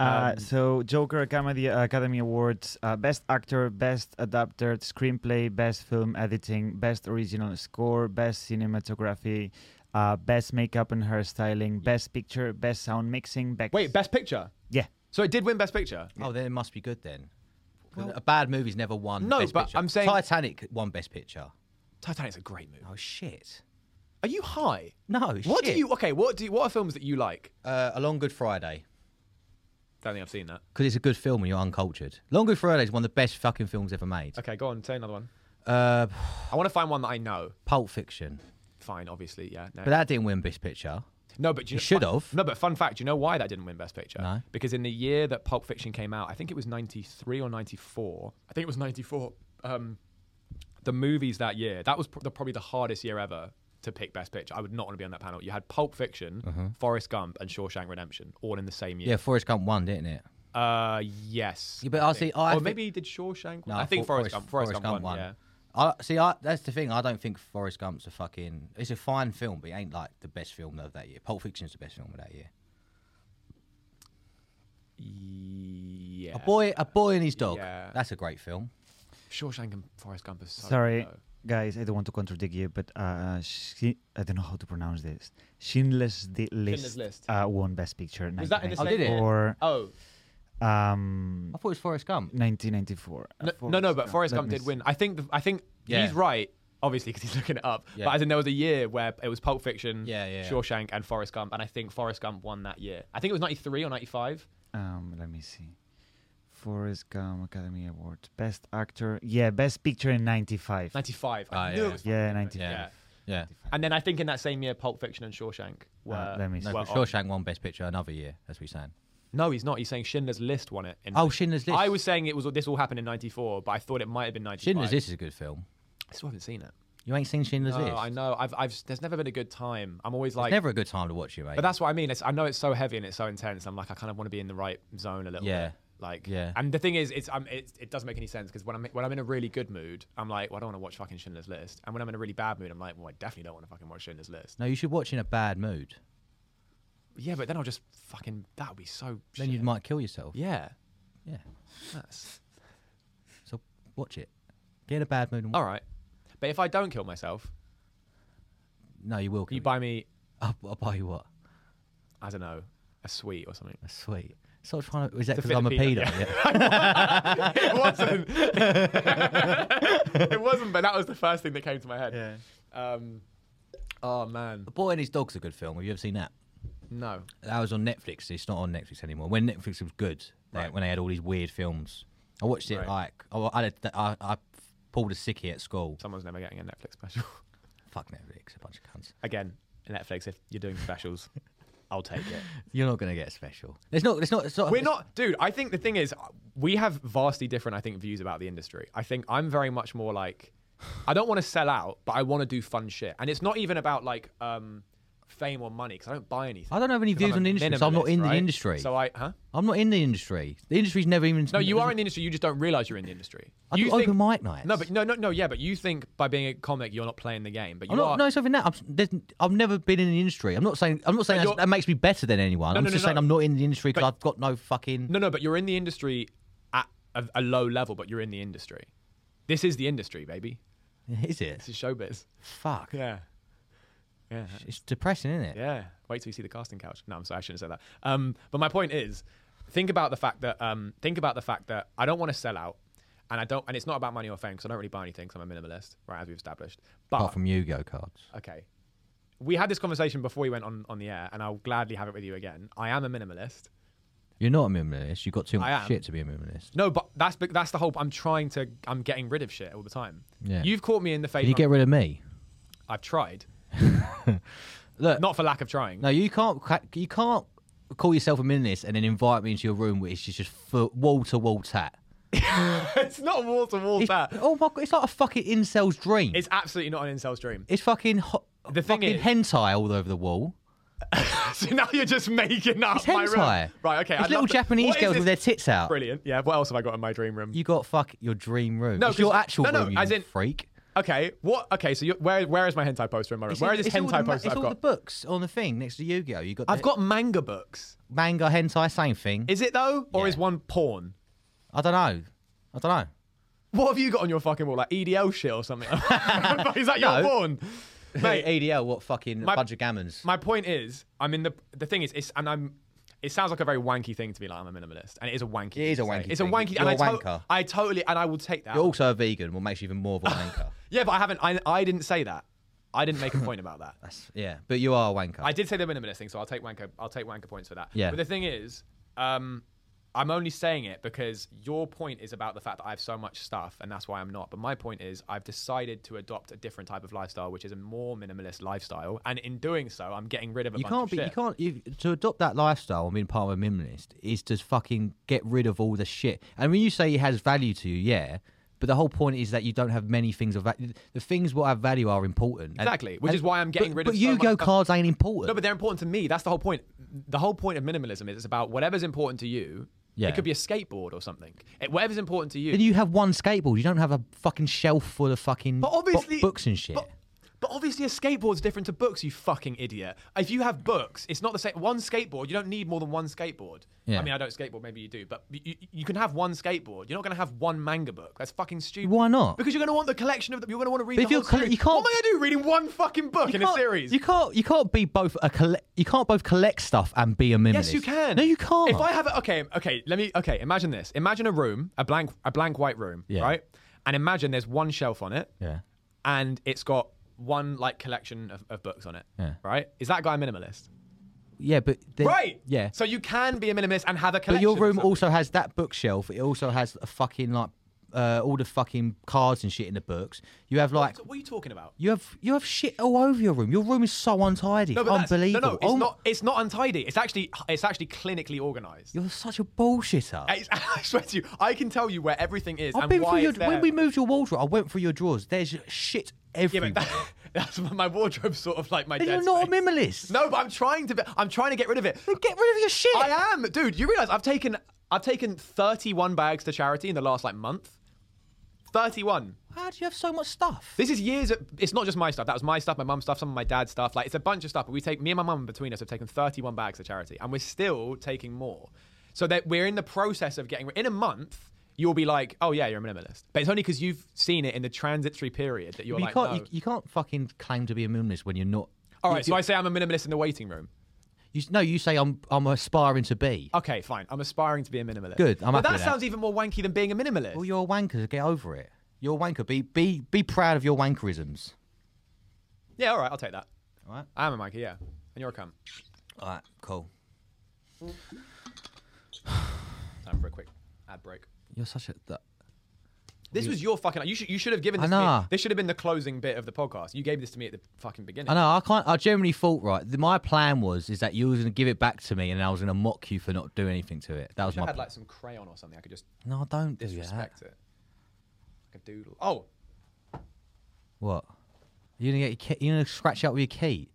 Speaker 3: Uh,
Speaker 2: Um,
Speaker 3: so Joker Academy, Academy Awards, uh, Best Actor, Best Adapted Screenplay, Best Film Editing, Best Original Score, Best Cinematography, uh, Best Makeup and Hairstyling, Best Picture, Best Sound Mixing. Best...
Speaker 2: Wait, best picture.
Speaker 3: Yeah.
Speaker 2: So it did win best picture.
Speaker 1: Oh, then it must be good then. 'Cause a bad movie's never won.
Speaker 2: No,
Speaker 1: Best
Speaker 2: but
Speaker 1: Picture.
Speaker 2: I'm saying-
Speaker 1: Titanic won Best Picture.
Speaker 2: Titanic's a great movie.
Speaker 1: Oh shit.
Speaker 2: Are you high?
Speaker 1: No.
Speaker 2: What
Speaker 1: shit.
Speaker 2: do you? Okay, what do? What are films that you like?
Speaker 1: Uh, a Long Good Friday.
Speaker 2: Don't think I've seen that.
Speaker 1: Because it's a good film and you're uncultured. Long Good Friday is one of the best fucking films ever made.
Speaker 2: Okay, go on. Say another one.
Speaker 1: Uh,
Speaker 2: I want to find one that I know.
Speaker 1: Pulp Fiction.
Speaker 2: Fine, obviously, yeah. No,
Speaker 1: But that didn't win Best Picture.
Speaker 2: no but do you
Speaker 1: it should have.
Speaker 2: No, but fun fact. Do you know why that didn't win Best Picture?
Speaker 1: No.
Speaker 2: Because in the year that Pulp Fiction came out, I think it was '93 or '94. I think it was '94. Um, the movies that year. That was pr- the, probably the hardest year ever to pick Best Picture. I would not want to be on that panel. You had Pulp Fiction, Forrest Gump, and Shawshank Redemption, all in the same
Speaker 1: Mm-hmm. Yeah,
Speaker 2: year.
Speaker 1: Forrest Gump won, didn't it?
Speaker 2: Uh, yes.
Speaker 1: Yeah, but I see-
Speaker 2: think.
Speaker 1: oh, I
Speaker 2: or
Speaker 1: think-
Speaker 2: maybe he did Shawshank.
Speaker 1: No,
Speaker 2: I think
Speaker 1: For-
Speaker 2: Forrest, Gump. Forrest, Gump, won. Yeah.
Speaker 1: I, see, I, that's the thing. I don't think Forrest Gump's a fucking. It's a fine film, but it ain't like the best film of that year. Pulp Fiction's the best film of that year.
Speaker 2: Yeah.
Speaker 1: A boy, a boy and his dog.
Speaker 2: Yeah.
Speaker 1: That's a great film.
Speaker 2: Shawshank and Forrest Gump are so
Speaker 3: Sorry,
Speaker 2: low.
Speaker 3: guys, I don't want to contradict you, but uh, she, I don't know how to pronounce this. Schindler's Di- List,
Speaker 2: List.
Speaker 3: Uh, won Best Picture.
Speaker 2: Was that in the
Speaker 1: Oh, did it?
Speaker 2: same?
Speaker 3: Or
Speaker 2: Oh
Speaker 3: um,
Speaker 1: I thought it was Forrest Gump.
Speaker 3: 1994. Uh,
Speaker 2: no, no, no, but Forrest
Speaker 3: Let
Speaker 2: Gump
Speaker 3: me
Speaker 2: did
Speaker 3: s-
Speaker 2: win. I think the, I think
Speaker 1: Yeah.
Speaker 2: he's right, obviously, because he's looking it up.
Speaker 1: Yeah.
Speaker 2: But as in, there was a year where it was Pulp Fiction,
Speaker 1: Yeah, yeah.
Speaker 2: Shawshank, and Forrest Gump, and I think Forrest Gump won that year. I think it was '93 or '95.
Speaker 3: Um, let me see. Forrest Gump Academy Award, Best Actor. Yeah, Best Picture in '95.
Speaker 2: '95. I
Speaker 1: Ah,
Speaker 2: knew
Speaker 1: yeah.
Speaker 2: it was.
Speaker 3: Yeah,
Speaker 2: fucking-
Speaker 3: 95.
Speaker 1: Yeah. Yeah.
Speaker 2: And then I think in that same year, Pulp Fiction and Shawshank were.
Speaker 3: let me see.
Speaker 1: No,
Speaker 2: were
Speaker 1: but Shawshank won Best Picture another year, as we saying.
Speaker 2: No, he's not. He's saying Schindler's List won it. In
Speaker 1: Oh, Schindler's List.
Speaker 2: I was saying it was this all happened in '94, but I thought it might have been '95.
Speaker 1: Schindler's List is a good film.
Speaker 2: I still haven't seen it.
Speaker 1: You ain't seen Schindler's
Speaker 2: No,
Speaker 1: List.
Speaker 2: I know. I've, I've. There's never been a good time. I'm always like.
Speaker 1: Never a good time to watch it, mate.
Speaker 2: But that's what I mean. It's, I know it's so heavy and it's so intense. I'm like, I kind of want to be in the right zone a little
Speaker 1: Yeah.
Speaker 2: bit. Like,
Speaker 1: Yeah.
Speaker 2: And the thing is, it's, um, it's it doesn't make any sense because when I'm when I'm in a really good mood, I'm like, well, I don't want to watch fucking Schindler's List. And when I'm in a really bad mood, I'm like, well, I definitely don't want to fucking watch Schindler's List.
Speaker 1: no, you should watch in a bad mood.
Speaker 2: Yeah, but then I'll just fucking that would be so.
Speaker 1: Then you
Speaker 2: shit.
Speaker 1: might kill yourself.
Speaker 2: Yeah.
Speaker 1: Yeah.
Speaker 2: That's,
Speaker 1: So watch it. Get in a bad mood and
Speaker 2: all right. But if I don't kill myself,
Speaker 1: No, you will.
Speaker 2: can
Speaker 1: kill
Speaker 2: you buy me?
Speaker 1: I'll, I'll buy you what?
Speaker 2: I don't know, a sweet or something.
Speaker 1: That's sweet. Stop trying to. Is that
Speaker 2: To
Speaker 1: because
Speaker 2: fit
Speaker 1: I'm a
Speaker 2: the
Speaker 1: pedo?
Speaker 2: peanut,
Speaker 1: Yeah.
Speaker 2: it wasn't. it wasn't. But that was the first thing that came to my head.
Speaker 3: Yeah.
Speaker 2: Um. Oh man.
Speaker 1: the Boy and His Dog's a good film. Have you ever seen that?
Speaker 2: No.
Speaker 1: That was on Netflix. It's not on Netflix anymore. When Netflix was good, they,
Speaker 2: Right.
Speaker 1: when they had all these weird films, I watched it oh,
Speaker 2: Right.
Speaker 1: like I, I, had a- I- I pulled a sickie at school.
Speaker 2: Someone's never getting a Netflix special.
Speaker 1: Fuck Netflix, a bunch of cunts.
Speaker 2: Again, Netflix, if you're doing specials, I'll take it.
Speaker 1: You're not gonna get special. It's not. It's not. It's not
Speaker 2: We're not, dude. I think the thing is, we have vastly different, I think, views about the industry. I think I'm very much more like, I don't want to sell out, but I want to do fun shit. And it's not even about like um, fame or money because I don't buy anything.
Speaker 1: I don't have any
Speaker 2: 'Cause I'm
Speaker 1: views
Speaker 2: a
Speaker 1: on the industry, so I'm not in
Speaker 2: minimalist,
Speaker 1: the
Speaker 2: right?
Speaker 1: industry.
Speaker 2: So I, huh?
Speaker 1: I'm not in the industry. The industry's never even.
Speaker 2: No, you are in the industry. You just don't realize you're in the industry.
Speaker 1: I
Speaker 2: you
Speaker 1: do open mic nights.
Speaker 2: No, but no, no, no. Yeah, but you think by being a comic you're not playing the game, but you
Speaker 1: I'm
Speaker 2: are.
Speaker 1: not, no, it's not even that. I'm, s- there's, I've never been in the industry. I'm not saying. I'm not saying
Speaker 2: you're-
Speaker 1: that's- that makes me better than anyone.
Speaker 2: No,
Speaker 1: I'm
Speaker 2: no, no,
Speaker 1: just
Speaker 2: no.
Speaker 1: saying I'm not in the industry because
Speaker 2: But-
Speaker 1: I've got no fucking.
Speaker 2: No, no, but you're in the industry at a, a low level, but you're in the industry. This is the industry, baby.
Speaker 1: Is it?
Speaker 2: This is showbiz.
Speaker 1: Fuck.
Speaker 2: Yeah. Yeah.
Speaker 1: It's depressing, isn't it?
Speaker 2: Yeah. Wait till you see the casting couch. No, I'm sorry, I shouldn't say that. Um, but my point is, think about the fact that um, think about the fact that I don't want to sell out, and I don't, and it's not about money or fame because I don't really buy anything because I'm a minimalist, right? As we've established. But
Speaker 1: Apart from Yu-Gi-Oh cards.
Speaker 2: okay. We had this conversation before we went on, on the air, and I'll gladly have it with you again. I am a minimalist.
Speaker 1: You're not a minimalist. You've got too
Speaker 2: I
Speaker 1: much
Speaker 2: am.
Speaker 1: shit to be a minimalist.
Speaker 2: No, but that's be- that's the whole. I'm trying to. I'm getting rid of shit all the time.
Speaker 1: Yeah.
Speaker 2: You've caught me in the face.
Speaker 1: Can you get rid of me?
Speaker 2: I've tried.
Speaker 1: Look.
Speaker 2: Not for lack of trying.
Speaker 1: No, you can't. cra- You can't call yourself a minimalist and then invite me into your room, which is just wall to wall tat.
Speaker 2: it's not wall to wall
Speaker 1: It's,
Speaker 2: that.
Speaker 1: oh my god! It's like a fucking incel's dream.
Speaker 2: It's absolutely not an incel's dream.
Speaker 1: It's fucking ho-
Speaker 2: The thing
Speaker 1: fucking
Speaker 2: is-
Speaker 1: hentai all over the wall.
Speaker 2: so now you're just making up
Speaker 1: It's
Speaker 2: my room.
Speaker 1: hentai.
Speaker 2: Right. Okay.
Speaker 1: It's
Speaker 2: I'd
Speaker 1: little
Speaker 2: love to-
Speaker 1: Japanese
Speaker 2: What is
Speaker 1: girls with
Speaker 2: this-
Speaker 1: their tits out.
Speaker 2: Brilliant. Yeah. What else have I got in my dream room?
Speaker 1: You got fuck your dream room.
Speaker 2: No,
Speaker 1: it's your
Speaker 2: 'cause-
Speaker 1: actual
Speaker 2: no, no,
Speaker 1: room. You
Speaker 2: as in-
Speaker 1: freak.
Speaker 2: Okay. What? Okay. So you're, where where is my hentai poster in my room?
Speaker 1: It's
Speaker 2: where
Speaker 1: in-
Speaker 2: is this
Speaker 1: it's all the
Speaker 2: hentai
Speaker 1: ma-
Speaker 2: poster
Speaker 1: It's
Speaker 2: I've
Speaker 1: all the
Speaker 2: got?
Speaker 1: books on the thing next to Yu-Gi-Oh. You got.
Speaker 2: I've
Speaker 1: the
Speaker 2: got manga books.
Speaker 1: manga hentai, same thing.
Speaker 2: Is it though, or
Speaker 1: Yeah.
Speaker 2: is one porn?
Speaker 1: I don't know. I don't know.
Speaker 2: What have you got on your fucking wall? Like EDL shit or something? is that your
Speaker 1: No.
Speaker 2: porn? Mate,
Speaker 1: EDL, what fucking
Speaker 2: My-
Speaker 1: bunch of gammons?
Speaker 2: my point is, I'm in the the thing is, it's and I'm. It sounds like a very wanky thing to be like I'm a minimalist, and it is a wanky. thing
Speaker 1: is a
Speaker 2: to say.
Speaker 1: wanky
Speaker 2: It's a
Speaker 1: thing.
Speaker 2: wanky. and
Speaker 1: You're
Speaker 2: I,
Speaker 1: a
Speaker 2: to-
Speaker 1: wanker.
Speaker 2: I totally and I will take that.
Speaker 1: You're also a vegan, what makes you even more of a wanker.
Speaker 2: Yeah, but I haven't. I, I didn't say that. I didn't make a point about that.
Speaker 1: That's, yeah, but you are a wanker.
Speaker 2: I did say the minimalist thing, so I'll take wanker. I'll take wanker points for that.
Speaker 1: Yeah.
Speaker 2: But the thing is, um, I'm only saying it because your point is about the fact that I have so much stuff, and that's why I'm not. But my point is, I've decided to adopt a different type of lifestyle, which is a more minimalist lifestyle, and in doing so, I'm getting rid of a
Speaker 1: you
Speaker 2: bunch
Speaker 1: can't
Speaker 2: of
Speaker 1: be.
Speaker 2: shit.
Speaker 1: You can't. You, to adopt that lifestyle and being part of a minimalist is to fucking get rid of all the shit. And when you say it has value to you, yeah. But the whole point is that you don't have many things of value. The things what have value are important. And-
Speaker 2: Exactly, which is why I'm getting
Speaker 1: but,
Speaker 2: rid
Speaker 1: but
Speaker 2: of so
Speaker 1: Yu-Gi-Oh
Speaker 2: much stuff.
Speaker 1: cards ain't important.
Speaker 2: No, but they're important to me. That's the whole point. The whole point of minimalism is it's about whatever's important to you.
Speaker 1: Yeah.
Speaker 2: It could be a skateboard or something. It, whatever's important to you.
Speaker 1: then you have one skateboard. You don't have a fucking shelf full of fucking
Speaker 2: but
Speaker 1: bo-
Speaker 2: obviously,
Speaker 1: books and shit.
Speaker 2: But, but obviously, a skateboard's different to books. You fucking idiot. If you have books, it's not the same. One skateboard, you don't need more than one skateboard.
Speaker 1: Yeah.
Speaker 2: I mean, I don't skateboard. Maybe you do, but you, you can have one skateboard. You're not going to have one manga book. That's fucking stupid.
Speaker 1: Why not?
Speaker 2: Because you're going to want the collection of them. You're going to want to read.
Speaker 1: But
Speaker 2: the
Speaker 1: if you're
Speaker 2: whole
Speaker 1: colle-
Speaker 2: series.
Speaker 1: you can't-
Speaker 2: What am I going to do? Reading one fucking book in a
Speaker 1: can't-
Speaker 2: series?
Speaker 1: You can't. You can't be both a collect. You can't both collect stuff and be a minimalist.
Speaker 2: Yes, you can.
Speaker 1: No, you can't.
Speaker 2: If I have a, okay, okay, let me okay, imagine this. Imagine a room, a blank a blank white room,
Speaker 1: Yeah.
Speaker 2: right? And imagine there's one shelf on it
Speaker 1: yeah.
Speaker 2: and it's got one like collection of, of books on it.
Speaker 1: Yeah.
Speaker 2: Right? Is that guy a minimalist?
Speaker 1: Yeah, but then,
Speaker 2: right.
Speaker 1: Yeah.
Speaker 2: So you can be a minimalist and have a
Speaker 1: But
Speaker 2: collection.
Speaker 1: your
Speaker 2: of
Speaker 1: room
Speaker 2: something.
Speaker 1: also has that bookshelf. It also has a fucking like uh, all the fucking cards and shit in the books. You have like
Speaker 2: So what are you talking about?
Speaker 1: you have you have shit all over your room. Your room is so untidy.
Speaker 2: No, but that's-
Speaker 1: Unbelievable.
Speaker 2: No, no, it's
Speaker 1: Oh,
Speaker 2: not it's not untidy. It's actually it's actually clinically organized.
Speaker 1: You're such a bullshitter.
Speaker 2: It's- I swear to you, I can tell you where everything is
Speaker 1: I've
Speaker 2: and
Speaker 1: been
Speaker 2: why
Speaker 1: through your
Speaker 2: it's there.
Speaker 1: when we moved your wardrobe. I went through your drawers. There's shit
Speaker 2: yeah,
Speaker 1: everywhere.
Speaker 2: but that, that's my wardrobe's sort of like my.
Speaker 1: Then
Speaker 2: dead
Speaker 1: you're not
Speaker 2: space.
Speaker 1: a minimalist.
Speaker 2: No, but I'm trying to. Be, I'm trying to get rid of it.
Speaker 1: Then get rid of your shit.
Speaker 2: I am, dude. You realize I've taken I've taken 31 bags to charity in the last like month. 31.
Speaker 1: How do you have so much stuff?
Speaker 2: This is years. Of, it's not just my stuff. That was my stuff, my mum's stuff, some of my dad's stuff. Like it's a bunch of stuff. But we take me and my mum between us have taken 31 bags to charity, and we're still taking more. So that we're in the process of getting in a month. You'll be like, oh yeah, you're a minimalist, but it's only because you've seen it in the transitory period that you're
Speaker 1: you
Speaker 2: like,
Speaker 1: can't
Speaker 2: no.
Speaker 1: you, you can't fucking claim to be a minimalist when you're not.
Speaker 2: All
Speaker 1: you,
Speaker 2: right, so I say I'm a minimalist in the waiting room.
Speaker 1: you, no, you say I'm I'm aspiring to be.
Speaker 2: Okay, fine. I'm aspiring to be a minimalist.
Speaker 1: Good, I'm
Speaker 2: but
Speaker 1: happy
Speaker 2: that
Speaker 1: with that.
Speaker 2: sounds even more wanky than being a minimalist.
Speaker 1: Well, you're a wanker. Get over it. You're a wanker. Be be be proud of your wankerisms.
Speaker 2: yeah, all right, I'll take that.
Speaker 1: All right.
Speaker 2: I am a wanky, yeah. And you're a cunt.
Speaker 1: All right. Cool.
Speaker 2: Time for a quick ad break.
Speaker 1: You're such a. Th-
Speaker 2: This was your fucking. You should you should have given
Speaker 1: I
Speaker 2: this. to me.
Speaker 1: know.
Speaker 2: This should have been the closing bit of the podcast. You gave this to me at the fucking beginning.
Speaker 1: I know. I can't. I genuinely thought right. th- My plan was is that you was gonna give it back to me, and I was gonna mock you for not doing anything to it. That was
Speaker 2: Should
Speaker 1: my.
Speaker 2: have had
Speaker 1: pl-
Speaker 2: like some crayon or something. I could just
Speaker 1: no, don't do that.
Speaker 2: disrespect it. Like a doodle. Oh,
Speaker 1: What? You gonna get your key, you gonna scratch out with your key?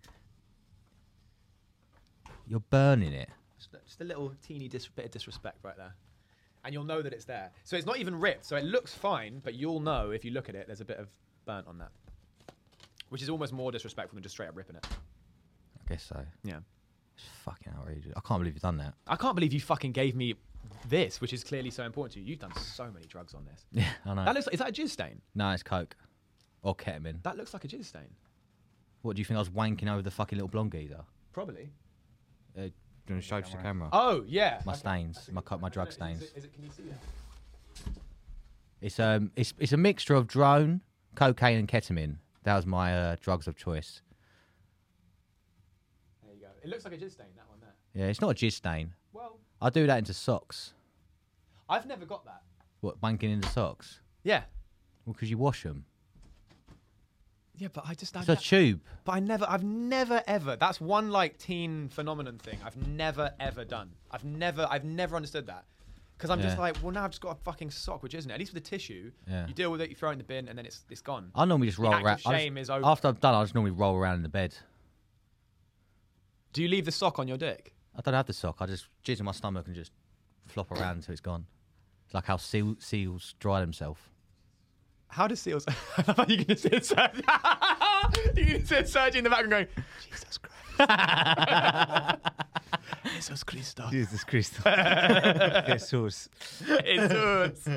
Speaker 1: You're burning it.
Speaker 2: Just a- Just a little teeny dis- bit of disrespect right there. And you'll know that it's there. So it's not even ripped, so it looks fine, but you'll know if you look at it, there's a bit of burnt on that. Which is almost more disrespectful than just straight up ripping it.
Speaker 1: I guess so.
Speaker 2: Yeah.
Speaker 1: It's fucking outrageous. I can't believe you've done that.
Speaker 2: I can't believe you fucking gave me this, which is clearly so important to you. You've done so many drugs on this.
Speaker 1: Yeah, I know.
Speaker 2: That looks like, is that a jizz stain?
Speaker 1: no, it's coke or ketamine.
Speaker 2: That looks like a jizz stain.
Speaker 1: What do you think I was wanking over the fucking little blonde geezer?
Speaker 2: Probably.
Speaker 1: Uh, do you want to show it to the camera?
Speaker 2: Oh, yeah.
Speaker 1: My
Speaker 2: Okay.
Speaker 1: stains,
Speaker 2: That's a
Speaker 1: my
Speaker 2: good
Speaker 1: cu- my
Speaker 2: sign.
Speaker 1: drug
Speaker 2: Is it- is
Speaker 1: stains.
Speaker 2: it- is it- can you see that?
Speaker 1: It's um, it's it's a mixture of drone, cocaine, and ketamine. That was my uh, drugs of choice.
Speaker 2: There you go. It looks like a jizz stain, that one there.
Speaker 1: Yeah, it's not a jizz stain.
Speaker 2: Well,
Speaker 1: I do that into socks.
Speaker 2: I've never got that.
Speaker 1: What wanking into socks?
Speaker 2: Yeah.
Speaker 1: Well, because you wash them.
Speaker 2: Yeah, but I just.
Speaker 1: It's a tube.
Speaker 2: But I never, I've never ever. That's one like teen phenomenon thing. I've never ever done. I've never, I've never understood that. Because I'm just
Speaker 1: Yeah.
Speaker 2: like, well, now I've just got a fucking sock, which isn't it? At least with the tissue,
Speaker 1: Yeah.
Speaker 2: you deal with it, you throw it in the bin, and then it's it's gone.
Speaker 1: I normally just roll
Speaker 2: act of
Speaker 1: around. I
Speaker 2: shame
Speaker 1: just,
Speaker 2: is over.
Speaker 1: After I'm done, I just normally roll around in the bed.
Speaker 2: Do you leave the sock on your dick?
Speaker 1: I don't have the sock. I just jizz in my stomach and just flop around until it's gone. It's like how seal, seals dry themselves.
Speaker 2: How does seals? I love how you can just hear Serge. you can just hear Serge in the background going, Jesus Christ. Jesus Christo.
Speaker 3: Jesus Christ. Jesus.
Speaker 2: It's us.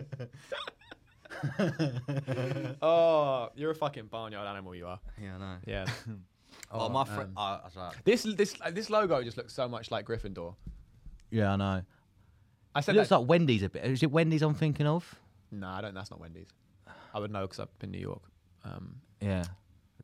Speaker 2: oh, you're a fucking barnyard animal, you are.
Speaker 1: Yeah, I know.
Speaker 2: Yeah.
Speaker 1: Oh, my friend. oh, that's right.
Speaker 2: This this this logo just looks so much like Gryffindor.
Speaker 1: Yeah, I know.
Speaker 2: I
Speaker 1: It
Speaker 2: said
Speaker 1: looks
Speaker 2: that.
Speaker 1: like Wendy's a bit. Is it Wendy's I'm thinking of?
Speaker 2: Nah, I don't. That's not Wendy's. I would know because I've been in New York. Um,
Speaker 1: Yeah.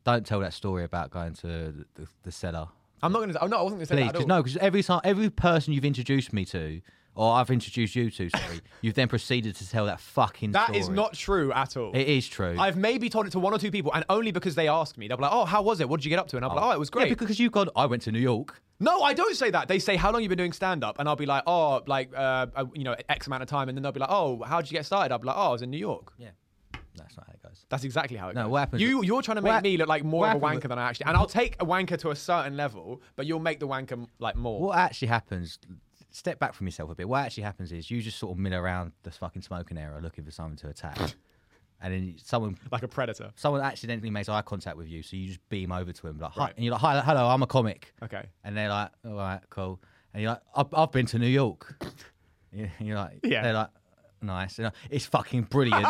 Speaker 1: Don't tell that story about going to the, the, the cellar.
Speaker 2: I'm not gonna. Oh no, I wasn't gonna say
Speaker 1: Please,
Speaker 2: that. At all.
Speaker 1: because no, because every time, every person you've introduced me to, or I've introduced you to, sorry, you've then proceeded to tell that fucking.
Speaker 2: that
Speaker 1: story.
Speaker 2: is not true at all.
Speaker 1: It is true.
Speaker 2: I've maybe told it to one or two people, and only because they asked me. They'll be like, "Oh, how was it? What did you get up to?" And I'll be like, "Oh, it was great."
Speaker 1: Yeah, because you've gone. I went to New York.
Speaker 2: no, I don't say that. They say, "How long you been doing stand up?" And I'll be like, "Oh, like uh, uh, you know, X amount of time." And then they'll be like, "Oh, how did you get started?" I'll be like, "Oh, I was in New York."
Speaker 1: Yeah. That's not how it goes.
Speaker 2: That's exactly how it
Speaker 1: No,
Speaker 2: goes.
Speaker 1: what happens-
Speaker 2: You, you're trying to make
Speaker 1: what-
Speaker 2: me look like more
Speaker 1: what
Speaker 2: of a wanker
Speaker 1: happened-
Speaker 2: than I actually. And I'll take a wanker to a certain level, but you'll make the wanker like more.
Speaker 1: What actually happens? Step back from yourself a bit. What actually happens is you just sort of mill around the fucking smoking area looking for someone to attack, and then someone
Speaker 2: like a predator.
Speaker 1: someone accidentally makes eye contact with you, so you just beam over to him like, hi,
Speaker 2: Right.
Speaker 1: and you're like, hi, hello, I'm a comic.
Speaker 2: Okay.
Speaker 1: And they're like, all right, cool. And you're like, I've, I've been to New York. Yeah, you're like,
Speaker 2: Yeah.
Speaker 1: They're like, nice. You're like, it's fucking brilliant.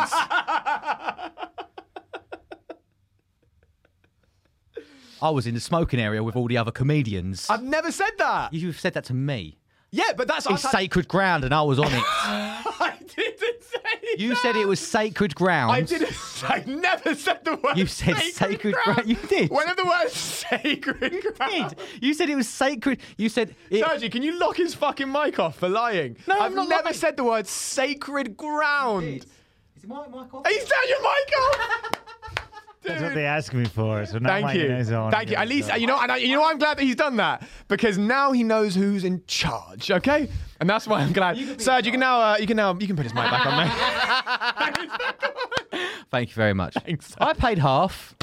Speaker 1: I was in the smoking area with all the other comedians.
Speaker 2: I've never said that.
Speaker 1: You've said that to me.
Speaker 2: Yeah, but that's
Speaker 1: It's sacred ground, and I was on it.
Speaker 2: I didn't say.
Speaker 1: You said it was sacred ground.
Speaker 2: I didn't. say- I never said the word.
Speaker 1: You said sacred ground. You did.
Speaker 2: One of the words, sacred
Speaker 1: You
Speaker 2: ground.
Speaker 1: did. You said it was sacred. You said it,
Speaker 2: Sergi, can you lock his fucking mic off for lying?
Speaker 1: No, I'm
Speaker 2: I've
Speaker 1: not
Speaker 2: never
Speaker 1: lying.
Speaker 2: said the word sacred ground.
Speaker 1: Is my mic off?
Speaker 2: He's turned your mic off.
Speaker 3: That's what they asked me for. So now
Speaker 2: Thank
Speaker 3: mine
Speaker 2: you.
Speaker 3: is on.
Speaker 2: Thank you. At least you know. And I, you know, I'm glad that he's done that because now he knows who's in charge. Okay, and that's why I'm glad. Serge, you can now. Uh, you can now. You can put his mic back on there.
Speaker 1: Thank you very much.
Speaker 2: Thanks.
Speaker 1: I paid half.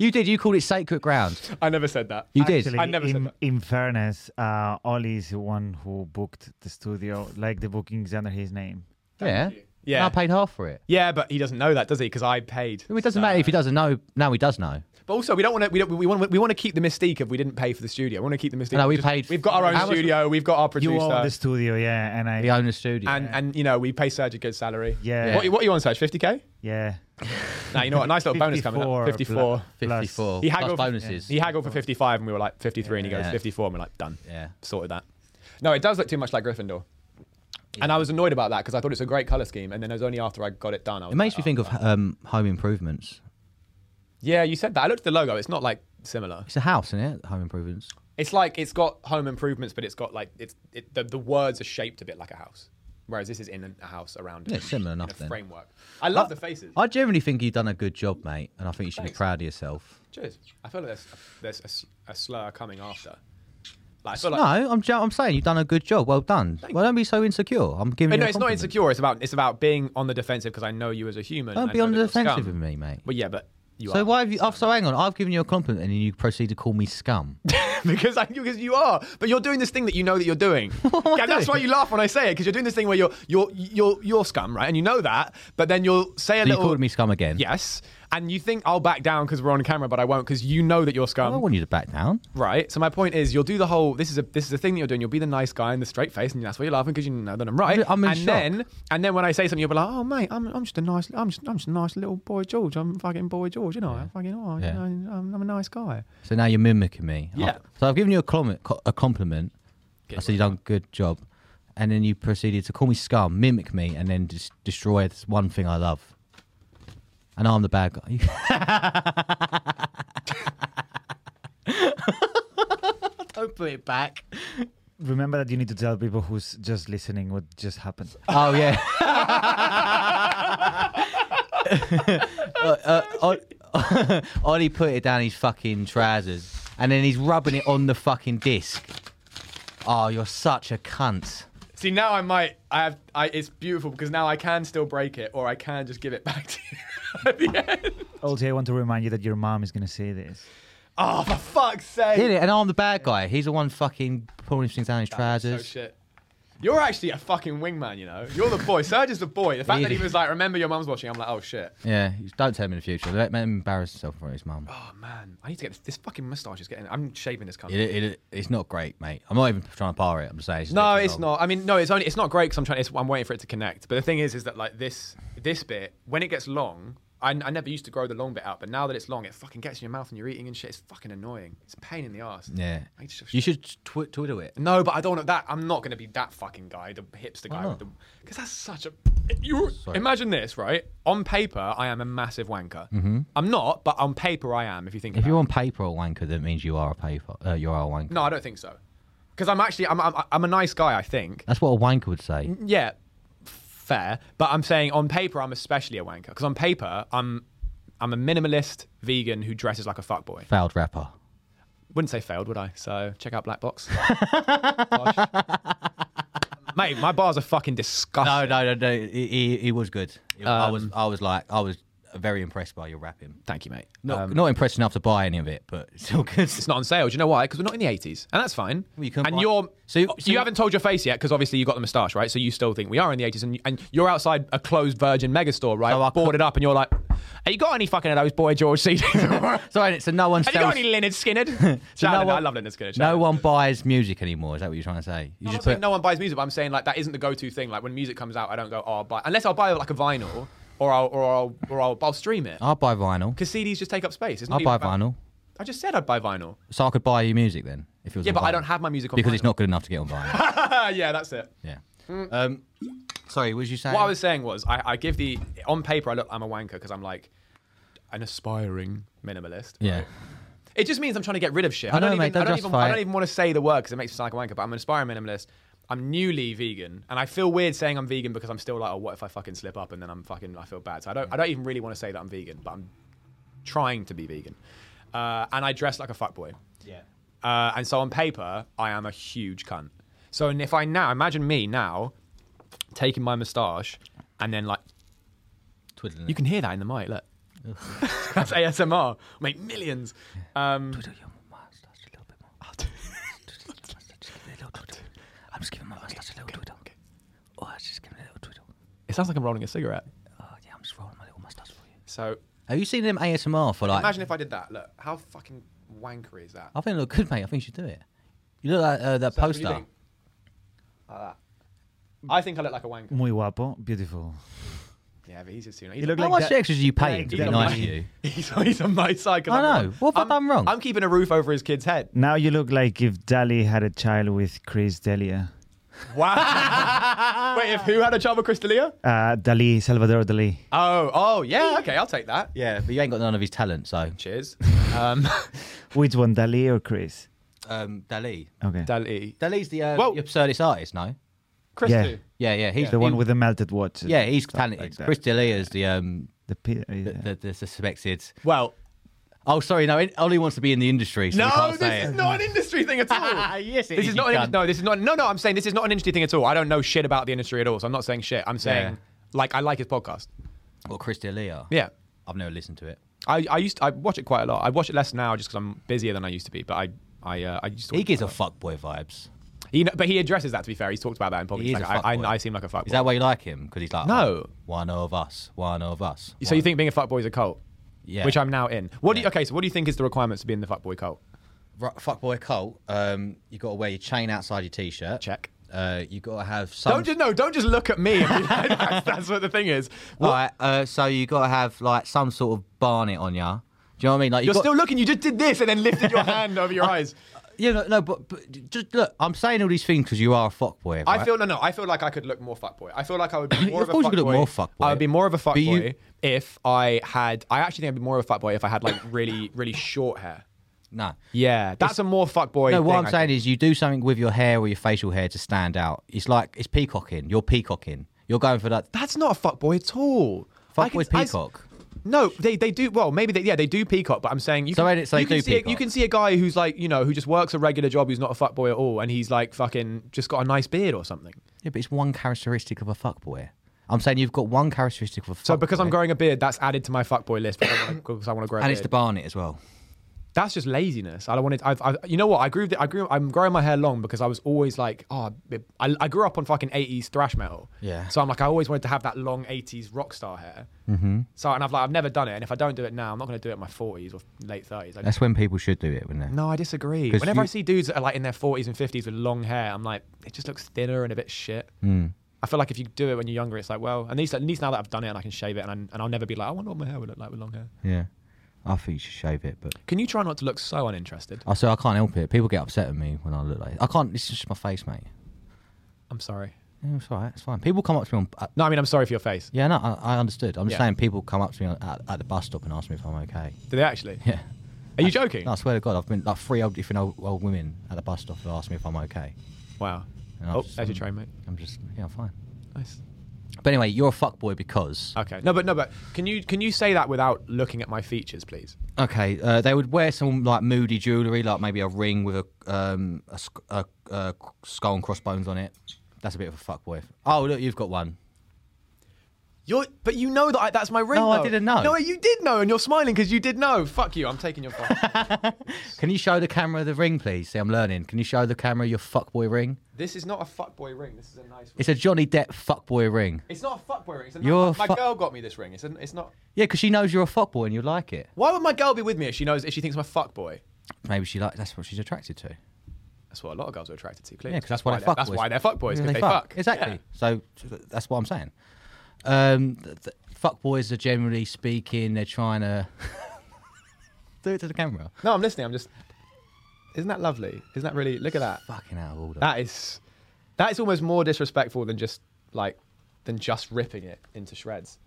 Speaker 1: You did. You called it sacred ground.
Speaker 2: I never said that.
Speaker 1: You did.
Speaker 3: Actually,
Speaker 2: I never said
Speaker 3: in,
Speaker 2: that.
Speaker 3: in fairness, uh, Ollie is the one who booked the studio, like the bookings under his name.
Speaker 1: yeah.
Speaker 2: Yeah.
Speaker 1: And I paid half for it.
Speaker 2: Yeah, but he doesn't know that, does he? Because I paid.
Speaker 1: It doesn't matter if he doesn't know. Now he does know.
Speaker 2: But also, we don't want to. We, don't- we want. We want to keep the mystique of we didn't pay for the studio. We want to keep the mystique.
Speaker 1: No,
Speaker 2: of
Speaker 1: we
Speaker 2: just-
Speaker 1: paid-
Speaker 2: We've got our
Speaker 1: How
Speaker 2: own
Speaker 1: much-
Speaker 2: studio. We've got our producer.
Speaker 3: You own the studio, yeah, and I,
Speaker 1: He owned the studio.
Speaker 2: and and you know we pay Serge a good salary.
Speaker 3: Yeah.
Speaker 2: What what are you on Serge? Fifty k?
Speaker 3: yeah,
Speaker 2: Nah, you know what? A nice little bonus coming
Speaker 3: 54
Speaker 2: up. Fifty four.
Speaker 3: plus-
Speaker 1: 54
Speaker 2: He
Speaker 1: plus
Speaker 2: haggled-
Speaker 1: bonuses.
Speaker 2: He haggled for fifty five, and we were like fifty three, and he goes
Speaker 1: Yeah.
Speaker 2: fifty four, and we're like done.
Speaker 1: Yeah.
Speaker 2: Sorted that. No, it does look too much like Gryffindor. And I was annoyed about that because I thought it's a great color scheme, and then it was only after I got it done. I was
Speaker 1: It makes me
Speaker 2: like,
Speaker 1: think
Speaker 2: oh.
Speaker 1: of um, home improvements.
Speaker 2: Yeah, you said that. I looked at the logo. It's not like similar.
Speaker 1: It's a house, isn't it? Home improvements.
Speaker 2: It's like it's got home improvements, but it's got like it's it, the, the words are shaped a bit like a house. Whereas this is in a house around
Speaker 1: Yeah,
Speaker 2: it,
Speaker 1: similar
Speaker 2: in
Speaker 1: enough
Speaker 2: a
Speaker 1: then.
Speaker 2: framework. I love
Speaker 1: I-
Speaker 2: the faces.
Speaker 1: I generally think you've done a good job, mate, and I think you should
Speaker 2: Thanks.
Speaker 1: be proud of yourself.
Speaker 2: Cheers. I feel like there's there's a s- a, slur coming after. Like, I feel like,
Speaker 1: No, I'm, ju- I'm saying you've done a good job. Well done. Well, don't be so insecure. I'm giving
Speaker 2: But
Speaker 1: you.
Speaker 2: no,
Speaker 1: a
Speaker 2: it's not
Speaker 1: compliment.
Speaker 2: insecure. It's about it's about being on the defensive because I know you as a human. and
Speaker 1: Don't
Speaker 2: I
Speaker 1: be
Speaker 2: know
Speaker 1: on the
Speaker 2: that you're
Speaker 1: defensive
Speaker 2: scum.
Speaker 1: with me, mate.
Speaker 2: But yeah, but you
Speaker 1: so
Speaker 2: are.
Speaker 1: why have you? Oh, so hang on. I've given you a compliment, and you proceed to call me scum.
Speaker 2: because I, because you are, but you're doing this thing that you know that you're doing.
Speaker 1: am I
Speaker 2: Yeah, that's why
Speaker 1: doing?
Speaker 2: you laugh when I say it because you're doing this thing where you're you're you're you're scum, right? And you know that, but then you'll say a
Speaker 1: So you
Speaker 2: little.
Speaker 1: called me scum again.
Speaker 2: Yes, and you think I'll back down because we're on camera, but I won't because you know that you're
Speaker 1: I
Speaker 2: scum,
Speaker 1: don't want you to back down.
Speaker 2: right? So my point is, you'll do the whole. This is a this is a thing that you're doing. You'll be the nice guy in the straight face, and that's why you're laughing because you know that I'm right.
Speaker 1: I'm in
Speaker 2: and
Speaker 1: shock.
Speaker 2: then and then when I say something, you'll be like, "Oh mate, I'm, I'm just a nice I'm just I'm just a nice little boy George. I'm fucking boy George, you know? I'm fucking oh, you
Speaker 1: Yeah.
Speaker 2: know, I'm, I'm a nice guy."
Speaker 1: So now you're mimicking me.
Speaker 2: Yeah.
Speaker 1: I've- so I've given you a compliment. A compliment.
Speaker 2: Get
Speaker 1: I said you've done a good job, and then you proceeded to call me scum, mimic me, and then just destroy this one thing I love. And I'm the bad guy. Don't put it back.
Speaker 3: Remember that you need to tell people who's just listening what just happened.
Speaker 1: Oh yeah. uh, uh, Ol- Ollie put it down his fucking trousers, and then he's rubbing it on the fucking disc. Oh, you're such a cunt.
Speaker 2: See, now I might. I have. I, it's beautiful because now I can still break it, or I can just give it back to you at the end.
Speaker 3: Also, I want to remind you that your mom is going to see this.
Speaker 2: Oh, for fuck's
Speaker 1: Did
Speaker 2: sake!
Speaker 1: it? And I'm the bad guy. He's the one fucking pulling his things down his
Speaker 2: So
Speaker 1: trousers.
Speaker 2: shit. You're actually a fucking wingman, you know. You're the boy. Serge is the boy. The fact that he was like, "Remember, your mum's watching." I'm like, "Oh shit."
Speaker 1: yeah, you- don't tell him in the future. Let let him embarrass himself in front of his mum.
Speaker 2: Oh man, I need to get this. This fucking mustache is getting. I'm shaving this cunt.
Speaker 1: It, it, it's not great, mate. I'm not even trying to bar it. I'm just saying. just
Speaker 2: No,
Speaker 1: takes
Speaker 2: it's
Speaker 1: long.
Speaker 2: not. I mean, no, it's only. It's not great because I'm trying. It's, I'm waiting for it to connect. But the thing is, is that like this, this bit when it gets long. I, I never used to grow the long bit out, but now that it's long, it fucking gets in your mouth and you're eating and shit. It's fucking annoying. It's a pain in the ass.
Speaker 1: Yeah.
Speaker 2: I just-
Speaker 1: You should tw- twiddle it.
Speaker 2: No, but I don't know that. I'm not going to be that fucking guy, the hipster guy,
Speaker 1: not?
Speaker 2: because that's such a. You imagine this, right? On paper, I am a massive wanker. I'm not, but on paper, I am. If you think
Speaker 1: Mm-hmm. If
Speaker 2: about
Speaker 1: you're on paper a wanker, that means you are a paper. Uh, you are a wanker.
Speaker 2: it. no, I don't think so, because I'm actually I'm, I'm I'm a nice guy. I think.
Speaker 1: That's what a wanker would say.
Speaker 2: Yeah, fair. But I'm saying on paper, I'm especially a wanker because on paper, I'm I'm a minimalist vegan who dresses like a fuckboy.
Speaker 1: Failed rapper.
Speaker 2: Wouldn't say failed, would I? So check out Black Box. Mate, my bars are fucking disgusting.
Speaker 1: No, no, no, no. He, he, he was good. I
Speaker 2: Um,
Speaker 1: was, I was like, I was very impressed by your rapping. Um,
Speaker 2: Thank you, mate.
Speaker 1: Not, not impressed enough to buy any of it, but still good.
Speaker 2: It's not on sale. Do you know why? Because we're not in the 80s, and that's fine.
Speaker 1: Well, you couldn't
Speaker 2: and
Speaker 1: buy-
Speaker 2: you're so
Speaker 1: So
Speaker 2: you,
Speaker 1: you- so you-
Speaker 2: haven't told your face yet because obviously you got the moustache, right? So you still think we are in the 80s, and, and you're outside a closed Virgin megastore, right?
Speaker 1: So I cou-
Speaker 2: Boarded up, and you're like, "Hey, you got any fucking of those boy George CDs?
Speaker 1: Sorry, so no one
Speaker 2: Have you got
Speaker 1: sells.
Speaker 2: any Leonard Skinner?
Speaker 1: so no one-
Speaker 2: I love Leonard Skinner. Shout out
Speaker 1: No
Speaker 2: Leonard
Speaker 1: one
Speaker 2: Skinner.
Speaker 1: buys music anymore. Is that what you're trying to say? You
Speaker 2: I'm not
Speaker 1: just
Speaker 2: saying
Speaker 1: put
Speaker 2: no one buys music, but I'm saying like that isn't the go-to thing. Like when music comes out, I don't go, "Oh, I'll buy," unless I'll buy like a vinyl, or I'll or I'll or I'll, I'll stream it.
Speaker 1: I'll buy vinyl.
Speaker 2: Because CDs just take up space. It's not
Speaker 1: Oh. I'll
Speaker 2: even
Speaker 1: buy
Speaker 2: about-
Speaker 1: vinyl.
Speaker 2: I just said I'd buy vinyl.
Speaker 1: So I could buy you music then. If it was
Speaker 2: Yeah,
Speaker 1: on
Speaker 2: but I
Speaker 1: vinyl.
Speaker 2: don't have my music on
Speaker 1: because it's
Speaker 2: vinyl.
Speaker 1: not good enough to get on vinyl.
Speaker 2: yeah, that's it.
Speaker 1: yeah. Um, sorry, was you saying?
Speaker 2: What I was saying was, I, I give the on paper, I look, I'm a wanker because I'm like an aspiring minimalist.
Speaker 1: Yeah.
Speaker 2: It just means I'm trying to get rid of shit. I,
Speaker 1: I know,
Speaker 2: don't,
Speaker 1: mate,
Speaker 2: even, I,
Speaker 1: don't
Speaker 2: don't even,
Speaker 1: justify
Speaker 2: I don't
Speaker 1: it.
Speaker 2: even want to say the word because it makes me sound like a wanker. But I'm an aspiring minimalist. I'm newly vegan, and I feel weird saying I'm vegan because I'm still like, oh, what if I fucking slip up and then I'm fucking, I feel bad. So I don't, I don't even really want to say that I'm vegan, but I'm trying to be vegan. Uh, and I dress like a fuckboy.
Speaker 1: Yeah.
Speaker 2: Uh, and so on paper, I am a huge cunt. So and if I now imagine me now taking my moustache and then like
Speaker 1: Twiddling.
Speaker 2: you can hear that in the mic. Look, that's ASMR. Make millions. Um,
Speaker 1: Twiddle your mustache a little bit more. Twiddle your mustache, just give it a little twiddle. I'm just giving my mustache a little twiddle. Oh, I was just giving it a little twiddle.
Speaker 2: it sounds like I'm rolling a cigarette.
Speaker 1: Oh, yeah, I'm just rolling my little mustache for you.
Speaker 2: So
Speaker 1: Have you seen them ASMR for like?
Speaker 2: imagine if I did that. Look, how fucking wankery is that?
Speaker 1: I think it look good, mate. I think you should do it. You look like uh, that
Speaker 2: So what do you
Speaker 1: poster.
Speaker 2: think? Like that. I think I look like a wanker.
Speaker 3: Muy guapo, beautiful.
Speaker 2: Yeah, but he's just you know,
Speaker 3: You
Speaker 2: he's,
Speaker 3: look
Speaker 2: a,
Speaker 1: How
Speaker 3: like
Speaker 1: much
Speaker 3: that-
Speaker 1: extras are you
Speaker 3: like
Speaker 1: paying to
Speaker 2: he's,
Speaker 1: be
Speaker 3: that-
Speaker 2: on
Speaker 1: nice
Speaker 2: my,
Speaker 1: to you?
Speaker 2: he's, he's on my side. 'cause
Speaker 1: I
Speaker 2: I'm
Speaker 1: know.
Speaker 2: wrong.
Speaker 1: What have I
Speaker 2: I'm-
Speaker 1: done wrong?
Speaker 2: I'm keeping a roof over his kid's head.
Speaker 3: Now you look like if Dali had a child with Chris Delia.
Speaker 2: Wow. Wait, if who had a child with Crystalia?
Speaker 3: Uh, Dali, Salvador Dali.
Speaker 2: Oh, oh yeah. Okay, I'll take that.
Speaker 1: Yeah, but you ain't got none of his talent, so.
Speaker 2: Cheers. Um,
Speaker 3: Which one, Dali or Chris?
Speaker 1: Um, Dali.
Speaker 3: Okay.
Speaker 2: Dali.
Speaker 1: Dali's the uh,
Speaker 2: Well-
Speaker 1: absurdist artist, no?
Speaker 2: Christy.
Speaker 3: Yeah.
Speaker 1: Yeah, yeah, he's
Speaker 3: the one
Speaker 1: he-
Speaker 3: with the melted watch.
Speaker 1: Yeah, he's
Speaker 3: Stuff like
Speaker 1: talented.
Speaker 3: that.
Speaker 1: Chris D'Elia is the um
Speaker 3: The, pi- uh,
Speaker 1: the,
Speaker 3: yeah.
Speaker 1: the, the suspected.
Speaker 2: Well,
Speaker 1: Oh, sorry, no, it only wants to be in the industry. So we
Speaker 2: no,
Speaker 1: can't
Speaker 2: this
Speaker 1: say
Speaker 2: is
Speaker 1: it.
Speaker 2: not an industry thing at all.
Speaker 1: yes, it
Speaker 2: This is
Speaker 1: you
Speaker 2: not. An,
Speaker 1: cunt.
Speaker 2: no, this is not. No, no. I'm saying this is not an industry thing at all. I don't know shit about the industry at all. So I'm not saying shit. I'm saying
Speaker 1: Yeah.
Speaker 2: like I like his podcast.
Speaker 1: What Chris D'Elia?
Speaker 2: Yeah.
Speaker 1: I've never listened to it.
Speaker 2: I, I used to, I watch it quite a lot. I watch it less now just because I'm busier than I used to be. But I I uh, I used to.
Speaker 1: He
Speaker 2: watch
Speaker 1: gives
Speaker 2: it
Speaker 1: a
Speaker 2: lot.
Speaker 1: fuckboy vibes.
Speaker 2: He kn- but he addresses that. To be fair, he's talked about that in podcasts.
Speaker 1: He is
Speaker 2: Like,
Speaker 1: a
Speaker 2: I-
Speaker 1: fuckboy.
Speaker 2: I, I seem like a fuckboy.
Speaker 1: Is that why you like him? Because he's like,
Speaker 2: No.
Speaker 1: oh, one of us, one of us.
Speaker 2: so you think being a fuckboy is a cult?
Speaker 1: Yeah.
Speaker 2: Which I'm now in. What do you,
Speaker 1: Yeah.
Speaker 2: okay? So what do you think is the requirements to be in the fuckboy cult?
Speaker 1: Ru- fuckboy cult? Um, you got to wear your chain outside your t-shirt.
Speaker 2: Check.
Speaker 1: Uh, you got to have some.
Speaker 2: Don't just no. Don't just look at me. and be like, that's, that's what the thing is.
Speaker 1: All right. Uh, so you got to have like some sort of barnet on ya. Do you know what I mean? Like you
Speaker 2: You're
Speaker 1: got,
Speaker 2: still looking. You just did this and then lifted your hand over your eyes.
Speaker 1: Yeah, no, no but, but just look. I'm saying all these things because you are a fuckboy. Right?
Speaker 2: I feel no, no. I feel like I could look more fuckboy. I feel like I would be more
Speaker 1: Of
Speaker 2: of,
Speaker 1: course
Speaker 2: a fuckboy.
Speaker 1: you could look more fuckboy.
Speaker 2: I would be more of a
Speaker 1: But you-
Speaker 2: fuckboy if I had. I actually think I'd be more of a fuckboy if I had like really, really short hair.
Speaker 1: no.
Speaker 2: Yeah, that's a more fuckboy.
Speaker 1: No, what
Speaker 2: thing,
Speaker 1: I'm
Speaker 2: I
Speaker 1: saying
Speaker 2: think.
Speaker 1: is you do something with your hair or your facial hair to stand out. It's like it's peacocking. You're peacocking. You're going for that
Speaker 2: that's not a fuckboy at all. I
Speaker 1: fuckboy
Speaker 2: can- I-
Speaker 1: peacock.
Speaker 2: No, they, they do well. Maybe they yeah they do peacock, but I'm saying you
Speaker 1: So
Speaker 2: can,
Speaker 1: they- so
Speaker 2: you,
Speaker 1: they
Speaker 2: can
Speaker 1: do
Speaker 2: see a, you
Speaker 1: peacock.
Speaker 2: can see a guy who's like you know who just works a regular job who's not a fuckboy at all, and he's like fucking just got a nice beard or something.
Speaker 1: yeah, but it's one characteristic of a fuckboy. I'm saying you've got one characteristic of a fuckboy.
Speaker 2: So because I'm growing a beard, that's added to my fuckboy list because I wanna- 'cause I want to grow. a
Speaker 1: and it's
Speaker 2: beard.
Speaker 1: the barnet as well.
Speaker 2: that's just laziness. I don't want it. I've, i you know what? I grew. I grew. I'm growing my hair long because I was always like, oh, I, I grew up on fucking 80s thrash metal.
Speaker 1: Yeah.
Speaker 2: So I'm like, I always wanted to have that long 80s rock star hair. Mm-hmm. So and I've like, I've never done it, and if I don't do it now, I'm not going to do it in my 40s or late 30s. I
Speaker 1: That's when people should do it, wouldn't they?
Speaker 2: no, I disagree.
Speaker 1: 'Cause
Speaker 2: Whenever I
Speaker 1: you-
Speaker 2: see dudes that are like in their 40s and 50s with long hair, I'm like, it just looks thinner and a bit shit.
Speaker 1: Hmm.
Speaker 2: I feel like if you do it when you're younger, it's like, well, at least at least now that I've done it and I can shave it, and, I'm, and I'll never be like, I wonder what my hair would look like with long hair.
Speaker 1: Yeah, I think you should shave it, but
Speaker 2: Can you try not to look so uninterested?
Speaker 1: I say I can't help it. People get upset at me when I look like I can't. This is just my face, mate.
Speaker 2: I'm sorry.
Speaker 1: Yeah, it's all right. It's fine. People come up to me on. Uh,
Speaker 2: No, I mean, I'm sorry for your face.
Speaker 1: yeah, no, I, I understood. I'm just
Speaker 2: Yeah.
Speaker 1: saying people come up to me on- at, at the bus stop and ask me if I'm okay.
Speaker 2: Do they actually?
Speaker 1: Yeah.
Speaker 2: Are you joking?
Speaker 1: No, I swear to God, I've been like three old, different old, old women at the bus stop who asked me if I'm okay.
Speaker 2: Wow.
Speaker 1: And I've
Speaker 2: Oh,
Speaker 1: just-
Speaker 2: there's your train, mate.
Speaker 1: I'm just, yeah, I'm fine.
Speaker 2: Nice.
Speaker 1: But anyway, you're a fuckboy because.
Speaker 2: Okay. No, but no, but can you can you say that without looking at my features, please?
Speaker 1: Okay, uh, they would wear some like moody jewellery, like maybe a ring with a, um, a, sc- a, a skull and crossbones on it. That's a bit of a fuckboy. Oh, look, you've got one.
Speaker 2: You're, but you know that I, that's my ring.
Speaker 1: No, I
Speaker 2: though.
Speaker 1: didn't know.
Speaker 2: No, you did know, and you're smiling because you did know. Fuck you. I'm taking your phone.
Speaker 1: Can you show the camera the ring, please? See, I'm learning. Can you show the camera your fuckboy ring?
Speaker 2: This is not a fuckboy ring. This is a nice ring. It's,
Speaker 1: It's a Johnny Depp fuckboy ring.
Speaker 2: not a fuckboy ring. It's a
Speaker 1: You're
Speaker 2: nice,
Speaker 1: a
Speaker 2: my
Speaker 1: fuck-
Speaker 2: girl got me this ring. It's, an, it's not.
Speaker 1: Yeah, because she knows you're a fuckboy and you like it.
Speaker 2: Why would my girl be with me if she knows if she thinks I'm a fuckboy?
Speaker 1: Maybe she like that's what she's attracted to.
Speaker 2: That's what a lot of girls are attracted to. Clearly,
Speaker 1: Yeah, because that's why they
Speaker 2: they're-
Speaker 1: fuck.
Speaker 2: That's
Speaker 1: boys.
Speaker 2: why they're fuckboys.
Speaker 1: Yeah,
Speaker 2: because they fuck.
Speaker 1: Exactly. So th- that's what I'm saying. Um, th- th- fuck boys are generally speaking, they're trying to do it to the camera.
Speaker 2: No, I'm listening. I'm just. Isn't that lovely? Isn't that really? Look at that.
Speaker 1: Fucking out of order.
Speaker 2: That is, that is almost more disrespectful than just like, than just ripping it into shreds.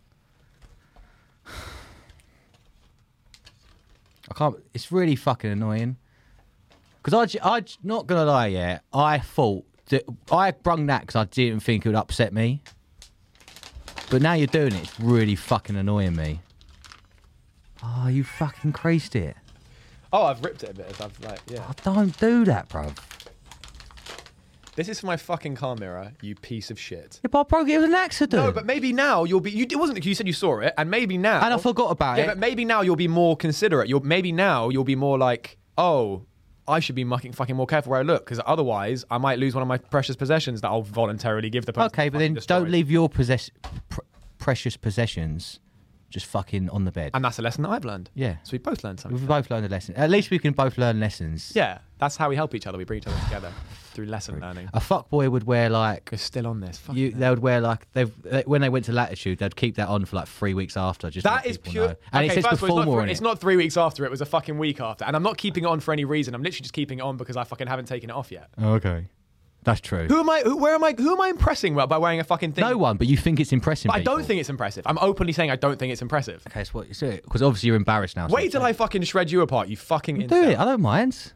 Speaker 1: I can't. It's really fucking annoying. Because I, j- I, j- not gonna lie, yeah, I thought that I brung that because I didn't think it would upset me. But now you're doing it, it's really fucking annoying me. Oh, you fucking creased it.
Speaker 2: Oh, I've ripped it a bit. as I've like, yeah.
Speaker 1: I don't do that, bro. Yeah,
Speaker 2: This is for my fucking car mirror. You piece of shit.
Speaker 1: but I broke it with an accident.
Speaker 2: No, but maybe now you'll be. You, it wasn't. You said you saw it, and maybe now.
Speaker 1: And I forgot about
Speaker 2: yeah,
Speaker 1: it.
Speaker 2: but maybe now you'll be more considerate. You'll maybe now you'll be more like, oh, I should be mucking, fucking more careful where I look, because otherwise I might lose one of my precious possessions that I'll voluntarily give the person.
Speaker 1: Okay, but
Speaker 2: fucking
Speaker 1: then
Speaker 2: destroyed.
Speaker 1: don't leave your possess- pr- precious possessions just fucking on the bed.
Speaker 2: And that's a lesson that I've learned.
Speaker 1: Yeah.
Speaker 2: So we both learned something.
Speaker 1: We've both learned a lesson. At least we can both learn lessons.
Speaker 2: Yeah, that's how we help each other. We bring each other together through lesson learning.
Speaker 1: A fuckboy would wear like
Speaker 2: We're still on this. Fucking
Speaker 1: you.
Speaker 2: hell.
Speaker 1: They would wear like they they- when they went to latitude. They'd keep that on for like three weeks after. Just
Speaker 2: That
Speaker 1: to let
Speaker 2: is
Speaker 1: people
Speaker 2: pure.
Speaker 1: know.
Speaker 2: okay,
Speaker 1: And it says
Speaker 2: first of all,
Speaker 1: performer
Speaker 2: it's, not
Speaker 1: on
Speaker 2: three,
Speaker 1: it.
Speaker 2: it's not three weeks after. It was a fucking week after, and I'm not keeping it on for any reason. I'm literally just keeping it on because I fucking haven't taken it off yet.
Speaker 1: Oh, okay, that's true.
Speaker 2: Who am I? Who, where am I? Who am I impressing well by wearing a fucking thing?
Speaker 1: no one, but you think it's impressive.
Speaker 2: But I don't think it's impressive. I'm openly saying I don't think it's impressive.
Speaker 1: Okay, so what you say? Because obviously you're embarrassed now. so
Speaker 2: Wait till I fucking shred you apart, you fucking.
Speaker 1: do
Speaker 2: incel.
Speaker 1: it. I don't mind.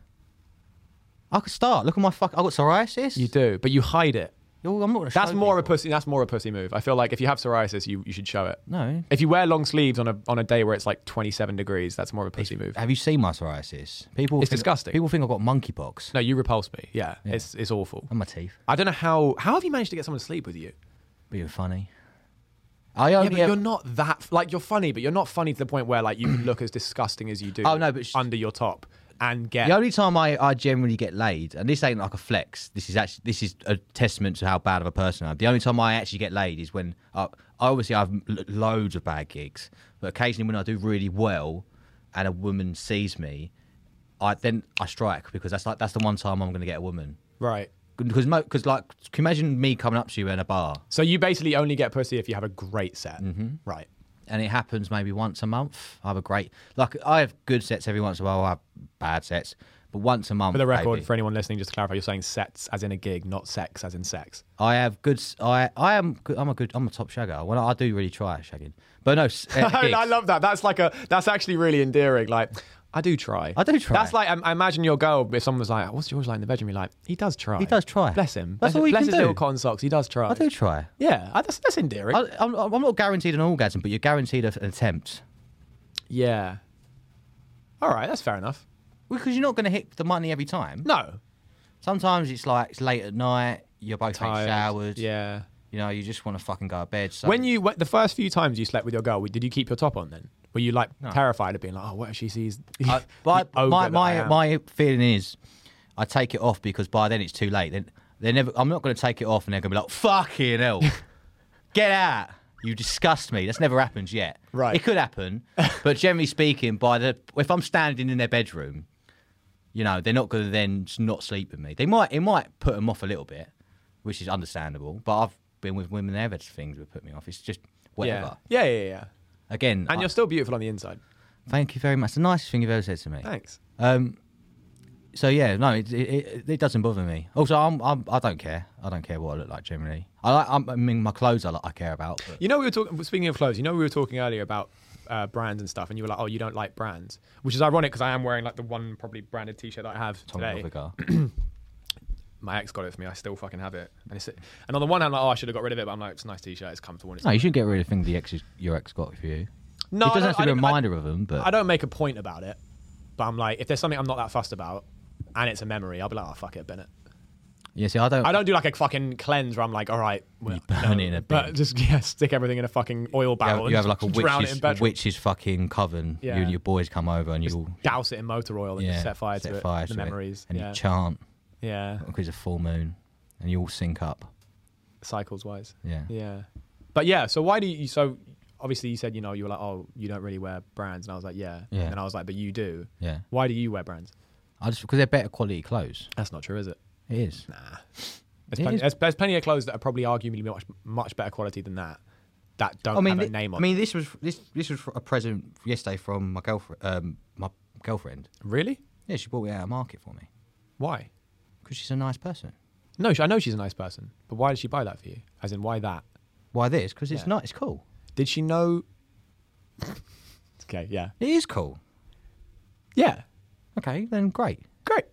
Speaker 1: I could start. Look at my fuck. I got psoriasis.
Speaker 2: You do, but you hide it.
Speaker 1: Yo, I'm not gonna
Speaker 2: That's
Speaker 1: show
Speaker 2: more a
Speaker 1: people.
Speaker 2: pussy. That's more a pussy move. I feel like if you have psoriasis, you, you should show it.
Speaker 1: No.
Speaker 2: If you wear long sleeves on a on a day where it's like 27 degrees, that's more of a pussy move.
Speaker 1: Have you seen my psoriasis? People
Speaker 2: It's
Speaker 1: think-
Speaker 2: disgusting.
Speaker 1: People think I've got monkeypox
Speaker 2: No, you repulse me. Yeah, it's it's awful.
Speaker 1: and my teeth.
Speaker 2: I don't know how how have you managed to get someone to sleep with you?
Speaker 1: Being funny. I
Speaker 2: Yeah,
Speaker 1: only
Speaker 2: but
Speaker 1: ever-
Speaker 2: you're not that like you're funny, but you're not funny to the point where like you can look as disgusting as you do.
Speaker 1: Oh, no, but sh-
Speaker 2: under your top and get.
Speaker 1: The only time I, I generally get laid, and this ain't like a flex. This is actually this is a testament to how bad of a person I am. The only time I actually get laid is when I obviously I have l- loads of bad gigs, but occasionally when I do really well, and a woman sees me, I then I strike because that's like that's the one time I'm going to get a woman.
Speaker 2: Right.
Speaker 1: Because because like can you imagine me coming up to you in a bar
Speaker 2: So you basically only get pussy if you have a great set.
Speaker 1: Mm-hmm.
Speaker 2: Right.
Speaker 1: and it happens maybe once a month. I have a great like I have good sets every once in a while. I have bad sets, but once a month.
Speaker 2: For the record,
Speaker 1: baby.
Speaker 2: for anyone listening, just to clarify, you're saying sets as in a gig, not sex as in sex.
Speaker 1: I have good. s- I I am. good- I'm a good. I'm a top shagger. Well, I do really try at shagging, but no. s- uh,
Speaker 2: I, mean, I
Speaker 1: gigs.
Speaker 2: love that. That's like a. That's actually really endearing. Like, I do try.
Speaker 1: I do try.
Speaker 2: That's like I, I imagine your girl. If someone was like, "Oh, "What's George like in the bedroom?" You're like, "He does try.
Speaker 1: He does try.
Speaker 2: Bless him.
Speaker 1: That's
Speaker 2: bless
Speaker 1: all you
Speaker 2: bless
Speaker 1: can
Speaker 2: his
Speaker 1: do.
Speaker 2: little con socks. He does try.
Speaker 1: I do try.
Speaker 2: Yeah, I- that's that's endearing.
Speaker 1: I, I'm, I'm not guaranteed an orgasm, but you're guaranteed a- an attempt
Speaker 2: yeah. All right, that's fair enough.
Speaker 1: because you're not going to hit the money every time.
Speaker 2: No.
Speaker 1: Sometimes it's like it's late at night. You're both ain't
Speaker 2: Tired.
Speaker 1: showered.
Speaker 2: Yeah.
Speaker 1: You know, you just want to fucking go to bed. So
Speaker 2: When you wh- the first few times you slept with your girl, did you keep your top on then? Were you like terrified of being like, oh, what if she sees?
Speaker 1: I,
Speaker 2: the
Speaker 1: but
Speaker 2: ogre that I
Speaker 1: my my,
Speaker 2: am?"
Speaker 1: my feeling is, I take it off because by then it's too late. Then they never. I'm not going to take it off, and they're going to be like, "Fucking hell, get out! You disgust me." That's never happened yet.
Speaker 2: Right.
Speaker 1: It could happen, but generally speaking, by the if I'm standing in their bedroom, you know, they're not going to then s- not sleep with me. They might. It might put them off a little bit, which is understandable. But I've been with women; they've had things that put me off. It's just whatever.
Speaker 2: Yeah. yeah, yeah, yeah.
Speaker 1: Again,
Speaker 2: And
Speaker 1: I-
Speaker 2: you're still beautiful on the inside.
Speaker 1: thank you very much. It's the nicest thing you've ever said to me.
Speaker 2: Thanks.
Speaker 1: Um, so yeah, no, it, it, it, it doesn't bother me. Also, I'm, I'm I don't care. I don't care what I look like generally. I like I'm, I mean my clothes. I like, I care about. But
Speaker 2: You know, we were talking. Speaking of clothes, you know, we were talking earlier about uh, brands and stuff, and you were like, "Oh, you don't like brands," which is ironic because I am wearing like the one probably branded T-shirt that I have
Speaker 1: Tommy
Speaker 2: today.
Speaker 1: Hilfiger.
Speaker 2: My ex got it for me. I still fucking have it. And it's and on the one hand, I'm like, "Oh, I should have got rid of it," but I'm like, "It's a nice T-shirt. It's comfortable." And it's
Speaker 1: No, you shouldn't get rid of things the ex is, your ex got for you.
Speaker 2: No,
Speaker 1: it doesn't
Speaker 2: I
Speaker 1: have to
Speaker 2: don't-
Speaker 1: be
Speaker 2: I don't-
Speaker 1: a
Speaker 2: I-
Speaker 1: reminder of them. But
Speaker 2: I don't make a point about it, but I'm like, if there's something I'm not that fussed about, and it's a memory, I'll be like, "Oh, fuck it, Bennett."
Speaker 1: yeah, see, I don't.
Speaker 2: I don't do like a fucking cleanse where I'm like, "All right, well,
Speaker 1: burn it in a
Speaker 2: but
Speaker 1: bin.
Speaker 2: just yeah, stick everything in a fucking oil
Speaker 1: You
Speaker 2: barrel.
Speaker 1: have,
Speaker 2: and
Speaker 1: you have like a
Speaker 2: drown it
Speaker 1: witch's,
Speaker 2: in petrol.
Speaker 1: witch's fucking coven.
Speaker 2: Yeah.
Speaker 1: You and your boys come over and you all
Speaker 2: douse it in motor oil and
Speaker 1: yeah,
Speaker 2: just set fire to it.
Speaker 1: fire
Speaker 2: the
Speaker 1: to
Speaker 2: memories.
Speaker 1: and
Speaker 2: yeah.
Speaker 1: you chant
Speaker 2: yeah.
Speaker 1: because it's a full moon, and you all sync up.
Speaker 2: Cycles wise.
Speaker 1: Yeah.
Speaker 2: Yeah. But yeah, so why do you so obviously you said, you know, you were like, Oh, you don't really wear brands and I was like, Yeah.
Speaker 1: Yeah.
Speaker 2: And I was like, But you do.
Speaker 1: Yeah,
Speaker 2: Why do you wear brands?
Speaker 1: I just because they're better quality clothes.
Speaker 2: That's not true, is it?
Speaker 1: It is.
Speaker 2: Nah. There's,
Speaker 1: It
Speaker 2: plenty,
Speaker 1: is.
Speaker 2: there's, there's plenty of clothes that are probably arguably much much better quality than that. That don't have a
Speaker 1: thi-
Speaker 2: name on
Speaker 1: I mean, this was this this was a present yesterday from my girlfriend. Um, my girlfriend.
Speaker 2: it. Really?
Speaker 1: Yeah, she bought it out of market for me
Speaker 2: Why?
Speaker 1: because she's a nice person.
Speaker 2: No, sh- I know she's a nice person, but why did she buy that for you? As in, why that?
Speaker 1: Why this? Because it's
Speaker 2: Yeah.
Speaker 1: not. It's cool.
Speaker 2: Did she know? okay, yeah,
Speaker 1: It is cool.
Speaker 2: yeah,
Speaker 1: Okay, then great.
Speaker 2: great.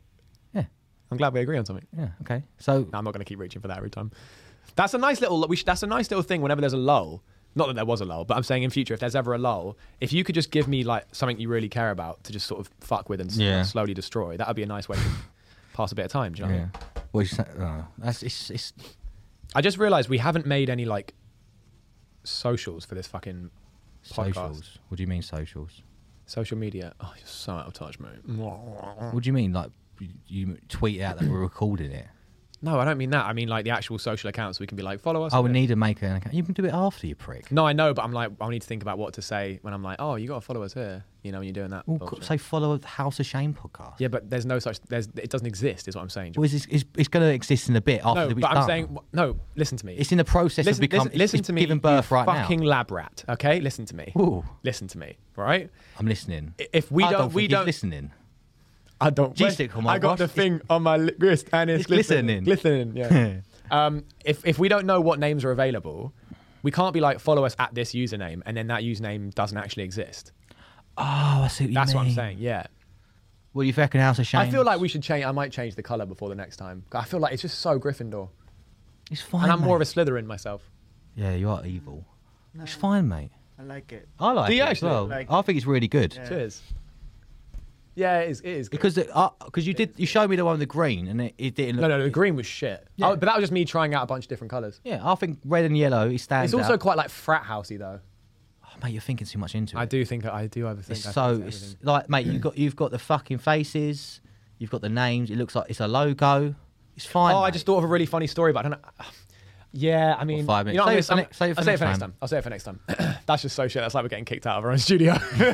Speaker 1: Yeah,
Speaker 2: I'm glad we agree on something.
Speaker 1: yeah. Okay. So
Speaker 2: No, I'm not going to keep reaching for that every time. That's a nice little. We should, that's a nice little thing. Whenever there's a lull, not that there was a lull, but I'm saying in future, if there's ever a lull, if you could just give me like something you really care about to just sort of fuck with and s-
Speaker 1: Yeah.
Speaker 2: slowly destroy, that would be a nice way to pass a bit of time. Do you know what I
Speaker 1: yeah.
Speaker 2: mean?
Speaker 1: Well, it's, uh, that's it's, it's
Speaker 2: I just realised we haven't made any like socials for this fucking podcast.
Speaker 1: socials. What do you mean socials?
Speaker 2: Social media. Oh, you're so out of touch, mate.
Speaker 1: What do you mean like you- you tweet out that we're recording it?
Speaker 2: No, I don't mean that. I mean like the actual social accounts. We can be like, follow us.
Speaker 1: I
Speaker 2: on
Speaker 1: would
Speaker 2: this.
Speaker 1: need to make an account. You can do it after you prick.
Speaker 2: No, I know, but I'm like, I need to think about what to say when I'm like, oh, you got to follow us here. You know, when you're doing that.
Speaker 1: Well,
Speaker 2: bullshit.
Speaker 1: so follow the House of Shame podcast.
Speaker 2: yeah, but there's no such. There's it doesn't exist. Is what I'm saying.
Speaker 1: Well, is this, is, it's going to exist in a bit after
Speaker 2: no,
Speaker 1: the
Speaker 2: but
Speaker 1: week's
Speaker 2: I'm
Speaker 1: done.
Speaker 2: saying no. Listen to me.
Speaker 1: It's in the process
Speaker 2: listen,
Speaker 1: of becoming.
Speaker 2: listen, listen to me.
Speaker 1: Giving
Speaker 2: you
Speaker 1: birth right
Speaker 2: fucking
Speaker 1: now.
Speaker 2: lab rat. Okay, listen to me.
Speaker 1: Ooh,
Speaker 2: Listen to me. Right.
Speaker 1: I'm listening.
Speaker 2: I- If we
Speaker 1: I
Speaker 2: don't,
Speaker 1: don't think
Speaker 2: we
Speaker 1: he's
Speaker 2: don't.
Speaker 1: listening.
Speaker 2: I don't.
Speaker 1: Jesus, come on,
Speaker 2: I got
Speaker 1: Ross,
Speaker 2: the
Speaker 1: it's-
Speaker 2: thing on my li- wrist and it's,
Speaker 1: It's
Speaker 2: glistening. Glistening. Yeah. um, if if we don't know what names are available, we can't be like follow us at this username and then that username doesn't actually exist.
Speaker 1: Oh, I see what you
Speaker 2: That's Ah, what I'm
Speaker 1: mean.
Speaker 2: saying. Yeah.
Speaker 1: Well, you fucking house of shame.
Speaker 2: I feel like we should change. I might change the color before the next time. I feel like it's just so Gryffindor.
Speaker 1: It's fine.
Speaker 2: And I'm more of a
Speaker 1: mate.
Speaker 2: Slytherin myself.
Speaker 1: Yeah, you are evil. It's fine, mate.
Speaker 3: I like it.
Speaker 1: I like
Speaker 2: Do
Speaker 1: it
Speaker 2: you
Speaker 1: as
Speaker 2: actually?
Speaker 1: well.
Speaker 3: Like-
Speaker 1: I think it's really good
Speaker 3: Yeah.
Speaker 2: Cheers. Yeah, it is. It is. good.
Speaker 1: because it- uh 'cause you did you showed me the one with the green and it, it didn't look.
Speaker 2: no, no, the green was shit.
Speaker 1: Yeah.
Speaker 2: Oh, but that was just me trying out a bunch of different colors.
Speaker 1: Yeah, I think red and yellow it stands
Speaker 2: It's also
Speaker 1: out.
Speaker 2: quite like frat housey though.
Speaker 1: Oh, mate, you're thinking too much into it.
Speaker 2: I do think I do overthink.
Speaker 1: It's
Speaker 2: I think
Speaker 1: so
Speaker 2: it's
Speaker 1: it's
Speaker 2: everything.
Speaker 1: like mate, you've got you've got the fucking faces, you've got the names. It looks like it's a logo. It's fine.
Speaker 2: Oh, I
Speaker 1: mate.
Speaker 2: just thought of a really funny story, but I don't know. Yeah, I mean,
Speaker 1: five
Speaker 2: you
Speaker 1: minutes.
Speaker 2: know what
Speaker 1: Save it
Speaker 2: I'm-
Speaker 1: for ne- save it for
Speaker 2: I'll say it
Speaker 1: next
Speaker 2: for next
Speaker 1: time.
Speaker 2: time. I'll say it for next time. That's just so shit. That's like we're getting kicked out of our own studio. I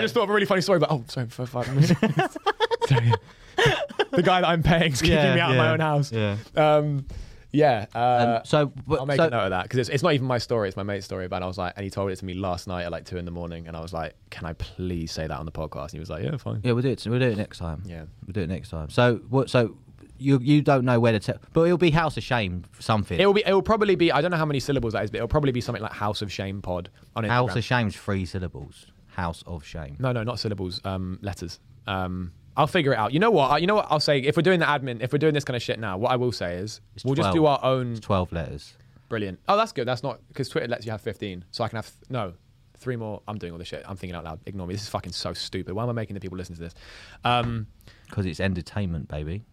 Speaker 2: just thought of a really funny story, but oh, sorry for five minutes. Sorry. The guy that I'm paying is kicking me out of my own house.
Speaker 1: Yeah.
Speaker 2: Um, yeah.
Speaker 1: Um,
Speaker 2: Uh,
Speaker 1: so, but,
Speaker 2: I'll make
Speaker 1: so
Speaker 2: a note of that because it's, it's not even my story; it's my mate's story. But I was like, and he told it to me last night at like two in the morning, and I was like, "Can I please say that on the podcast?" And he was like, "Yeah, fine."
Speaker 1: yeah, we'll do it. We'll do it next time.
Speaker 2: Yeah.
Speaker 1: we'll do it next time. So what? So you you don't know where to tell, but it'll be House of Shame something.
Speaker 2: It will be. It will probably be. I don't know how many syllables that is, but it'll probably be something like House of Shame Pod on Instagram.
Speaker 1: House of Shame's three syllables. House of Shame.
Speaker 2: no, no, not syllables. Um, letters. Um, I'll figure it out. You know what? I- You know what? I'll say if we're doing the admin, if we're doing this kind of shit now, what I will say is
Speaker 1: It's
Speaker 2: we'll just
Speaker 1: 12.
Speaker 2: do our own.
Speaker 1: It's twelve letters.
Speaker 2: Brilliant. Oh, that's good. That's not because Twitter lets you have fifteen, so I can have th- no three more. I'm doing all this shit. I'm thinking out loud. Ignore me. This is fucking so stupid. Why am I making the people listen to this? Um,
Speaker 1: Because it's entertainment, baby.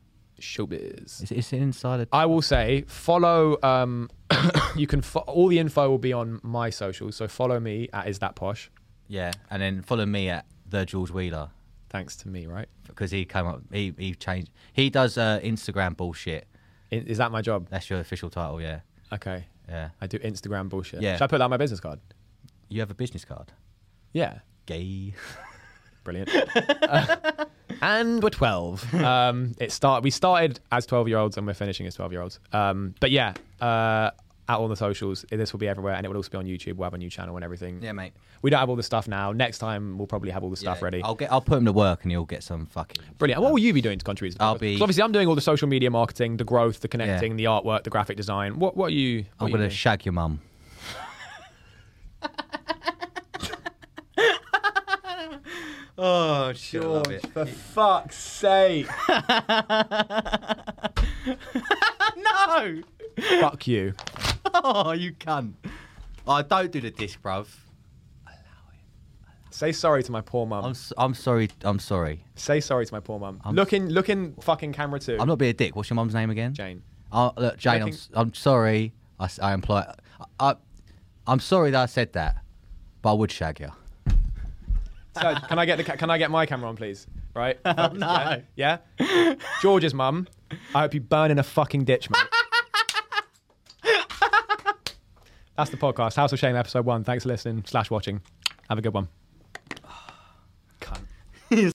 Speaker 2: showbiz.
Speaker 1: It's, it's inside a.
Speaker 2: I will say follow. Um, you can fo- all the info will be on my socials. So follow me at is that posh.
Speaker 1: Yeah, and then follow me at the George Wheeler
Speaker 2: Thanks to me, right?
Speaker 1: because he came up. He he changed. He does uh, Instagram bullshit.
Speaker 2: I- Is that my job?
Speaker 1: That's your official title. Yeah,
Speaker 2: Okay.
Speaker 1: yeah.
Speaker 2: I do Instagram bullshit.
Speaker 1: Yeah.
Speaker 2: Should I put that on my business card?
Speaker 1: You have a business card.
Speaker 2: Yeah.
Speaker 1: Gay.
Speaker 2: Brilliant. Uh, and we're 12. Um, it start, we started as 12 year olds and we're finishing as 12 year olds. Um, but yeah, uh, at all the socials, this will be everywhere and it will also be on YouTube. We'll have a new channel and everything.
Speaker 1: Yeah, mate.
Speaker 2: We don't have all the stuff now. Next time, we'll probably have all the stuff
Speaker 1: Yeah,
Speaker 2: ready.
Speaker 1: I'll get. I'll put him to work, and he'll get some fucking.
Speaker 2: Brilliant. And what will you be doing to contribute to the
Speaker 1: I'll
Speaker 2: podcast?
Speaker 1: be-
Speaker 2: 'Cause obviously, I'm doing all the social media marketing, the growth, the connecting, the artwork, the graphic design. What, what are you. What
Speaker 1: I'm
Speaker 2: are you
Speaker 1: gonna
Speaker 2: doing?
Speaker 1: shag your mum. oh, sure.
Speaker 2: For fuck's sake.
Speaker 1: No.
Speaker 2: Fuck you.
Speaker 1: Oh, you cunt. I don't do the disc, bruv.
Speaker 2: Say sorry to my poor mum.
Speaker 1: I'm. s am sorry. I'm sorry.
Speaker 2: Say sorry to my poor mum.
Speaker 1: I'm-
Speaker 2: Look in, look in fucking camera too.
Speaker 1: I'm not being a dick. What's your mum's name again?
Speaker 2: Jane.
Speaker 1: Oh, look, Jane. I'm,
Speaker 2: Making-
Speaker 1: s- I'm sorry. I, s- I imply. I, I, I'm sorry that I said that, but I would shag you.
Speaker 2: So, can I get the ca- can I get my camera on, please? Right? no. Yeah. Yeah? George's mum. I hope you burn in a fucking ditch, mate. That's the podcast. House of Shame, episode one. Thanks for listening slash watching. Have a good one.